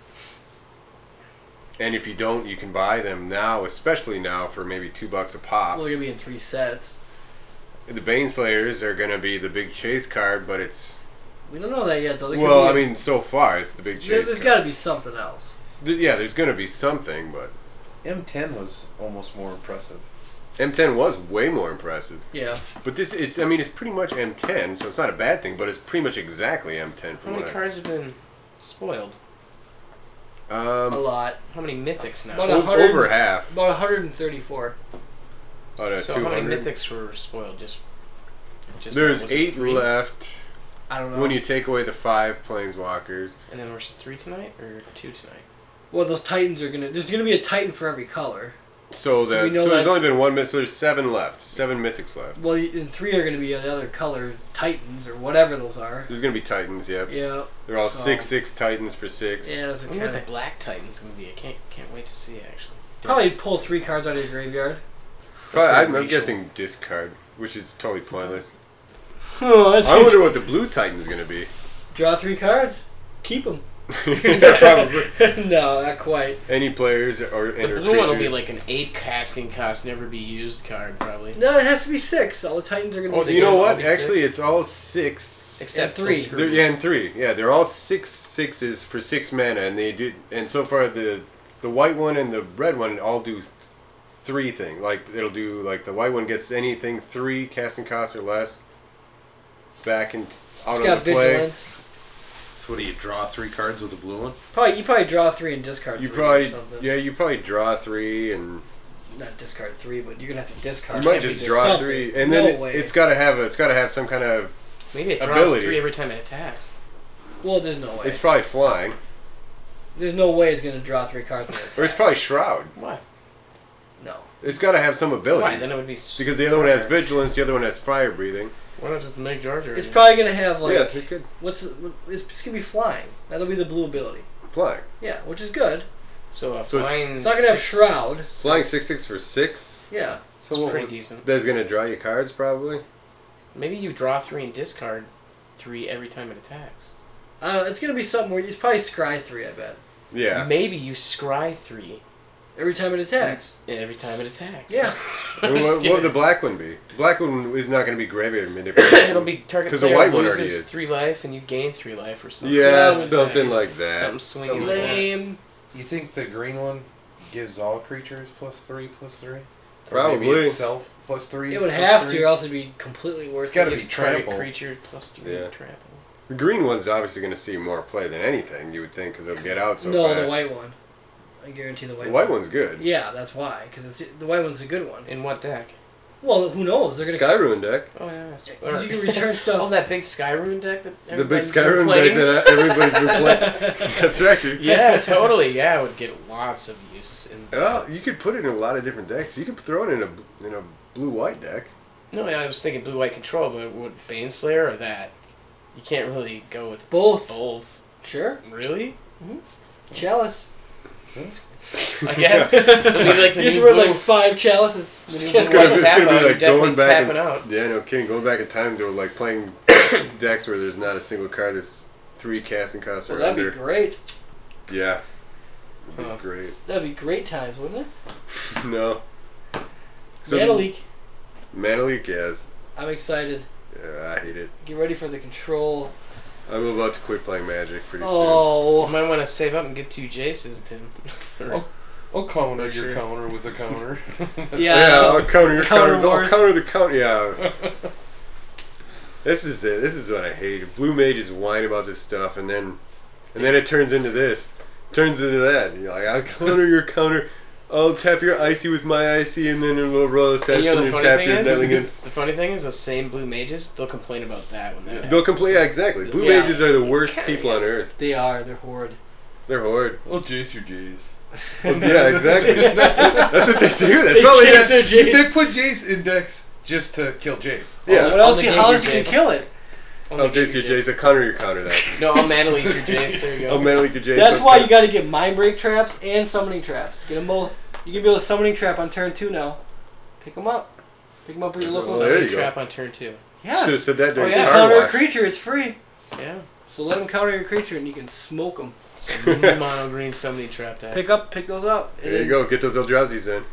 [SPEAKER 2] and if you don't, you can buy them now, especially now for maybe two bucks a pop.
[SPEAKER 1] Well, they're gonna be in three sets.
[SPEAKER 2] The Baneslayers are gonna be the big chase card, but it's
[SPEAKER 1] We don't know that yet though. There could
[SPEAKER 2] well,
[SPEAKER 1] be-
[SPEAKER 2] I mean, so far it's the big
[SPEAKER 1] there,
[SPEAKER 2] chase.
[SPEAKER 1] has got
[SPEAKER 2] card.
[SPEAKER 1] to be something else.
[SPEAKER 2] Th- yeah, there's gonna be something, but.
[SPEAKER 4] M10 was almost more impressive.
[SPEAKER 2] M10 was way more impressive,
[SPEAKER 1] Yeah.
[SPEAKER 2] but this it's I mean it's pretty much M10, so it's not a bad thing, but it's pretty much exactly M10
[SPEAKER 3] How
[SPEAKER 2] from
[SPEAKER 3] many
[SPEAKER 2] what
[SPEAKER 3] cards have been spoiled?
[SPEAKER 2] I, um
[SPEAKER 1] a lot.
[SPEAKER 3] How many mythics now?
[SPEAKER 1] But,
[SPEAKER 2] o-
[SPEAKER 1] uh, 100
[SPEAKER 2] over half
[SPEAKER 1] About 134.
[SPEAKER 2] out of
[SPEAKER 3] so how many
[SPEAKER 2] 200.
[SPEAKER 3] mythics were spoiled? Just, just
[SPEAKER 2] There's
[SPEAKER 3] was it
[SPEAKER 2] eight
[SPEAKER 3] three?
[SPEAKER 2] left
[SPEAKER 1] I don't know.
[SPEAKER 2] when you take away the five planeswalkers.
[SPEAKER 3] And then there's three tonight or two tonight.
[SPEAKER 1] well, those Titans are gonna. There's gonna be a Titan for every color.
[SPEAKER 2] So
[SPEAKER 1] So
[SPEAKER 2] that
[SPEAKER 1] we know
[SPEAKER 2] so there's
[SPEAKER 1] that's-
[SPEAKER 2] only been one myth, so there's seven left, seven mythics left.
[SPEAKER 1] Well, y- and three are gonna be the other color Titans or whatever those are.
[SPEAKER 2] There's gonna be titans, yep.
[SPEAKER 1] Yeah.
[SPEAKER 2] They're all
[SPEAKER 1] so-
[SPEAKER 2] six six titans for six.
[SPEAKER 1] Yeah. That's
[SPEAKER 3] I
[SPEAKER 1] what
[SPEAKER 3] wonder what
[SPEAKER 1] kind
[SPEAKER 3] the Black Titan's gonna be. I can't can't wait to see it actually.
[SPEAKER 1] Probably pull three cards out of your graveyard.
[SPEAKER 2] Probably,
[SPEAKER 3] That's
[SPEAKER 2] I'm,
[SPEAKER 3] very
[SPEAKER 2] I'm
[SPEAKER 3] racial.
[SPEAKER 2] guessing discard, which is totally pointless.
[SPEAKER 1] Oh, that's
[SPEAKER 2] I wonder what the blue titan's gonna be.
[SPEAKER 1] Draw three cards. Keep them.
[SPEAKER 2] Probably.
[SPEAKER 1] no, not quite.
[SPEAKER 2] Any players or
[SPEAKER 3] The
[SPEAKER 2] and or
[SPEAKER 3] blue one will be
[SPEAKER 2] creatures.
[SPEAKER 3] like an eight casting cost, never be used card probably.
[SPEAKER 1] No, it has to be six. All the Titans are gonna
[SPEAKER 3] Oh,
[SPEAKER 1] be.
[SPEAKER 3] they
[SPEAKER 2] you
[SPEAKER 1] six.
[SPEAKER 2] know
[SPEAKER 3] all
[SPEAKER 2] what?
[SPEAKER 3] be
[SPEAKER 2] Actually,
[SPEAKER 3] six?
[SPEAKER 2] it's all six.
[SPEAKER 3] Except
[SPEAKER 1] and three.
[SPEAKER 3] those
[SPEAKER 2] They're,
[SPEAKER 3] screw-
[SPEAKER 2] yeah, and three. Yeah, they're all six sixes for six mana, and they do. And so far, the the white one and the red one all do three things. Like it'll do like the white one gets anything three casting costs or less back and out
[SPEAKER 1] It's
[SPEAKER 2] on the
[SPEAKER 1] got
[SPEAKER 2] play.
[SPEAKER 1] vigilance.
[SPEAKER 4] So what do you draw three cards with the blue one?
[SPEAKER 1] Probably you probably draw three and discard.
[SPEAKER 2] You
[SPEAKER 1] three or
[SPEAKER 2] probably
[SPEAKER 1] something.
[SPEAKER 2] yeah, you probably draw three and
[SPEAKER 1] Not discard three, but you're gonna have to discard.
[SPEAKER 2] you might
[SPEAKER 1] every
[SPEAKER 2] just
[SPEAKER 1] day.
[SPEAKER 2] draw
[SPEAKER 1] Something.
[SPEAKER 2] three, and
[SPEAKER 1] no
[SPEAKER 2] then it,
[SPEAKER 1] way.
[SPEAKER 2] it's got to have a, it's got to have some kind of
[SPEAKER 3] Maybe it draws
[SPEAKER 2] Ability.
[SPEAKER 3] three every time it attacks.
[SPEAKER 1] well, there's no way.
[SPEAKER 2] it's probably flying
[SPEAKER 1] There's no way it's gonna draw three cards. with it.
[SPEAKER 2] or it's probably shroud.
[SPEAKER 3] Why?
[SPEAKER 1] no.
[SPEAKER 2] It's got to have some ability.
[SPEAKER 3] Why? Then it would be s-
[SPEAKER 2] Because the other one has
[SPEAKER 3] fire.
[SPEAKER 2] vigilance, the other one has fire breathing.
[SPEAKER 3] Why not just make Georgia?
[SPEAKER 1] It's probably gonna have like
[SPEAKER 2] yeah, they could
[SPEAKER 1] what's the, what- it's, it's gonna be flying. That'll be the blue ability.
[SPEAKER 2] flying.
[SPEAKER 1] Yeah, which is good.
[SPEAKER 3] so a
[SPEAKER 2] So it's-
[SPEAKER 3] flying.
[SPEAKER 1] It's not gonna have
[SPEAKER 3] six-
[SPEAKER 1] shroud.
[SPEAKER 2] Flying six six for six.
[SPEAKER 1] Yeah.
[SPEAKER 3] It's
[SPEAKER 4] So what
[SPEAKER 3] pretty
[SPEAKER 4] would-
[SPEAKER 3] decent.
[SPEAKER 2] That's gonna draw you cards probably.
[SPEAKER 3] Maybe you draw three and discard three every time it attacks.
[SPEAKER 1] I don't know. It's gonna be something where it's probably scry three. I bet
[SPEAKER 2] Yeah.
[SPEAKER 3] Maybe you scry three
[SPEAKER 1] every time it attacks.
[SPEAKER 3] every time it attacks.
[SPEAKER 1] Yeah.
[SPEAKER 2] And
[SPEAKER 3] I'm
[SPEAKER 2] what,
[SPEAKER 3] just
[SPEAKER 2] what would the
[SPEAKER 3] kidding.
[SPEAKER 2] black one be? The black one is not gonna be graveyard manipulation.
[SPEAKER 3] It'll be target
[SPEAKER 2] because
[SPEAKER 3] player
[SPEAKER 2] the white one
[SPEAKER 3] loses
[SPEAKER 2] already is.
[SPEAKER 3] three life and you gain three life or something.
[SPEAKER 2] yeah,
[SPEAKER 1] Yeah, with
[SPEAKER 2] something
[SPEAKER 1] that.
[SPEAKER 2] like that.
[SPEAKER 3] Something swinging
[SPEAKER 4] Something
[SPEAKER 3] like
[SPEAKER 4] like
[SPEAKER 3] that.
[SPEAKER 1] Lame.
[SPEAKER 4] You think the green one gives all creatures plus three, plus three? Or
[SPEAKER 2] Probably.
[SPEAKER 4] maybe itself plus three.
[SPEAKER 1] It would
[SPEAKER 4] plus
[SPEAKER 1] have to,
[SPEAKER 4] three?
[SPEAKER 1] or else it'd be completely worth.
[SPEAKER 4] It's gotta
[SPEAKER 1] it.
[SPEAKER 4] be
[SPEAKER 3] Target
[SPEAKER 4] trample.
[SPEAKER 3] creature plus three
[SPEAKER 2] Yeah.
[SPEAKER 3] trample.
[SPEAKER 2] The green one's obviously gonna see more play than anything. You would think because it'll get out so
[SPEAKER 1] no,
[SPEAKER 2] fast.
[SPEAKER 1] the white one. I guarantee the white.
[SPEAKER 2] The white
[SPEAKER 1] one.
[SPEAKER 2] one's good.
[SPEAKER 1] Yeah, that's why, because the white one's a good one.
[SPEAKER 3] In what deck?
[SPEAKER 1] Well, who knows? They're gonna.
[SPEAKER 2] Skyruin deck.
[SPEAKER 3] Oh yeah, that's-
[SPEAKER 1] Yeah, 'cause you can
[SPEAKER 3] or-
[SPEAKER 1] return stuff.
[SPEAKER 3] oh, that big Skyrim deck that
[SPEAKER 2] The big
[SPEAKER 3] everybody's been
[SPEAKER 2] Skyrim deck
[SPEAKER 3] playing?
[SPEAKER 2] that uh, everybody's been playing. That's right, dude.
[SPEAKER 3] yeah, totally. Yeah, it would get lots of use. In
[SPEAKER 2] Well, you could put it in a lot of different decks. You could throw it in a bl- in a blue white deck.
[SPEAKER 3] no, I was thinking blue white control, but would Baneslayer or that? You can't really go with
[SPEAKER 1] Both.
[SPEAKER 3] Both.
[SPEAKER 1] Sure.
[SPEAKER 3] Really?
[SPEAKER 1] Mm-hmm. Chalice.
[SPEAKER 3] I guess. Maybe like the
[SPEAKER 1] you have to
[SPEAKER 3] new
[SPEAKER 1] wear
[SPEAKER 3] blue.
[SPEAKER 1] like five chalices.
[SPEAKER 3] It's gonna be- tap out, you're definitely tapping
[SPEAKER 2] and,
[SPEAKER 3] out.
[SPEAKER 2] Yeah, no kidding. Going back in time to like playing decks where there's not a single card that's Three casting costs
[SPEAKER 1] Well,
[SPEAKER 2] or
[SPEAKER 1] that'd
[SPEAKER 2] under.
[SPEAKER 1] be great.
[SPEAKER 2] Yeah. It'd be
[SPEAKER 3] Huh.
[SPEAKER 2] great.
[SPEAKER 1] That'd be great times, wouldn't it?
[SPEAKER 2] No.
[SPEAKER 1] So
[SPEAKER 2] So-
[SPEAKER 1] leak.
[SPEAKER 2] Manalik, yes.
[SPEAKER 1] I'm excited.
[SPEAKER 2] Yeah, I hate it.
[SPEAKER 1] Get ready for the control.
[SPEAKER 2] I'm about to quit playing Magic pretty
[SPEAKER 3] Well,
[SPEAKER 1] Oh,
[SPEAKER 3] might want to save up and get two Jaces to.
[SPEAKER 4] Or-
[SPEAKER 3] I'll counter
[SPEAKER 4] Or your counter with a counter.
[SPEAKER 2] soon.
[SPEAKER 1] Yeah,
[SPEAKER 2] yeah,
[SPEAKER 1] so-
[SPEAKER 2] I'll counter your
[SPEAKER 1] counter
[SPEAKER 2] counter. I'll
[SPEAKER 1] wars.
[SPEAKER 2] counter the counter. Yeah. This is it. This is what I hate. Blue mages whine about this stuff, and then, and then it turns into this, turns into that. You're like, I'll counter your counter. I'll tap your icy with my icy, and then it'll roll a
[SPEAKER 3] And
[SPEAKER 2] test
[SPEAKER 3] you know the
[SPEAKER 2] and
[SPEAKER 3] funny
[SPEAKER 2] tap
[SPEAKER 3] thing
[SPEAKER 2] your
[SPEAKER 3] is,
[SPEAKER 2] Nelligan.
[SPEAKER 3] the funny thing is, those same blue mages, they'll complain about that when that
[SPEAKER 2] They'll
[SPEAKER 3] happens.
[SPEAKER 2] complain. Yeah, exactly. Blue
[SPEAKER 1] Yeah.
[SPEAKER 2] mages are the worst
[SPEAKER 3] Kinda,
[SPEAKER 2] people on
[SPEAKER 3] yeah.
[SPEAKER 2] earth.
[SPEAKER 1] they are. They're horrid.
[SPEAKER 2] They're horrid.
[SPEAKER 5] Well, Jace your Jace.
[SPEAKER 2] Well, yeah, exactly. that's, it. That's what they do. That's
[SPEAKER 1] They
[SPEAKER 2] all they
[SPEAKER 1] change
[SPEAKER 2] have.
[SPEAKER 1] their Jace.
[SPEAKER 5] They put Jace index just to kill Jace.
[SPEAKER 2] Yeah.
[SPEAKER 1] Oh, What else?
[SPEAKER 3] Only
[SPEAKER 1] You,
[SPEAKER 3] gave
[SPEAKER 1] how
[SPEAKER 3] you
[SPEAKER 1] else you can
[SPEAKER 3] Jace.
[SPEAKER 1] kill it?
[SPEAKER 3] I'll
[SPEAKER 2] Oh,
[SPEAKER 3] make it
[SPEAKER 2] Jace, your
[SPEAKER 3] your
[SPEAKER 2] Jace. I'll counter your counter that.
[SPEAKER 3] No, I'll manly your Jace. There you go.
[SPEAKER 2] Oh, Manalik, your Jace.
[SPEAKER 1] That's
[SPEAKER 2] I'll
[SPEAKER 1] why
[SPEAKER 2] cut-
[SPEAKER 1] you got to get mind break traps and summoning traps. Get them both. You can build a summoning trap on turn two now. Pick them up. Pick them up at your local.
[SPEAKER 2] Oh, there you go.
[SPEAKER 3] trap on turn two.
[SPEAKER 1] Yeah.
[SPEAKER 2] Should've said that
[SPEAKER 1] Oh
[SPEAKER 2] during
[SPEAKER 1] yeah,
[SPEAKER 2] car
[SPEAKER 1] counter a
[SPEAKER 2] wash.
[SPEAKER 1] creature. It's free.
[SPEAKER 3] Yeah.
[SPEAKER 1] So let them counter your creature, and you can smoke them.
[SPEAKER 3] Mono green somebody trapped that.
[SPEAKER 1] Pick up, pick those up. and
[SPEAKER 2] There you
[SPEAKER 1] then-
[SPEAKER 2] go. Get those Eldrazi's in.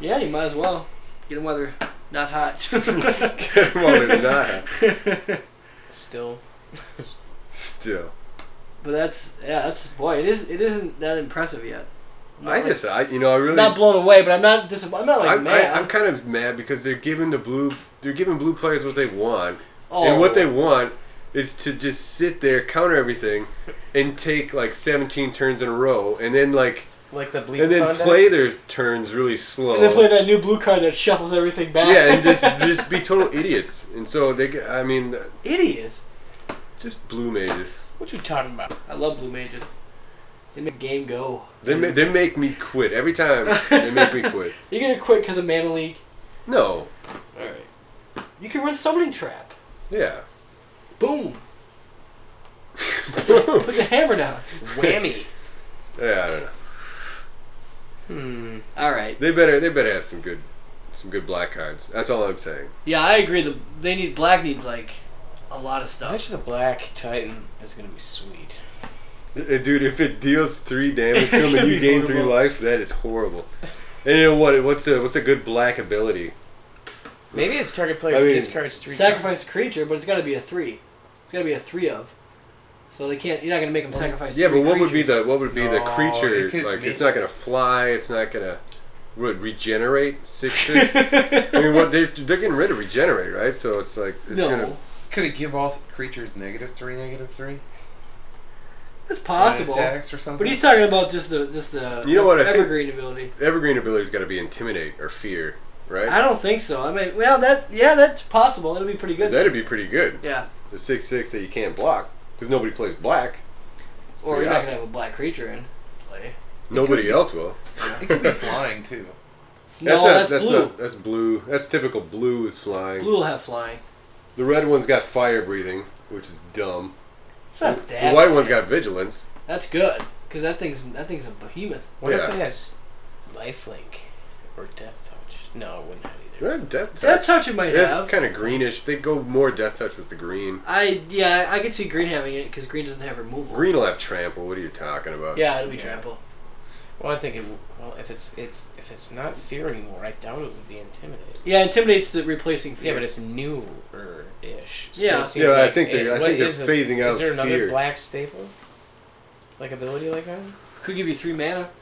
[SPEAKER 1] Yeah, you might as well get them while they're not hot.
[SPEAKER 2] Get 'em while they're not
[SPEAKER 1] hot.
[SPEAKER 3] Still.
[SPEAKER 2] Still.
[SPEAKER 1] But that's yeah, that's boy. It is. It isn't that impressive yet. I'm not
[SPEAKER 2] I
[SPEAKER 1] like-
[SPEAKER 2] just, I, you know, I really.
[SPEAKER 1] not blown away, but I'm not disappointed. I'm not like
[SPEAKER 2] I'm, I,
[SPEAKER 1] mad.
[SPEAKER 2] I'm kind of mad because they're giving the blue, they're giving blue players what they want,
[SPEAKER 1] oh,
[SPEAKER 2] and what they want is to just sit there, counter everything, and take like 17 turns in a row, and then like,
[SPEAKER 3] Like the bleep
[SPEAKER 2] and then
[SPEAKER 3] conduct?
[SPEAKER 2] play their turns really slow.
[SPEAKER 1] And they play that new blue card that shuffles everything back.
[SPEAKER 2] yeah, and just just be total idiots. And so they, g- I mean,
[SPEAKER 1] idiots.
[SPEAKER 2] just blue mages.
[SPEAKER 3] What you talking about?
[SPEAKER 1] I love blue mages. They make the game go.
[SPEAKER 2] They ma- they make me quit every time. They make me quit.
[SPEAKER 1] You're gonna quit because of mana league.
[SPEAKER 2] No.
[SPEAKER 1] All right. You can run summoning trap.
[SPEAKER 2] Yeah.
[SPEAKER 1] Boom. Put the
[SPEAKER 2] yeah,
[SPEAKER 1] hammer down.
[SPEAKER 3] Whammy.
[SPEAKER 2] I don't know.
[SPEAKER 3] hmm.
[SPEAKER 1] All right.
[SPEAKER 2] They better they better have some good some good black cards. That's all I'm saying.
[SPEAKER 1] Yeah, I agree. The they need black needs like a lot of
[SPEAKER 3] I
[SPEAKER 1] stuff.
[SPEAKER 3] bet you the Black Titan is gonna be sweet.
[SPEAKER 2] Uh, Dude, if it deals three damage to
[SPEAKER 1] It's
[SPEAKER 2] him
[SPEAKER 1] gonna
[SPEAKER 2] and you
[SPEAKER 1] be
[SPEAKER 2] gain three
[SPEAKER 1] horrible.
[SPEAKER 2] life, that is horrible. And you know what? What's a what's a good black ability?
[SPEAKER 3] Maybe its target player
[SPEAKER 2] I mean,
[SPEAKER 3] discards three.
[SPEAKER 1] Sacrifice a creature, but it's got to be a three. It's got to be a three of. So they can't. You're not gonna make them sacrifice.
[SPEAKER 2] Yeah,
[SPEAKER 1] three
[SPEAKER 2] but what would be
[SPEAKER 1] creatures.
[SPEAKER 2] the what would be the
[SPEAKER 3] No,
[SPEAKER 2] creature?
[SPEAKER 3] it could
[SPEAKER 2] Like
[SPEAKER 3] be-
[SPEAKER 2] it's not gonna fly. It's not gonna what, regenerate six. six? I mean, what they they're getting rid of regenerate, right? So it's like it's
[SPEAKER 1] no,
[SPEAKER 2] gonna
[SPEAKER 5] Could it give all creatures negative three, negative three? On
[SPEAKER 1] it's
[SPEAKER 5] its
[SPEAKER 1] possible.
[SPEAKER 5] Attacks or something?
[SPEAKER 1] But he's talking about just the just the
[SPEAKER 2] You know what, I think-
[SPEAKER 1] evergreen ability.
[SPEAKER 2] evergreen ability's got to be intimidate or fear, right?
[SPEAKER 1] I don't think so. I mean, well, that yeah, that's possible. It'll be pretty good.
[SPEAKER 2] That'd be pretty good.
[SPEAKER 1] yeah.
[SPEAKER 2] The six six that you can't block because nobody plays black.
[SPEAKER 1] Or you're not
[SPEAKER 2] Yeah.
[SPEAKER 1] gonna have a black creature in play.
[SPEAKER 2] Nobody else will.
[SPEAKER 5] It could be flying too.
[SPEAKER 1] No,
[SPEAKER 2] not,
[SPEAKER 1] that's, blue.
[SPEAKER 2] Not, that's blue. That's typical blue is flying.
[SPEAKER 1] Blue will have flying.
[SPEAKER 2] The red one's got fire breathing, which is dumb.
[SPEAKER 1] It's not that.
[SPEAKER 2] the white
[SPEAKER 1] bad.
[SPEAKER 2] one's got vigilance.
[SPEAKER 1] That's good because that thing's that thing's a behemoth.
[SPEAKER 3] What
[SPEAKER 2] Yeah.
[SPEAKER 3] if it has lifelink or death touch? No, it wouldn't have either.
[SPEAKER 2] Eh, Death touch.
[SPEAKER 1] Death touch it might have.
[SPEAKER 2] It's kind of greenish. They go more death touch with the green.
[SPEAKER 1] I yeah, I could see green having it because green doesn't have removal.
[SPEAKER 2] Green will have trample. What are you talking about?
[SPEAKER 1] Yeah, it'll be
[SPEAKER 3] Yeah.
[SPEAKER 1] trample.
[SPEAKER 3] Well, I think it. w- Well, if it's it's if it's not fear anymore, I doubt it would be intimidated.
[SPEAKER 1] Yeah, intimidates the replacing
[SPEAKER 3] Yeah,
[SPEAKER 1] fear.
[SPEAKER 3] but it's newer ish.
[SPEAKER 1] Yeah.
[SPEAKER 2] Yeah, I think they're- I think they're phasing
[SPEAKER 3] eh, is
[SPEAKER 2] out
[SPEAKER 3] Is there another
[SPEAKER 2] fear.
[SPEAKER 3] black staple? Like ability like that?
[SPEAKER 1] could give you three mana.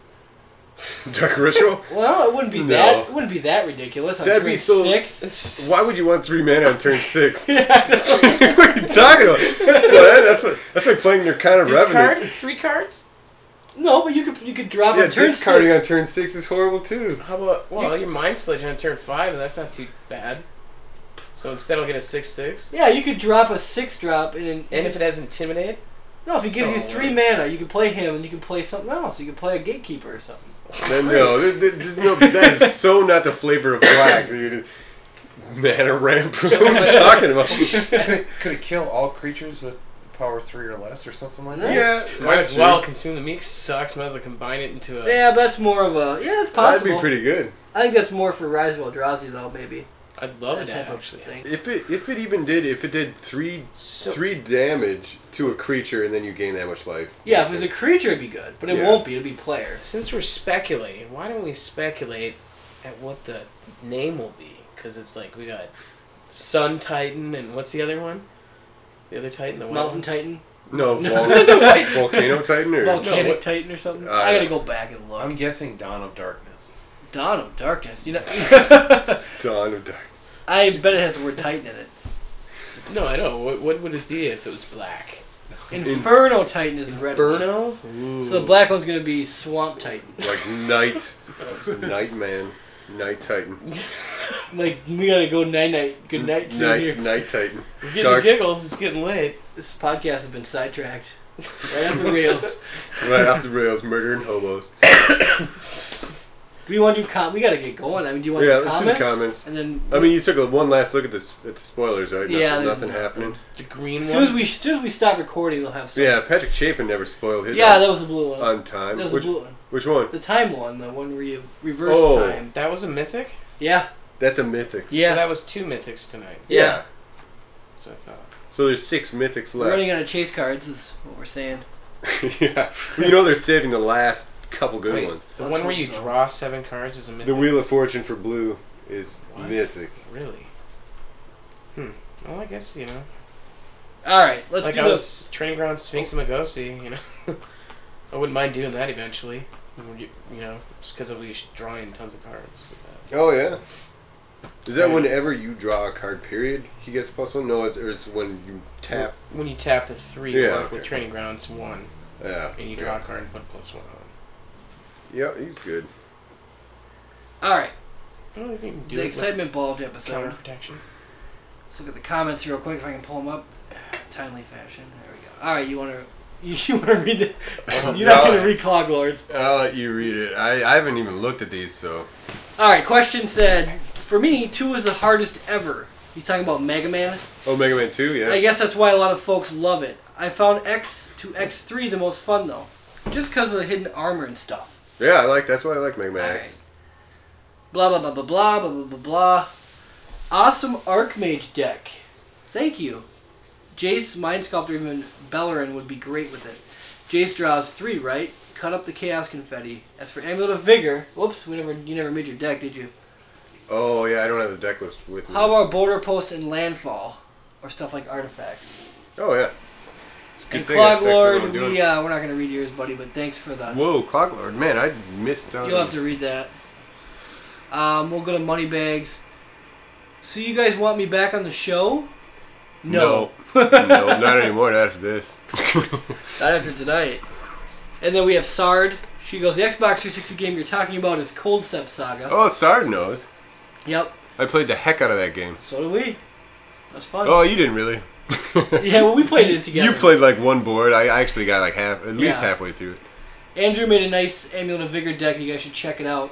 [SPEAKER 2] Dark ritual.
[SPEAKER 1] Well, it wouldn't be
[SPEAKER 2] No.
[SPEAKER 1] that. It wouldn't be that ridiculous. On
[SPEAKER 2] That'd be
[SPEAKER 1] turn
[SPEAKER 2] so-
[SPEAKER 1] Six.
[SPEAKER 2] Why would you want three mana on turn six?
[SPEAKER 1] Yeah, I know.
[SPEAKER 2] what are you talking about? Well, that's, like, that's like playing your kind of revenue.
[SPEAKER 3] Discard three cards?
[SPEAKER 1] No, but you could you could drop
[SPEAKER 2] Yeah,
[SPEAKER 1] a turn
[SPEAKER 2] discarding
[SPEAKER 1] six.
[SPEAKER 2] on turn six is horrible too.
[SPEAKER 3] How about well, your mind sledge on turn five, and that's not too bad. So instead, I'll get a six six.
[SPEAKER 1] Yeah, you could drop a six drop and then-
[SPEAKER 3] And if it has intimidate,
[SPEAKER 1] no, if he gives
[SPEAKER 2] Oh,
[SPEAKER 3] No.
[SPEAKER 1] you three mana, you can play him and you can play something else. You can play a gatekeeper or something.
[SPEAKER 2] Then, no, th- th- just no, that is so not the flavor of black, dude. Mana ramp. what are you talking about?
[SPEAKER 5] could it kill all creatures with power three or less or something like that?
[SPEAKER 2] yeah,
[SPEAKER 3] might
[SPEAKER 2] that's
[SPEAKER 3] as well
[SPEAKER 2] true.
[SPEAKER 3] consume the meat. Sucks. Might as well combine it into a.
[SPEAKER 1] Yeah, but that's more of a yeah, it's
[SPEAKER 2] That'd
[SPEAKER 1] possible.
[SPEAKER 2] be pretty good.
[SPEAKER 1] I think that's more for Rise of Eldrazi though, maybe.
[SPEAKER 3] I'd love
[SPEAKER 1] That
[SPEAKER 3] that,
[SPEAKER 1] type of
[SPEAKER 3] actually.
[SPEAKER 1] thing.
[SPEAKER 2] If it if it even did if it did three
[SPEAKER 3] So-
[SPEAKER 2] three damage to a creature and then you gain that much life.
[SPEAKER 1] Yeah, if it was a creature, it'd be good, but it
[SPEAKER 2] Yeah.
[SPEAKER 1] won't be. It'll be players.
[SPEAKER 3] Since we're speculating, why don't we speculate at what the name will be? Because it's like we got Sun Titan and what's the other one? The other Titan, the white
[SPEAKER 1] Mountain
[SPEAKER 3] one?
[SPEAKER 1] Titan,
[SPEAKER 2] no
[SPEAKER 1] No.
[SPEAKER 2] vol-
[SPEAKER 1] No, wait.
[SPEAKER 2] volcano titan or
[SPEAKER 1] volcanic
[SPEAKER 3] what-
[SPEAKER 1] Titan, or something.
[SPEAKER 2] Uh,
[SPEAKER 1] I gotta go back and look.
[SPEAKER 5] I'm guessing Dawn of Darkness.
[SPEAKER 1] Dawn of Darkness. You know,
[SPEAKER 2] dawn of dark.
[SPEAKER 1] I bet it has the word Titan in it.
[SPEAKER 3] No, I know. What, what would it be if it was black?
[SPEAKER 1] Inferno Titan is the red one.
[SPEAKER 3] Inferno?
[SPEAKER 1] So the black one's gonna be Swamp Titan.
[SPEAKER 2] Like night, night man, night titan,
[SPEAKER 1] Like we gotta go night night. Good night. see you
[SPEAKER 2] night
[SPEAKER 1] here.
[SPEAKER 2] night titan.
[SPEAKER 3] We're getting
[SPEAKER 2] Dark-
[SPEAKER 3] the giggles. It's getting late.
[SPEAKER 1] This podcast has been sidetracked. Right off the rails.
[SPEAKER 2] right off the rails, murdering hobos.
[SPEAKER 1] Do we want to do com? We gotta get going. I mean, do you want
[SPEAKER 2] Yeah,
[SPEAKER 1] to do comments?
[SPEAKER 2] let's do the comments.
[SPEAKER 1] And then
[SPEAKER 2] I mean, you took a one last look at this at the spoilers, right?
[SPEAKER 1] Yeah,
[SPEAKER 2] Nothing,
[SPEAKER 1] there's
[SPEAKER 2] nothing happening.
[SPEAKER 3] The green
[SPEAKER 1] as
[SPEAKER 3] one.
[SPEAKER 1] soon as we as soon as we stop recording, they'll have some.
[SPEAKER 2] Yeah, Patrick Chapin never spoiled his.
[SPEAKER 1] Yeah,
[SPEAKER 2] on,
[SPEAKER 1] that was the blue one.
[SPEAKER 2] on
[SPEAKER 1] that
[SPEAKER 2] time.
[SPEAKER 1] was
[SPEAKER 2] which
[SPEAKER 1] the blue one.
[SPEAKER 2] which one?
[SPEAKER 1] The time one, the one where you reverse
[SPEAKER 2] Oh.
[SPEAKER 1] time.
[SPEAKER 3] that was a mythic.
[SPEAKER 1] Yeah.
[SPEAKER 2] That's a mythic.
[SPEAKER 1] Yeah.
[SPEAKER 3] So that was two mythics tonight.
[SPEAKER 1] Yeah.
[SPEAKER 3] So I thought.
[SPEAKER 2] So there's six mythics
[SPEAKER 1] We're running
[SPEAKER 2] left.
[SPEAKER 1] out of chase cards, is what we're saying.
[SPEAKER 2] yeah, you know they're saving the last couple good
[SPEAKER 3] Wait,
[SPEAKER 2] ones.
[SPEAKER 3] The
[SPEAKER 1] Let's
[SPEAKER 3] one where
[SPEAKER 1] hope
[SPEAKER 3] you
[SPEAKER 1] so.
[SPEAKER 3] draw seven cards is a mythic.
[SPEAKER 2] The Wheel of Fortune for blue is
[SPEAKER 3] What?
[SPEAKER 2] mythic.
[SPEAKER 3] Really? Hmm. Well, I guess you know.
[SPEAKER 1] All right, let's
[SPEAKER 3] like
[SPEAKER 1] do
[SPEAKER 3] I
[SPEAKER 1] the-
[SPEAKER 3] was training ground Sphinx and Magosi, you know. I wouldn't mind doing that eventually. You you know, just because of we sh- drawing tons of cards. uh, With that.
[SPEAKER 2] Oh yeah. Is that
[SPEAKER 3] Right.
[SPEAKER 2] whenever you draw a card, period, he gets plus one? No, it's, it's when you tap.
[SPEAKER 3] When you tap the three,
[SPEAKER 2] Yeah,
[SPEAKER 3] like with
[SPEAKER 2] okay.
[SPEAKER 3] training ground, it's one,
[SPEAKER 2] Yeah.
[SPEAKER 3] and you draw a card and put plus one on.
[SPEAKER 2] Yeah, he's good.
[SPEAKER 1] All right,
[SPEAKER 3] Oh, you can do
[SPEAKER 1] the
[SPEAKER 3] it with
[SPEAKER 1] excitement involved episode.
[SPEAKER 3] counter protection.
[SPEAKER 1] Let's look at the comments real quick if I can pull them up. Timely fashion. There we go. All right, you want to you, want to read
[SPEAKER 2] Oh,
[SPEAKER 1] the? You're not
[SPEAKER 2] God.
[SPEAKER 1] gonna read Clog Lords.
[SPEAKER 2] I'll let you read it. I, I haven't even looked at these, so.
[SPEAKER 1] All right. Question said, for me, two was the hardest ever. He's talking about Mega Man.
[SPEAKER 2] Oh, Mega Man 2, yeah.
[SPEAKER 1] I guess that's why a lot of folks love it. I found X to X3 the most fun though, just because of the hidden armor and stuff.
[SPEAKER 2] Yeah, I like. That's why I like Mega Man. X.
[SPEAKER 1] Alright. Blah blah blah blah blah blah blah blah blah. Awesome Archmage deck. Thank you. Jace, Mind Sculptor, even Bellerin would be great with it. Jace draws three, right? Cut up the Chaos Confetti. As for Amulet of Vigor, whoops, we never you never made your deck, did you?
[SPEAKER 2] Oh yeah, I don't have the deck list with me.
[SPEAKER 1] How about Border Post and Landfall, or stuff like Artifacts?
[SPEAKER 2] Oh yeah. It's a
[SPEAKER 1] And
[SPEAKER 2] thing that's
[SPEAKER 1] Clog
[SPEAKER 2] actually what I'm
[SPEAKER 1] Lord,
[SPEAKER 2] doing.
[SPEAKER 1] we uh, we're not gonna read yours, buddy, but thanks for the.
[SPEAKER 2] Whoa, Clog Lord, man, I missed out.
[SPEAKER 1] uh, You'll
[SPEAKER 2] on-
[SPEAKER 1] have to read that. Um, we'll go to money bags. So you guys want me back on the show?
[SPEAKER 2] no, No, not anymore. Not after this.
[SPEAKER 1] Not after tonight. And then we have Sard. She goes, the Xbox 360 game you're talking about is Cold Step Saga.
[SPEAKER 2] oh, Sard knows.
[SPEAKER 1] Yep.
[SPEAKER 2] I played the heck out of that game.
[SPEAKER 1] So do we. That's fun.
[SPEAKER 2] Oh, you didn't really.
[SPEAKER 1] Yeah, well, we played it together.
[SPEAKER 2] You played like one board. I actually got like half, at least
[SPEAKER 1] Yeah.
[SPEAKER 2] halfway through it.
[SPEAKER 1] Andrew made a nice Amulet of Vigor deck. You guys should check it out.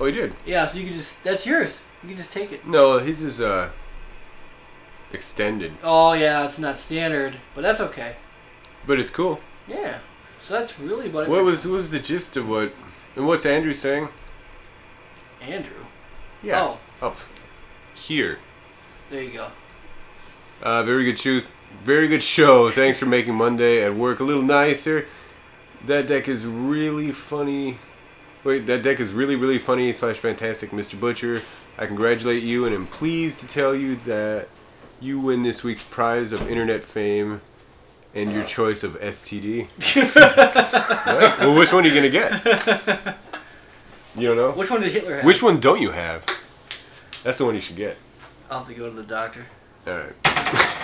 [SPEAKER 2] Oh, he did.
[SPEAKER 1] Yeah, so you can just that's yours. You can just take it.
[SPEAKER 2] No, his is uh extended,
[SPEAKER 1] Oh yeah, it's not standard, but that's okay.
[SPEAKER 2] but it's cool.
[SPEAKER 1] Yeah. So that's really about it.
[SPEAKER 2] What
[SPEAKER 1] for
[SPEAKER 2] was what was the gist of what? And what's Andrew saying?
[SPEAKER 1] Andrew?
[SPEAKER 2] Yeah. Up here.
[SPEAKER 1] There you go.
[SPEAKER 2] Uh, very good shoot. Very good show. Thanks for making Monday at work a little nicer. That deck is really funny. Wait, that deck is really, really funny slash fantastic, Mr. Butcher. I congratulate you and am pleased to tell you that you win this week's prize of internet fame and your choice of STD. Right? Well, which one are you gonna get? You don't know.
[SPEAKER 1] Which one did Hitler have?
[SPEAKER 2] Which one don't you have? That's the one you should get.
[SPEAKER 1] I'll have to go to the doctor.
[SPEAKER 2] Alright.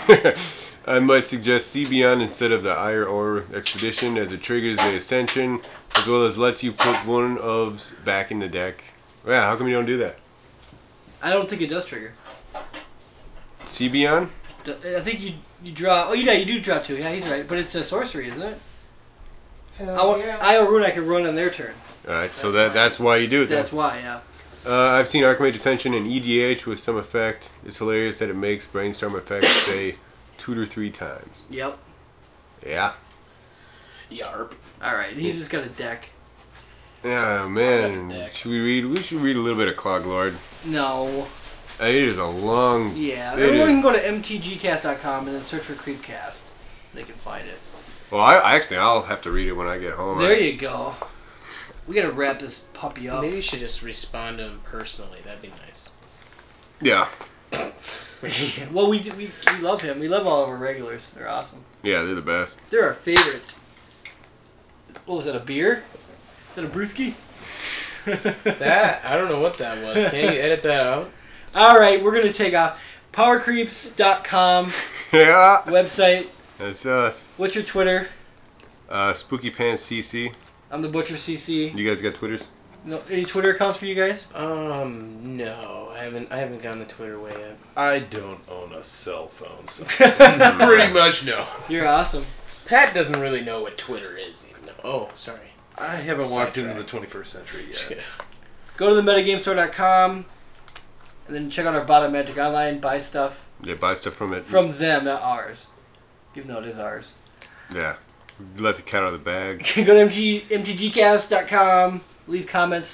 [SPEAKER 2] I might suggest Cebion instead of the Ire Or Expedition as it triggers the Ascension, as well as lets you put one of back in the deck. Yeah, how come you don't do that?
[SPEAKER 1] I don't think it does trigger.
[SPEAKER 2] Cebion?
[SPEAKER 1] D- I think you you draw. Oh, you know you do draw two. Yeah, he's right. But it's a sorcery, isn't it?
[SPEAKER 3] Oh,
[SPEAKER 1] I want Io Rune. I can run on their turn.
[SPEAKER 2] Alright, so that that's why you do it. Then.
[SPEAKER 1] That's why. Yeah.
[SPEAKER 2] Uh, I've seen Archmage Ascension and EDH with some effect. It's hilarious that it makes brainstorm effects say two to three times.
[SPEAKER 1] Yep.
[SPEAKER 2] Yeah.
[SPEAKER 3] Yarp.
[SPEAKER 1] All right. He's just got a deck.
[SPEAKER 2] Oh, Yeah, man. Should we read? We should read a little bit of Clog Lord.
[SPEAKER 1] No.
[SPEAKER 2] It is a long.
[SPEAKER 1] Yeah,
[SPEAKER 2] it
[SPEAKER 1] everyone can
[SPEAKER 2] is-
[SPEAKER 1] go to mtgcast.com and then search for Creepcast. They can find it.
[SPEAKER 2] Well, I, I actually I'll have to read it when I get home.
[SPEAKER 1] There
[SPEAKER 2] I-
[SPEAKER 1] you go. We gotta wrap this puppy up.
[SPEAKER 3] Maybe you should just respond to him personally. That'd be nice.
[SPEAKER 2] Yeah,
[SPEAKER 1] well, we, do- we we love him. We love all of our regulars. They're awesome.
[SPEAKER 2] yeah, they're the best.
[SPEAKER 1] They're our favorite. What was that? A beer? Is that a brewski?
[SPEAKER 3] That I don't know what that was. Can you edit that out?
[SPEAKER 1] All right, we're gonna take off. Powercreeps.com
[SPEAKER 2] yeah,
[SPEAKER 1] website.
[SPEAKER 2] that's us.
[SPEAKER 1] What's your Twitter?
[SPEAKER 2] Uh, Spooky Pants CC.
[SPEAKER 1] I'm the Butcher CC.
[SPEAKER 2] You guys got Twitters?
[SPEAKER 1] No, any Twitter accounts for you guys?
[SPEAKER 3] Um, no, I haven't. I haven't gotten the Twitter way yet.
[SPEAKER 4] I don't own a cell phone, so
[SPEAKER 2] Pretty
[SPEAKER 4] pretty much no.
[SPEAKER 1] You're awesome.
[SPEAKER 3] Pat doesn't really know Oh, what Twitter is. Even though, oh, sorry.
[SPEAKER 4] I haven't walked into the
[SPEAKER 3] Sidetrack.
[SPEAKER 4] 21st century yet.
[SPEAKER 1] Go to the metagamestore.com and then check out our bottom magic online. Buy stuff
[SPEAKER 2] Yeah, buy stuff from it.
[SPEAKER 1] from them, not ours. Even though it is ours.
[SPEAKER 2] yeah, let the cat out of the bag.
[SPEAKER 1] go to MG, mtgcast.com. Leave comments.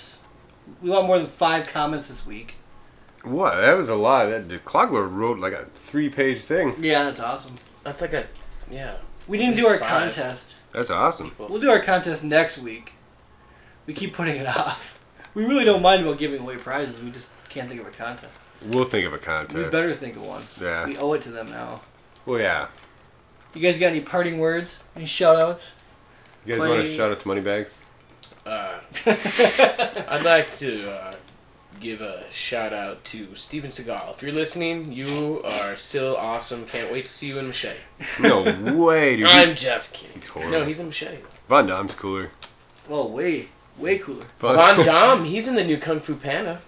[SPEAKER 1] We want more than five comments this week.
[SPEAKER 2] What? That was a lot. That the Clogler wrote like a three-page thing.
[SPEAKER 1] Yeah, that's awesome.
[SPEAKER 3] That's like a, yeah.
[SPEAKER 1] We didn't do our
[SPEAKER 3] Five.
[SPEAKER 1] contest.
[SPEAKER 2] That's awesome.
[SPEAKER 3] people.
[SPEAKER 1] We'll do our contest next week. We keep putting it off. We really don't mind about giving away prizes. We just can't think of a contest.
[SPEAKER 2] We'll think of a
[SPEAKER 1] We
[SPEAKER 2] contest.
[SPEAKER 1] better think of one.
[SPEAKER 2] Yeah.
[SPEAKER 1] We owe it to them now.
[SPEAKER 2] Well, yeah.
[SPEAKER 1] You guys got any parting words? Any shout outs?
[SPEAKER 2] You guys want
[SPEAKER 1] Play-
[SPEAKER 2] to shout out to Moneybags?
[SPEAKER 3] Uh, I'd like to uh, give a shout out to Steven Seagal. If you're listening, you are still awesome. Can't wait to see you in Machete.
[SPEAKER 2] No way, dude.
[SPEAKER 3] I'm just kidding.
[SPEAKER 2] He's horrible.
[SPEAKER 3] No, he's in Machete.
[SPEAKER 2] Von Dom's cooler.
[SPEAKER 1] Well, Oh, way, way cooler.
[SPEAKER 3] Von Dom, he's in the new Kung Fu Panda.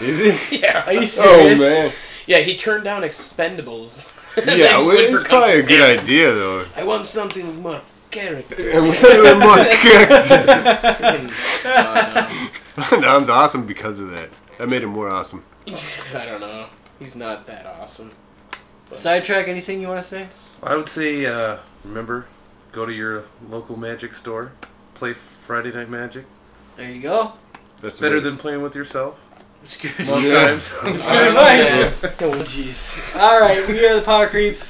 [SPEAKER 2] Is he?
[SPEAKER 3] Yeah. Are you
[SPEAKER 2] Oh
[SPEAKER 3] serious?
[SPEAKER 2] man.
[SPEAKER 3] Yeah, he turned down Expendables.
[SPEAKER 2] Yeah, well,
[SPEAKER 3] Went for
[SPEAKER 2] it's
[SPEAKER 3] Kung
[SPEAKER 2] probably
[SPEAKER 3] Fu
[SPEAKER 2] a good
[SPEAKER 3] Panda.
[SPEAKER 2] idea though.
[SPEAKER 3] I want something more character.
[SPEAKER 2] And we say we're more character.
[SPEAKER 3] I
[SPEAKER 2] Von Dom's awesome because of that. That made him more awesome.
[SPEAKER 3] don't know. He's not that awesome.
[SPEAKER 1] Sidetrack, anything you want to say?
[SPEAKER 4] I would say, uh, remember, go to your local magic store, play Friday Night Magic.
[SPEAKER 1] There you go.
[SPEAKER 2] That's the
[SPEAKER 4] Better
[SPEAKER 2] way-
[SPEAKER 4] than playing with yourself.
[SPEAKER 1] Excuse
[SPEAKER 4] Most
[SPEAKER 1] me.
[SPEAKER 2] Yeah.
[SPEAKER 4] times.
[SPEAKER 1] Good
[SPEAKER 3] Yeah.
[SPEAKER 1] night. Oh, jeez. All right, we are the Power Creeps.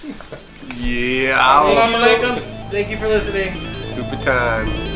[SPEAKER 2] Yeah.
[SPEAKER 1] Thank you for listening.
[SPEAKER 2] Super times.